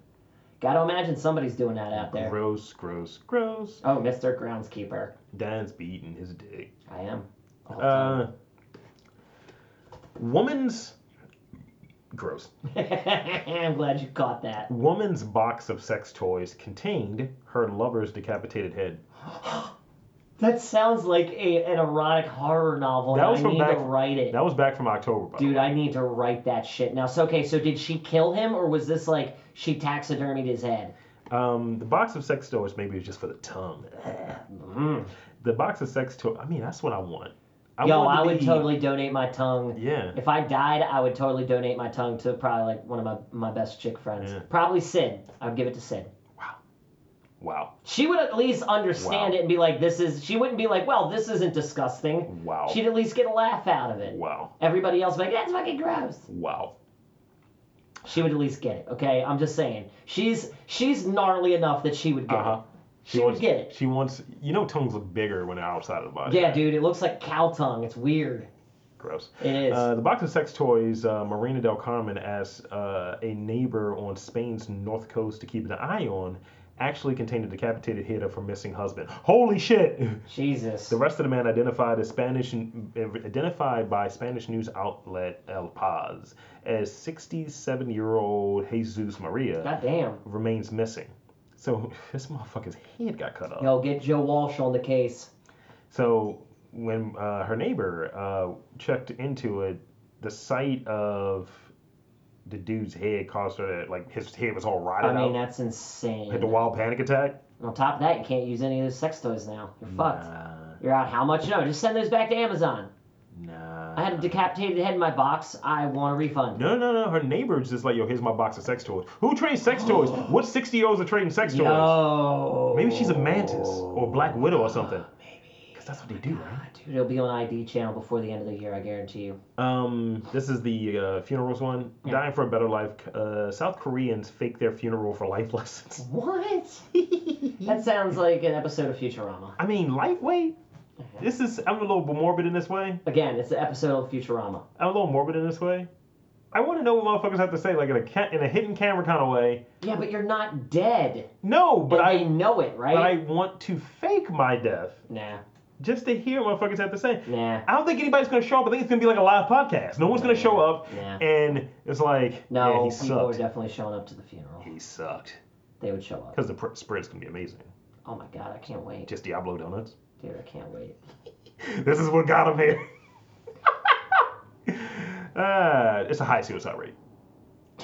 Speaker 2: Gotta imagine somebody's doing that out there.
Speaker 1: Gross. Gross. Gross.
Speaker 2: Oh, Mr. Groundskeeper,
Speaker 1: Dan's beating his dick.
Speaker 2: I am. all the time.
Speaker 1: Uh, woman's gross.
Speaker 2: I'm glad you caught that.
Speaker 1: Woman's box of sex toys contained her lover's decapitated head.
Speaker 2: That sounds like a, an erotic horror novel.
Speaker 1: That
Speaker 2: and
Speaker 1: was
Speaker 2: I
Speaker 1: from
Speaker 2: need
Speaker 1: back-
Speaker 2: to write it.
Speaker 1: That was back from October, by the
Speaker 2: Dude,
Speaker 1: way.
Speaker 2: I need to write that shit now. So okay, so did she kill him or was this like she taxidermied his head?
Speaker 1: Um, the box of sex toys maybe it was just for the tongue.
Speaker 2: Mm.
Speaker 1: The box of sex toys. I mean, that's what I want. Mm-hmm. I
Speaker 2: Yo,
Speaker 1: want to
Speaker 2: I would
Speaker 1: be-
Speaker 2: totally donate my tongue.
Speaker 1: Yeah.
Speaker 2: If I died, I would totally donate my tongue to probably like one of my, my best chick friends.
Speaker 1: Yeah.
Speaker 2: Probably Sid. I would give it to Sid.
Speaker 1: Wow.
Speaker 2: She would at least
Speaker 1: Wow.
Speaker 2: understand it and be like, this is, she wouldn't be like, well, this isn't disgusting.
Speaker 1: Wow.
Speaker 2: She'd at least get a laugh out of it.
Speaker 1: Wow.
Speaker 2: Everybody else would be like, that's fucking gross.
Speaker 1: Wow.
Speaker 2: She would at least get it, okay? I'm just saying. She's she's gnarly enough that she would get
Speaker 1: Uh huh.
Speaker 2: it. She, would
Speaker 1: wants.
Speaker 2: get it.
Speaker 1: She wants. You know, tongues look bigger when they're outside of the body.
Speaker 2: Yeah, dude, it looks like cow tongue. It's weird.
Speaker 1: Gross.
Speaker 2: It is.
Speaker 1: Uh, the box of sex toys, uh, Marina del Carmen asked uh, a neighbor on Spain's north coast to keep an eye on actually contained a decapitated head of her missing husband. Holy shit!
Speaker 2: Jesus.
Speaker 1: The rest of the man identified as Spanish, identified by Spanish news outlet El Paz as 67-year-old Jesus Maria
Speaker 2: God damn.
Speaker 1: remains missing. So this motherfucker's head got cut off.
Speaker 2: Yo, get Joe Walsh on the case.
Speaker 1: So when uh, her neighbor uh, checked into it, the sight of the dude's head caused her to like his head was all rotted
Speaker 2: I mean, uh,
Speaker 1: out.
Speaker 2: that's insane.
Speaker 1: Had the wild panic attack.
Speaker 2: On top of that, you can't use any of those sex toys now. You're fucked.
Speaker 1: Nah,
Speaker 2: You're out how much? No, just send those back to Amazon.
Speaker 1: nah.
Speaker 2: I had a decapitated head in my box. I want a refund.
Speaker 1: No, no, no. Her neighbor's just like, yo, here's my box of sex toys. Who trades sex toys? What 60 year olds are trading sex toys?
Speaker 2: Yo. Ah,
Speaker 1: Maybe she's a mantis or a black widow or something. Because that's what they do, right?
Speaker 2: Dude, it'll be on ID channel before the end of the year, I guarantee you.
Speaker 1: Um, this is the uh, funerals one.
Speaker 2: Yeah.
Speaker 1: Dying for a better life. Uh, South Koreans fake their funeral for life lessons.
Speaker 2: What? that sounds like an episode of Futurama.
Speaker 1: I mean, lightweight.
Speaker 2: Uh-huh.
Speaker 1: This is I'm a little morbid in this way.
Speaker 2: Again, it's an episode of Futurama.
Speaker 1: I'm a little morbid in this way. I want to know what motherfuckers have to say, like in a ca- in a hidden camera kind of way.
Speaker 2: Yeah, but you're not dead.
Speaker 1: No, but
Speaker 2: But I
Speaker 1: I
Speaker 2: know it, right?
Speaker 1: but I want to fake my death
Speaker 2: Nah,
Speaker 1: just to hear what motherfuckers have to say.
Speaker 2: nah.
Speaker 1: I don't think anybody's gonna show up. I think it's gonna be like a live podcast. No one's gonna show up,
Speaker 2: Yeah.
Speaker 1: and it's like, yeah,
Speaker 2: No,
Speaker 1: he
Speaker 2: people are
Speaker 1: sucked.
Speaker 2: definitely showing up to the funeral.
Speaker 1: He sucked.
Speaker 2: They would show up.
Speaker 1: Because the pr- spread's gonna be amazing.
Speaker 2: Oh my god, I can't wait.
Speaker 1: Just Diablo donuts.
Speaker 2: Dude, I can't wait.
Speaker 1: This is what got him here. uh, it's a high suicide rate.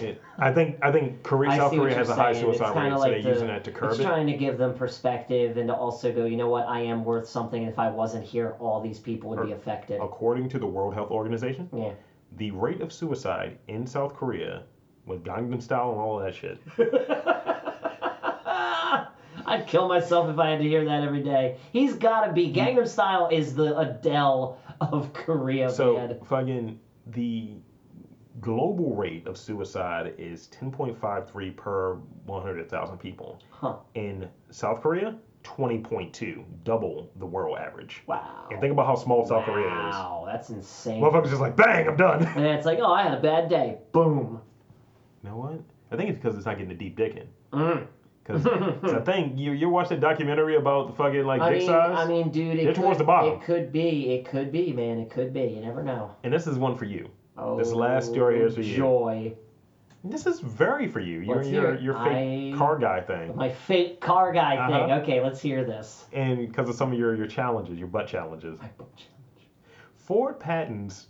Speaker 1: It, I think I think Korea,
Speaker 2: I
Speaker 1: South
Speaker 2: see what
Speaker 1: Korea has a
Speaker 2: you're
Speaker 1: high
Speaker 2: saying. It's
Speaker 1: suicide
Speaker 2: kinda
Speaker 1: rate, so
Speaker 2: like
Speaker 1: they're
Speaker 2: the-
Speaker 1: using that to curb
Speaker 2: It's
Speaker 1: it.
Speaker 2: trying to give them perspective and to also go, you know what, I am worth something, and if I wasn't here, all these people would be affected.
Speaker 1: According to the World Health Organization,
Speaker 2: Yeah.
Speaker 1: the rate of suicide in South Korea with Gangnam Style and all of that shit.
Speaker 2: I'd kill myself if I had to hear that every day. He's gotta be.
Speaker 1: Hmm.
Speaker 2: Gangnam Style is the Adele of Korea,
Speaker 1: So
Speaker 2: man.
Speaker 1: fucking the global rate of suicide is 10.53 per 100,000 people.
Speaker 2: Huh.
Speaker 1: In South Korea, 20.2, double the world average.
Speaker 2: Wow.
Speaker 1: And think about how small South Korea is.
Speaker 2: Wow, that's insane.
Speaker 1: Motherfuckers just like, bang, I'm done.
Speaker 2: and it's like, oh, I had a bad day. Boom.
Speaker 1: You know what? I think it's because it's not getting the deep dick in.
Speaker 2: Mm.
Speaker 1: Because I think you you watch that documentary about the fucking like
Speaker 2: I
Speaker 1: dick
Speaker 2: mean,
Speaker 1: size.
Speaker 2: I mean, dude, it
Speaker 1: They're
Speaker 2: could,
Speaker 1: towards the bottom.
Speaker 2: it could be, it could be, man, it could be. You never know.
Speaker 1: and this is one for you.
Speaker 2: Oh,
Speaker 1: This last story here is for you.
Speaker 2: Joy.
Speaker 1: This is very for you. Your
Speaker 2: Let's hear
Speaker 1: your
Speaker 2: it.
Speaker 1: your fake
Speaker 2: I-
Speaker 1: car guy thing.
Speaker 2: My fake car guy thing.
Speaker 1: Uh-huh.
Speaker 2: Okay, let's hear this.
Speaker 1: And because of some of your your challenges, your butt challenges.
Speaker 2: My book challenge.
Speaker 1: Ford patents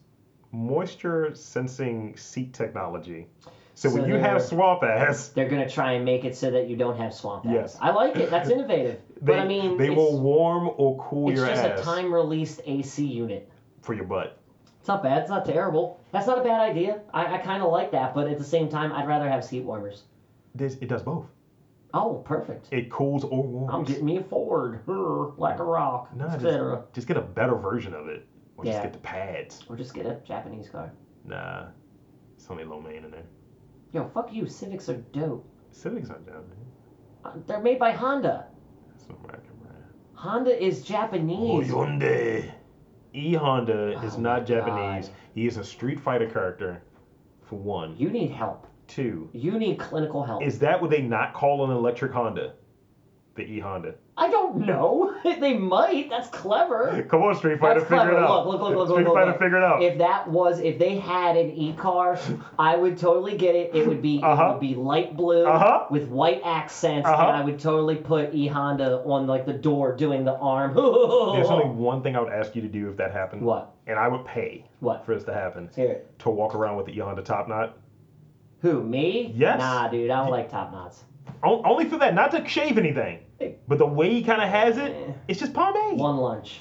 Speaker 1: moisture sensing seat technology. So,
Speaker 2: So
Speaker 1: when you
Speaker 2: they're-
Speaker 1: have swamp ass,
Speaker 2: They're gonna try and make it so that you don't have swamp ass.
Speaker 1: Yes.
Speaker 2: I like it. That's innovative.
Speaker 1: they,
Speaker 2: but I mean,
Speaker 1: they
Speaker 2: it's,
Speaker 1: will warm or cool
Speaker 2: it's
Speaker 1: your
Speaker 2: just
Speaker 1: ass
Speaker 2: a time released AC unit.
Speaker 1: for your butt.
Speaker 2: It's not bad. It's not terrible. That's not a bad idea. I, I kind of like that, but at the same time, I'd rather have seat warmers.
Speaker 1: This, it does both.
Speaker 2: Oh, perfect.
Speaker 1: It cools or warms.
Speaker 2: I'm getting me a Ford, Urgh, like a rock,
Speaker 1: No, just,
Speaker 2: etc.
Speaker 1: just get a better version of it. Or just
Speaker 2: Yeah.
Speaker 1: get the pads.
Speaker 2: Or just get a Japanese car.
Speaker 1: Nah. It's only low man in there.
Speaker 2: Yo, fuck you. Civics are dope.
Speaker 1: Civics aren't down there.
Speaker 2: Uh, They're made by Honda.
Speaker 1: That's not right. come around.
Speaker 2: Honda is
Speaker 1: Oh,
Speaker 2: Japanese.
Speaker 1: Hyundai. E Honda is
Speaker 2: Oh my
Speaker 1: not Japanese.
Speaker 2: God.
Speaker 1: He is a Street Fighter character. For one.
Speaker 2: You need help.
Speaker 1: Two.
Speaker 2: You need clinical help.
Speaker 1: Is that what they not call an electric Honda? The E Honda.
Speaker 2: I don't know. they might. That's clever.
Speaker 1: Come on, Street Fighter,
Speaker 2: That's
Speaker 1: figure it
Speaker 2: clever.
Speaker 1: out.
Speaker 2: Look, look, look, look,
Speaker 1: Street
Speaker 2: look,
Speaker 1: Fighter,
Speaker 2: look.
Speaker 1: figure it out.
Speaker 2: If that was, if they had an e car, I would totally get it. It would be, it
Speaker 1: Uh-huh.
Speaker 2: would be light blue
Speaker 1: Uh-huh.
Speaker 2: with white accents,
Speaker 1: Uh-huh.
Speaker 2: and I would totally put e Honda on like the door doing the arm.
Speaker 1: There's only one thing I would ask you to do if that happened.
Speaker 2: What?
Speaker 1: And I would pay
Speaker 2: What?
Speaker 1: for this to happen.
Speaker 2: Hear it.
Speaker 1: To walk around with the E Honda top knot.
Speaker 2: Who? Me?
Speaker 1: Yes.
Speaker 2: Nah, dude. I don't like top knots.
Speaker 1: O- Only for that, not to shave anything. But the way he kind of has it,
Speaker 2: Eh.
Speaker 1: it's just pomade.
Speaker 2: One lunch.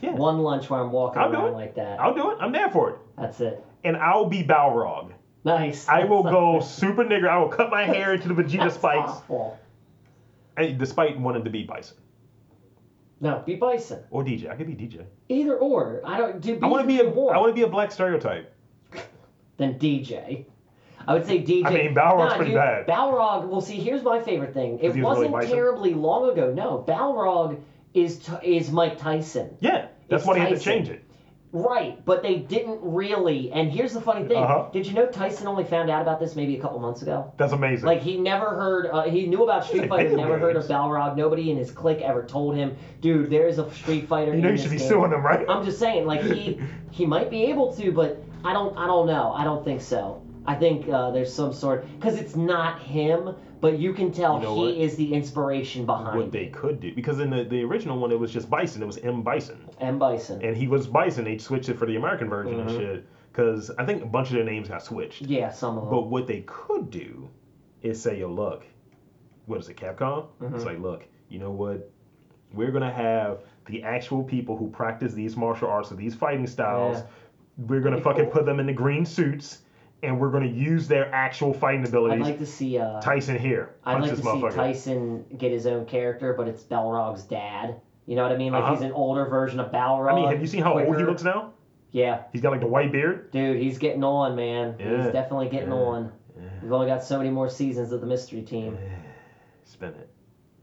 Speaker 1: Yeah.
Speaker 2: One lunch where I'm walking
Speaker 1: I'll do
Speaker 2: around
Speaker 1: it.
Speaker 2: like that.
Speaker 1: I'll do it. I'm there for it.
Speaker 2: That's it.
Speaker 1: And I'll be Balrog.
Speaker 2: Nice.
Speaker 1: I will
Speaker 2: That's
Speaker 1: go super nigger. I will cut my hair into the Vegeta spikes,
Speaker 2: Awful.
Speaker 1: and despite wanting to be Bison
Speaker 2: No, be bison.
Speaker 1: or DJ. I could be DJ.
Speaker 2: Either or. I don't do.
Speaker 1: I want to be a.
Speaker 2: more
Speaker 1: I want to be a black stereotype.
Speaker 2: than DJ. I would say DJ.
Speaker 1: I mean, Balrog's
Speaker 2: Nah,
Speaker 1: pretty
Speaker 2: dude,
Speaker 1: bad.
Speaker 2: Balrog. Well, see, here's my favorite thing. It
Speaker 1: he was really
Speaker 2: wasn't
Speaker 1: bison?
Speaker 2: terribly long ago. No, Balrog is t- is Mike Tyson.
Speaker 1: Yeah, that's
Speaker 2: It's
Speaker 1: why they had to
Speaker 2: Tyson.
Speaker 1: change it.
Speaker 2: Right, but they didn't really. And here's the funny thing:
Speaker 1: Uh-huh.
Speaker 2: Did you know Tyson only found out about this maybe a couple months ago?
Speaker 1: That's amazing.
Speaker 2: Like he never heard. Uh, he knew about Street
Speaker 1: like
Speaker 2: Fighter,
Speaker 1: video
Speaker 2: never heard of
Speaker 1: games.
Speaker 2: Balrog. Nobody in his clique ever told him, dude. There's a Street Fighter.
Speaker 1: you know
Speaker 2: in
Speaker 1: you
Speaker 2: this
Speaker 1: should be
Speaker 2: game."
Speaker 1: suing them, right?
Speaker 2: I'm just saying, like he he might be able to, but I don't I don't know. I don't think so. I think uh, there's some sort because it's not him, but you can tell
Speaker 1: You know
Speaker 2: he
Speaker 1: what?
Speaker 2: is the inspiration behind
Speaker 1: what they could do because in the, the original one it was just Bison. It was M Bison,
Speaker 2: M Bison.
Speaker 1: and he was Bison. They switched it for the American version and
Speaker 2: Mhm.
Speaker 1: shit because I think a bunch of their names got switched.
Speaker 2: yeah, some of them.
Speaker 1: But what they could do is say, "Yo, look, what is it, Capcom? It's
Speaker 2: Mhm.
Speaker 1: like, look, you know what? We're gonna have the actual people who practice these martial arts or these fighting styles.
Speaker 2: Yeah.
Speaker 1: We're gonna
Speaker 2: That'd be
Speaker 1: fucking
Speaker 2: cool.
Speaker 1: put them in the green suits, and we're gonna use their actual fighting
Speaker 2: I'd
Speaker 1: abilities.
Speaker 2: like to see uh,
Speaker 1: Tyson here,
Speaker 2: I'd
Speaker 1: punch
Speaker 2: like
Speaker 1: this
Speaker 2: to see
Speaker 1: motherfucker.
Speaker 2: Tyson get his own character, but it's Balrog's dad. You know what I mean? Like
Speaker 1: Uh-huh.
Speaker 2: he's an older version of Balrog.
Speaker 1: I mean, have you seen how old he
Speaker 2: quicker.
Speaker 1: looks now?
Speaker 2: Yeah,
Speaker 1: He's got like the white beard.
Speaker 2: dude, he's getting on, man.
Speaker 1: Yeah.
Speaker 2: He's definitely getting
Speaker 1: Yeah.
Speaker 2: on. We've only got so many more seasons of the mystery team.
Speaker 1: Spin it.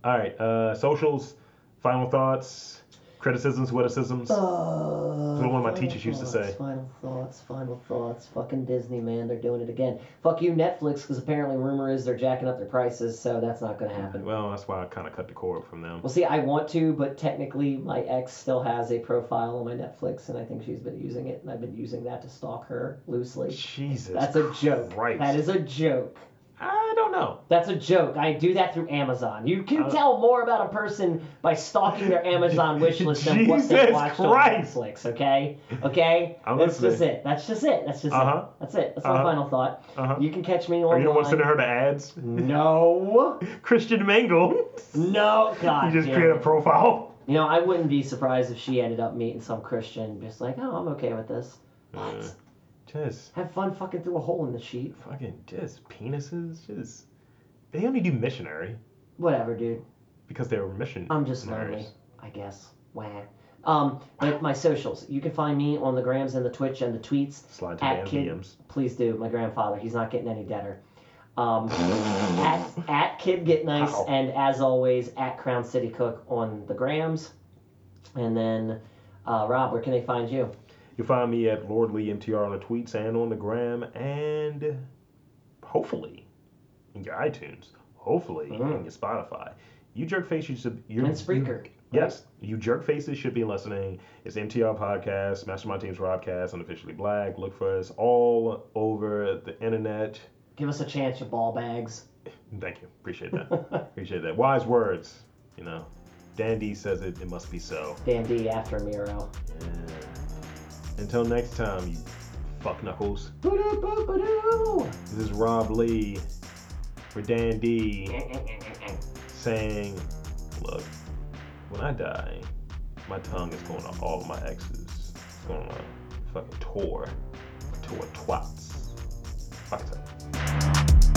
Speaker 1: All right, uh, socials. Final thoughts, criticisms, witticisms.
Speaker 2: Uh,
Speaker 1: what one of my
Speaker 2: final
Speaker 1: teachers used to
Speaker 2: thoughts,
Speaker 1: say.
Speaker 2: Final thoughts, final thoughts. Fucking Disney, man, they're doing it again. Fuck you, Netflix, because apparently rumor is they're jacking up their prices, so that's not gonna happen.
Speaker 1: Well, that's why I kind of cut the cord from them.
Speaker 2: Well, see, I want to, but technically, my ex still has a profile on my Netflix, and I think she's been using it, and I've been using that to stalk her loosely.
Speaker 1: Jesus.
Speaker 2: That's a joke.
Speaker 1: Right.
Speaker 2: That is a joke.
Speaker 1: I don't know.
Speaker 2: That's a joke. I do that through Amazon. You can
Speaker 1: Uh,
Speaker 2: tell more about a person by stalking their Amazon wish list than what they
Speaker 1: Jesus
Speaker 2: watched
Speaker 1: Christ.
Speaker 2: on Netflix. Okay, okay.
Speaker 1: I'm
Speaker 2: That's
Speaker 1: listening.
Speaker 2: just it. That's just it. That's just
Speaker 1: Uh-huh.
Speaker 2: it. That's it. That's
Speaker 1: Uh-huh.
Speaker 2: my final thought.
Speaker 1: Uh-huh.
Speaker 2: You can catch me
Speaker 1: Are
Speaker 2: online.
Speaker 1: you Mm-hmm. the one sending her the ads?
Speaker 2: No,
Speaker 1: Christian Mangle.
Speaker 2: no, God.
Speaker 1: you just
Speaker 2: damn
Speaker 1: create
Speaker 2: it.
Speaker 1: a profile.
Speaker 2: You know, I wouldn't be surprised if she ended up meeting some Christian, just like, oh, I'm okay with this. What?
Speaker 1: Uh, Just
Speaker 2: Have fun fucking through a hole in the sheet.
Speaker 1: fucking just penises. Just they only do missionary
Speaker 2: Whatever, dude.
Speaker 1: because they were mission.
Speaker 2: I'm just lonely, I guess. Wah. Um, but my socials. You can find me on the grams and the Twitch and the tweets.
Speaker 1: Slide to
Speaker 2: At
Speaker 1: the
Speaker 2: Kid-
Speaker 1: DMs.
Speaker 2: Please do. My grandfather. He's not getting any deader. Um, at, at Kid Get Nice
Speaker 1: Ow.
Speaker 2: and as always at Crown City Cook on the grams. And then, uh, Rob, where can they find you?
Speaker 1: You'll find me at Lordly MTR on the tweets and on the gram, and hopefully in your iTunes, hopefully in
Speaker 2: Mhm.
Speaker 1: your Spotify. You jerk faces should you're,
Speaker 2: and Spreaker.
Speaker 1: Yes, you jerk faces should be listening. It's MTR Podcast, Mastermind Teams Robcast, Unofficially Black. Look for us all over the internet.
Speaker 2: Give us a chance, you ball bags.
Speaker 1: Thank you. Appreciate that. Appreciate that. Wise words, you know. Dandy says it, it must be so.
Speaker 2: Dandy after Miro.
Speaker 1: Yeah. Until next time, you fuck knuckles.
Speaker 2: Ba-da-ba-ba-doo.
Speaker 1: This is Rob Lee for Dan
Speaker 2: Eh,
Speaker 1: D saying, look, when I die, my tongue is going to all of my exes. It's going to fucking tour. Tour twats. Fuck it up.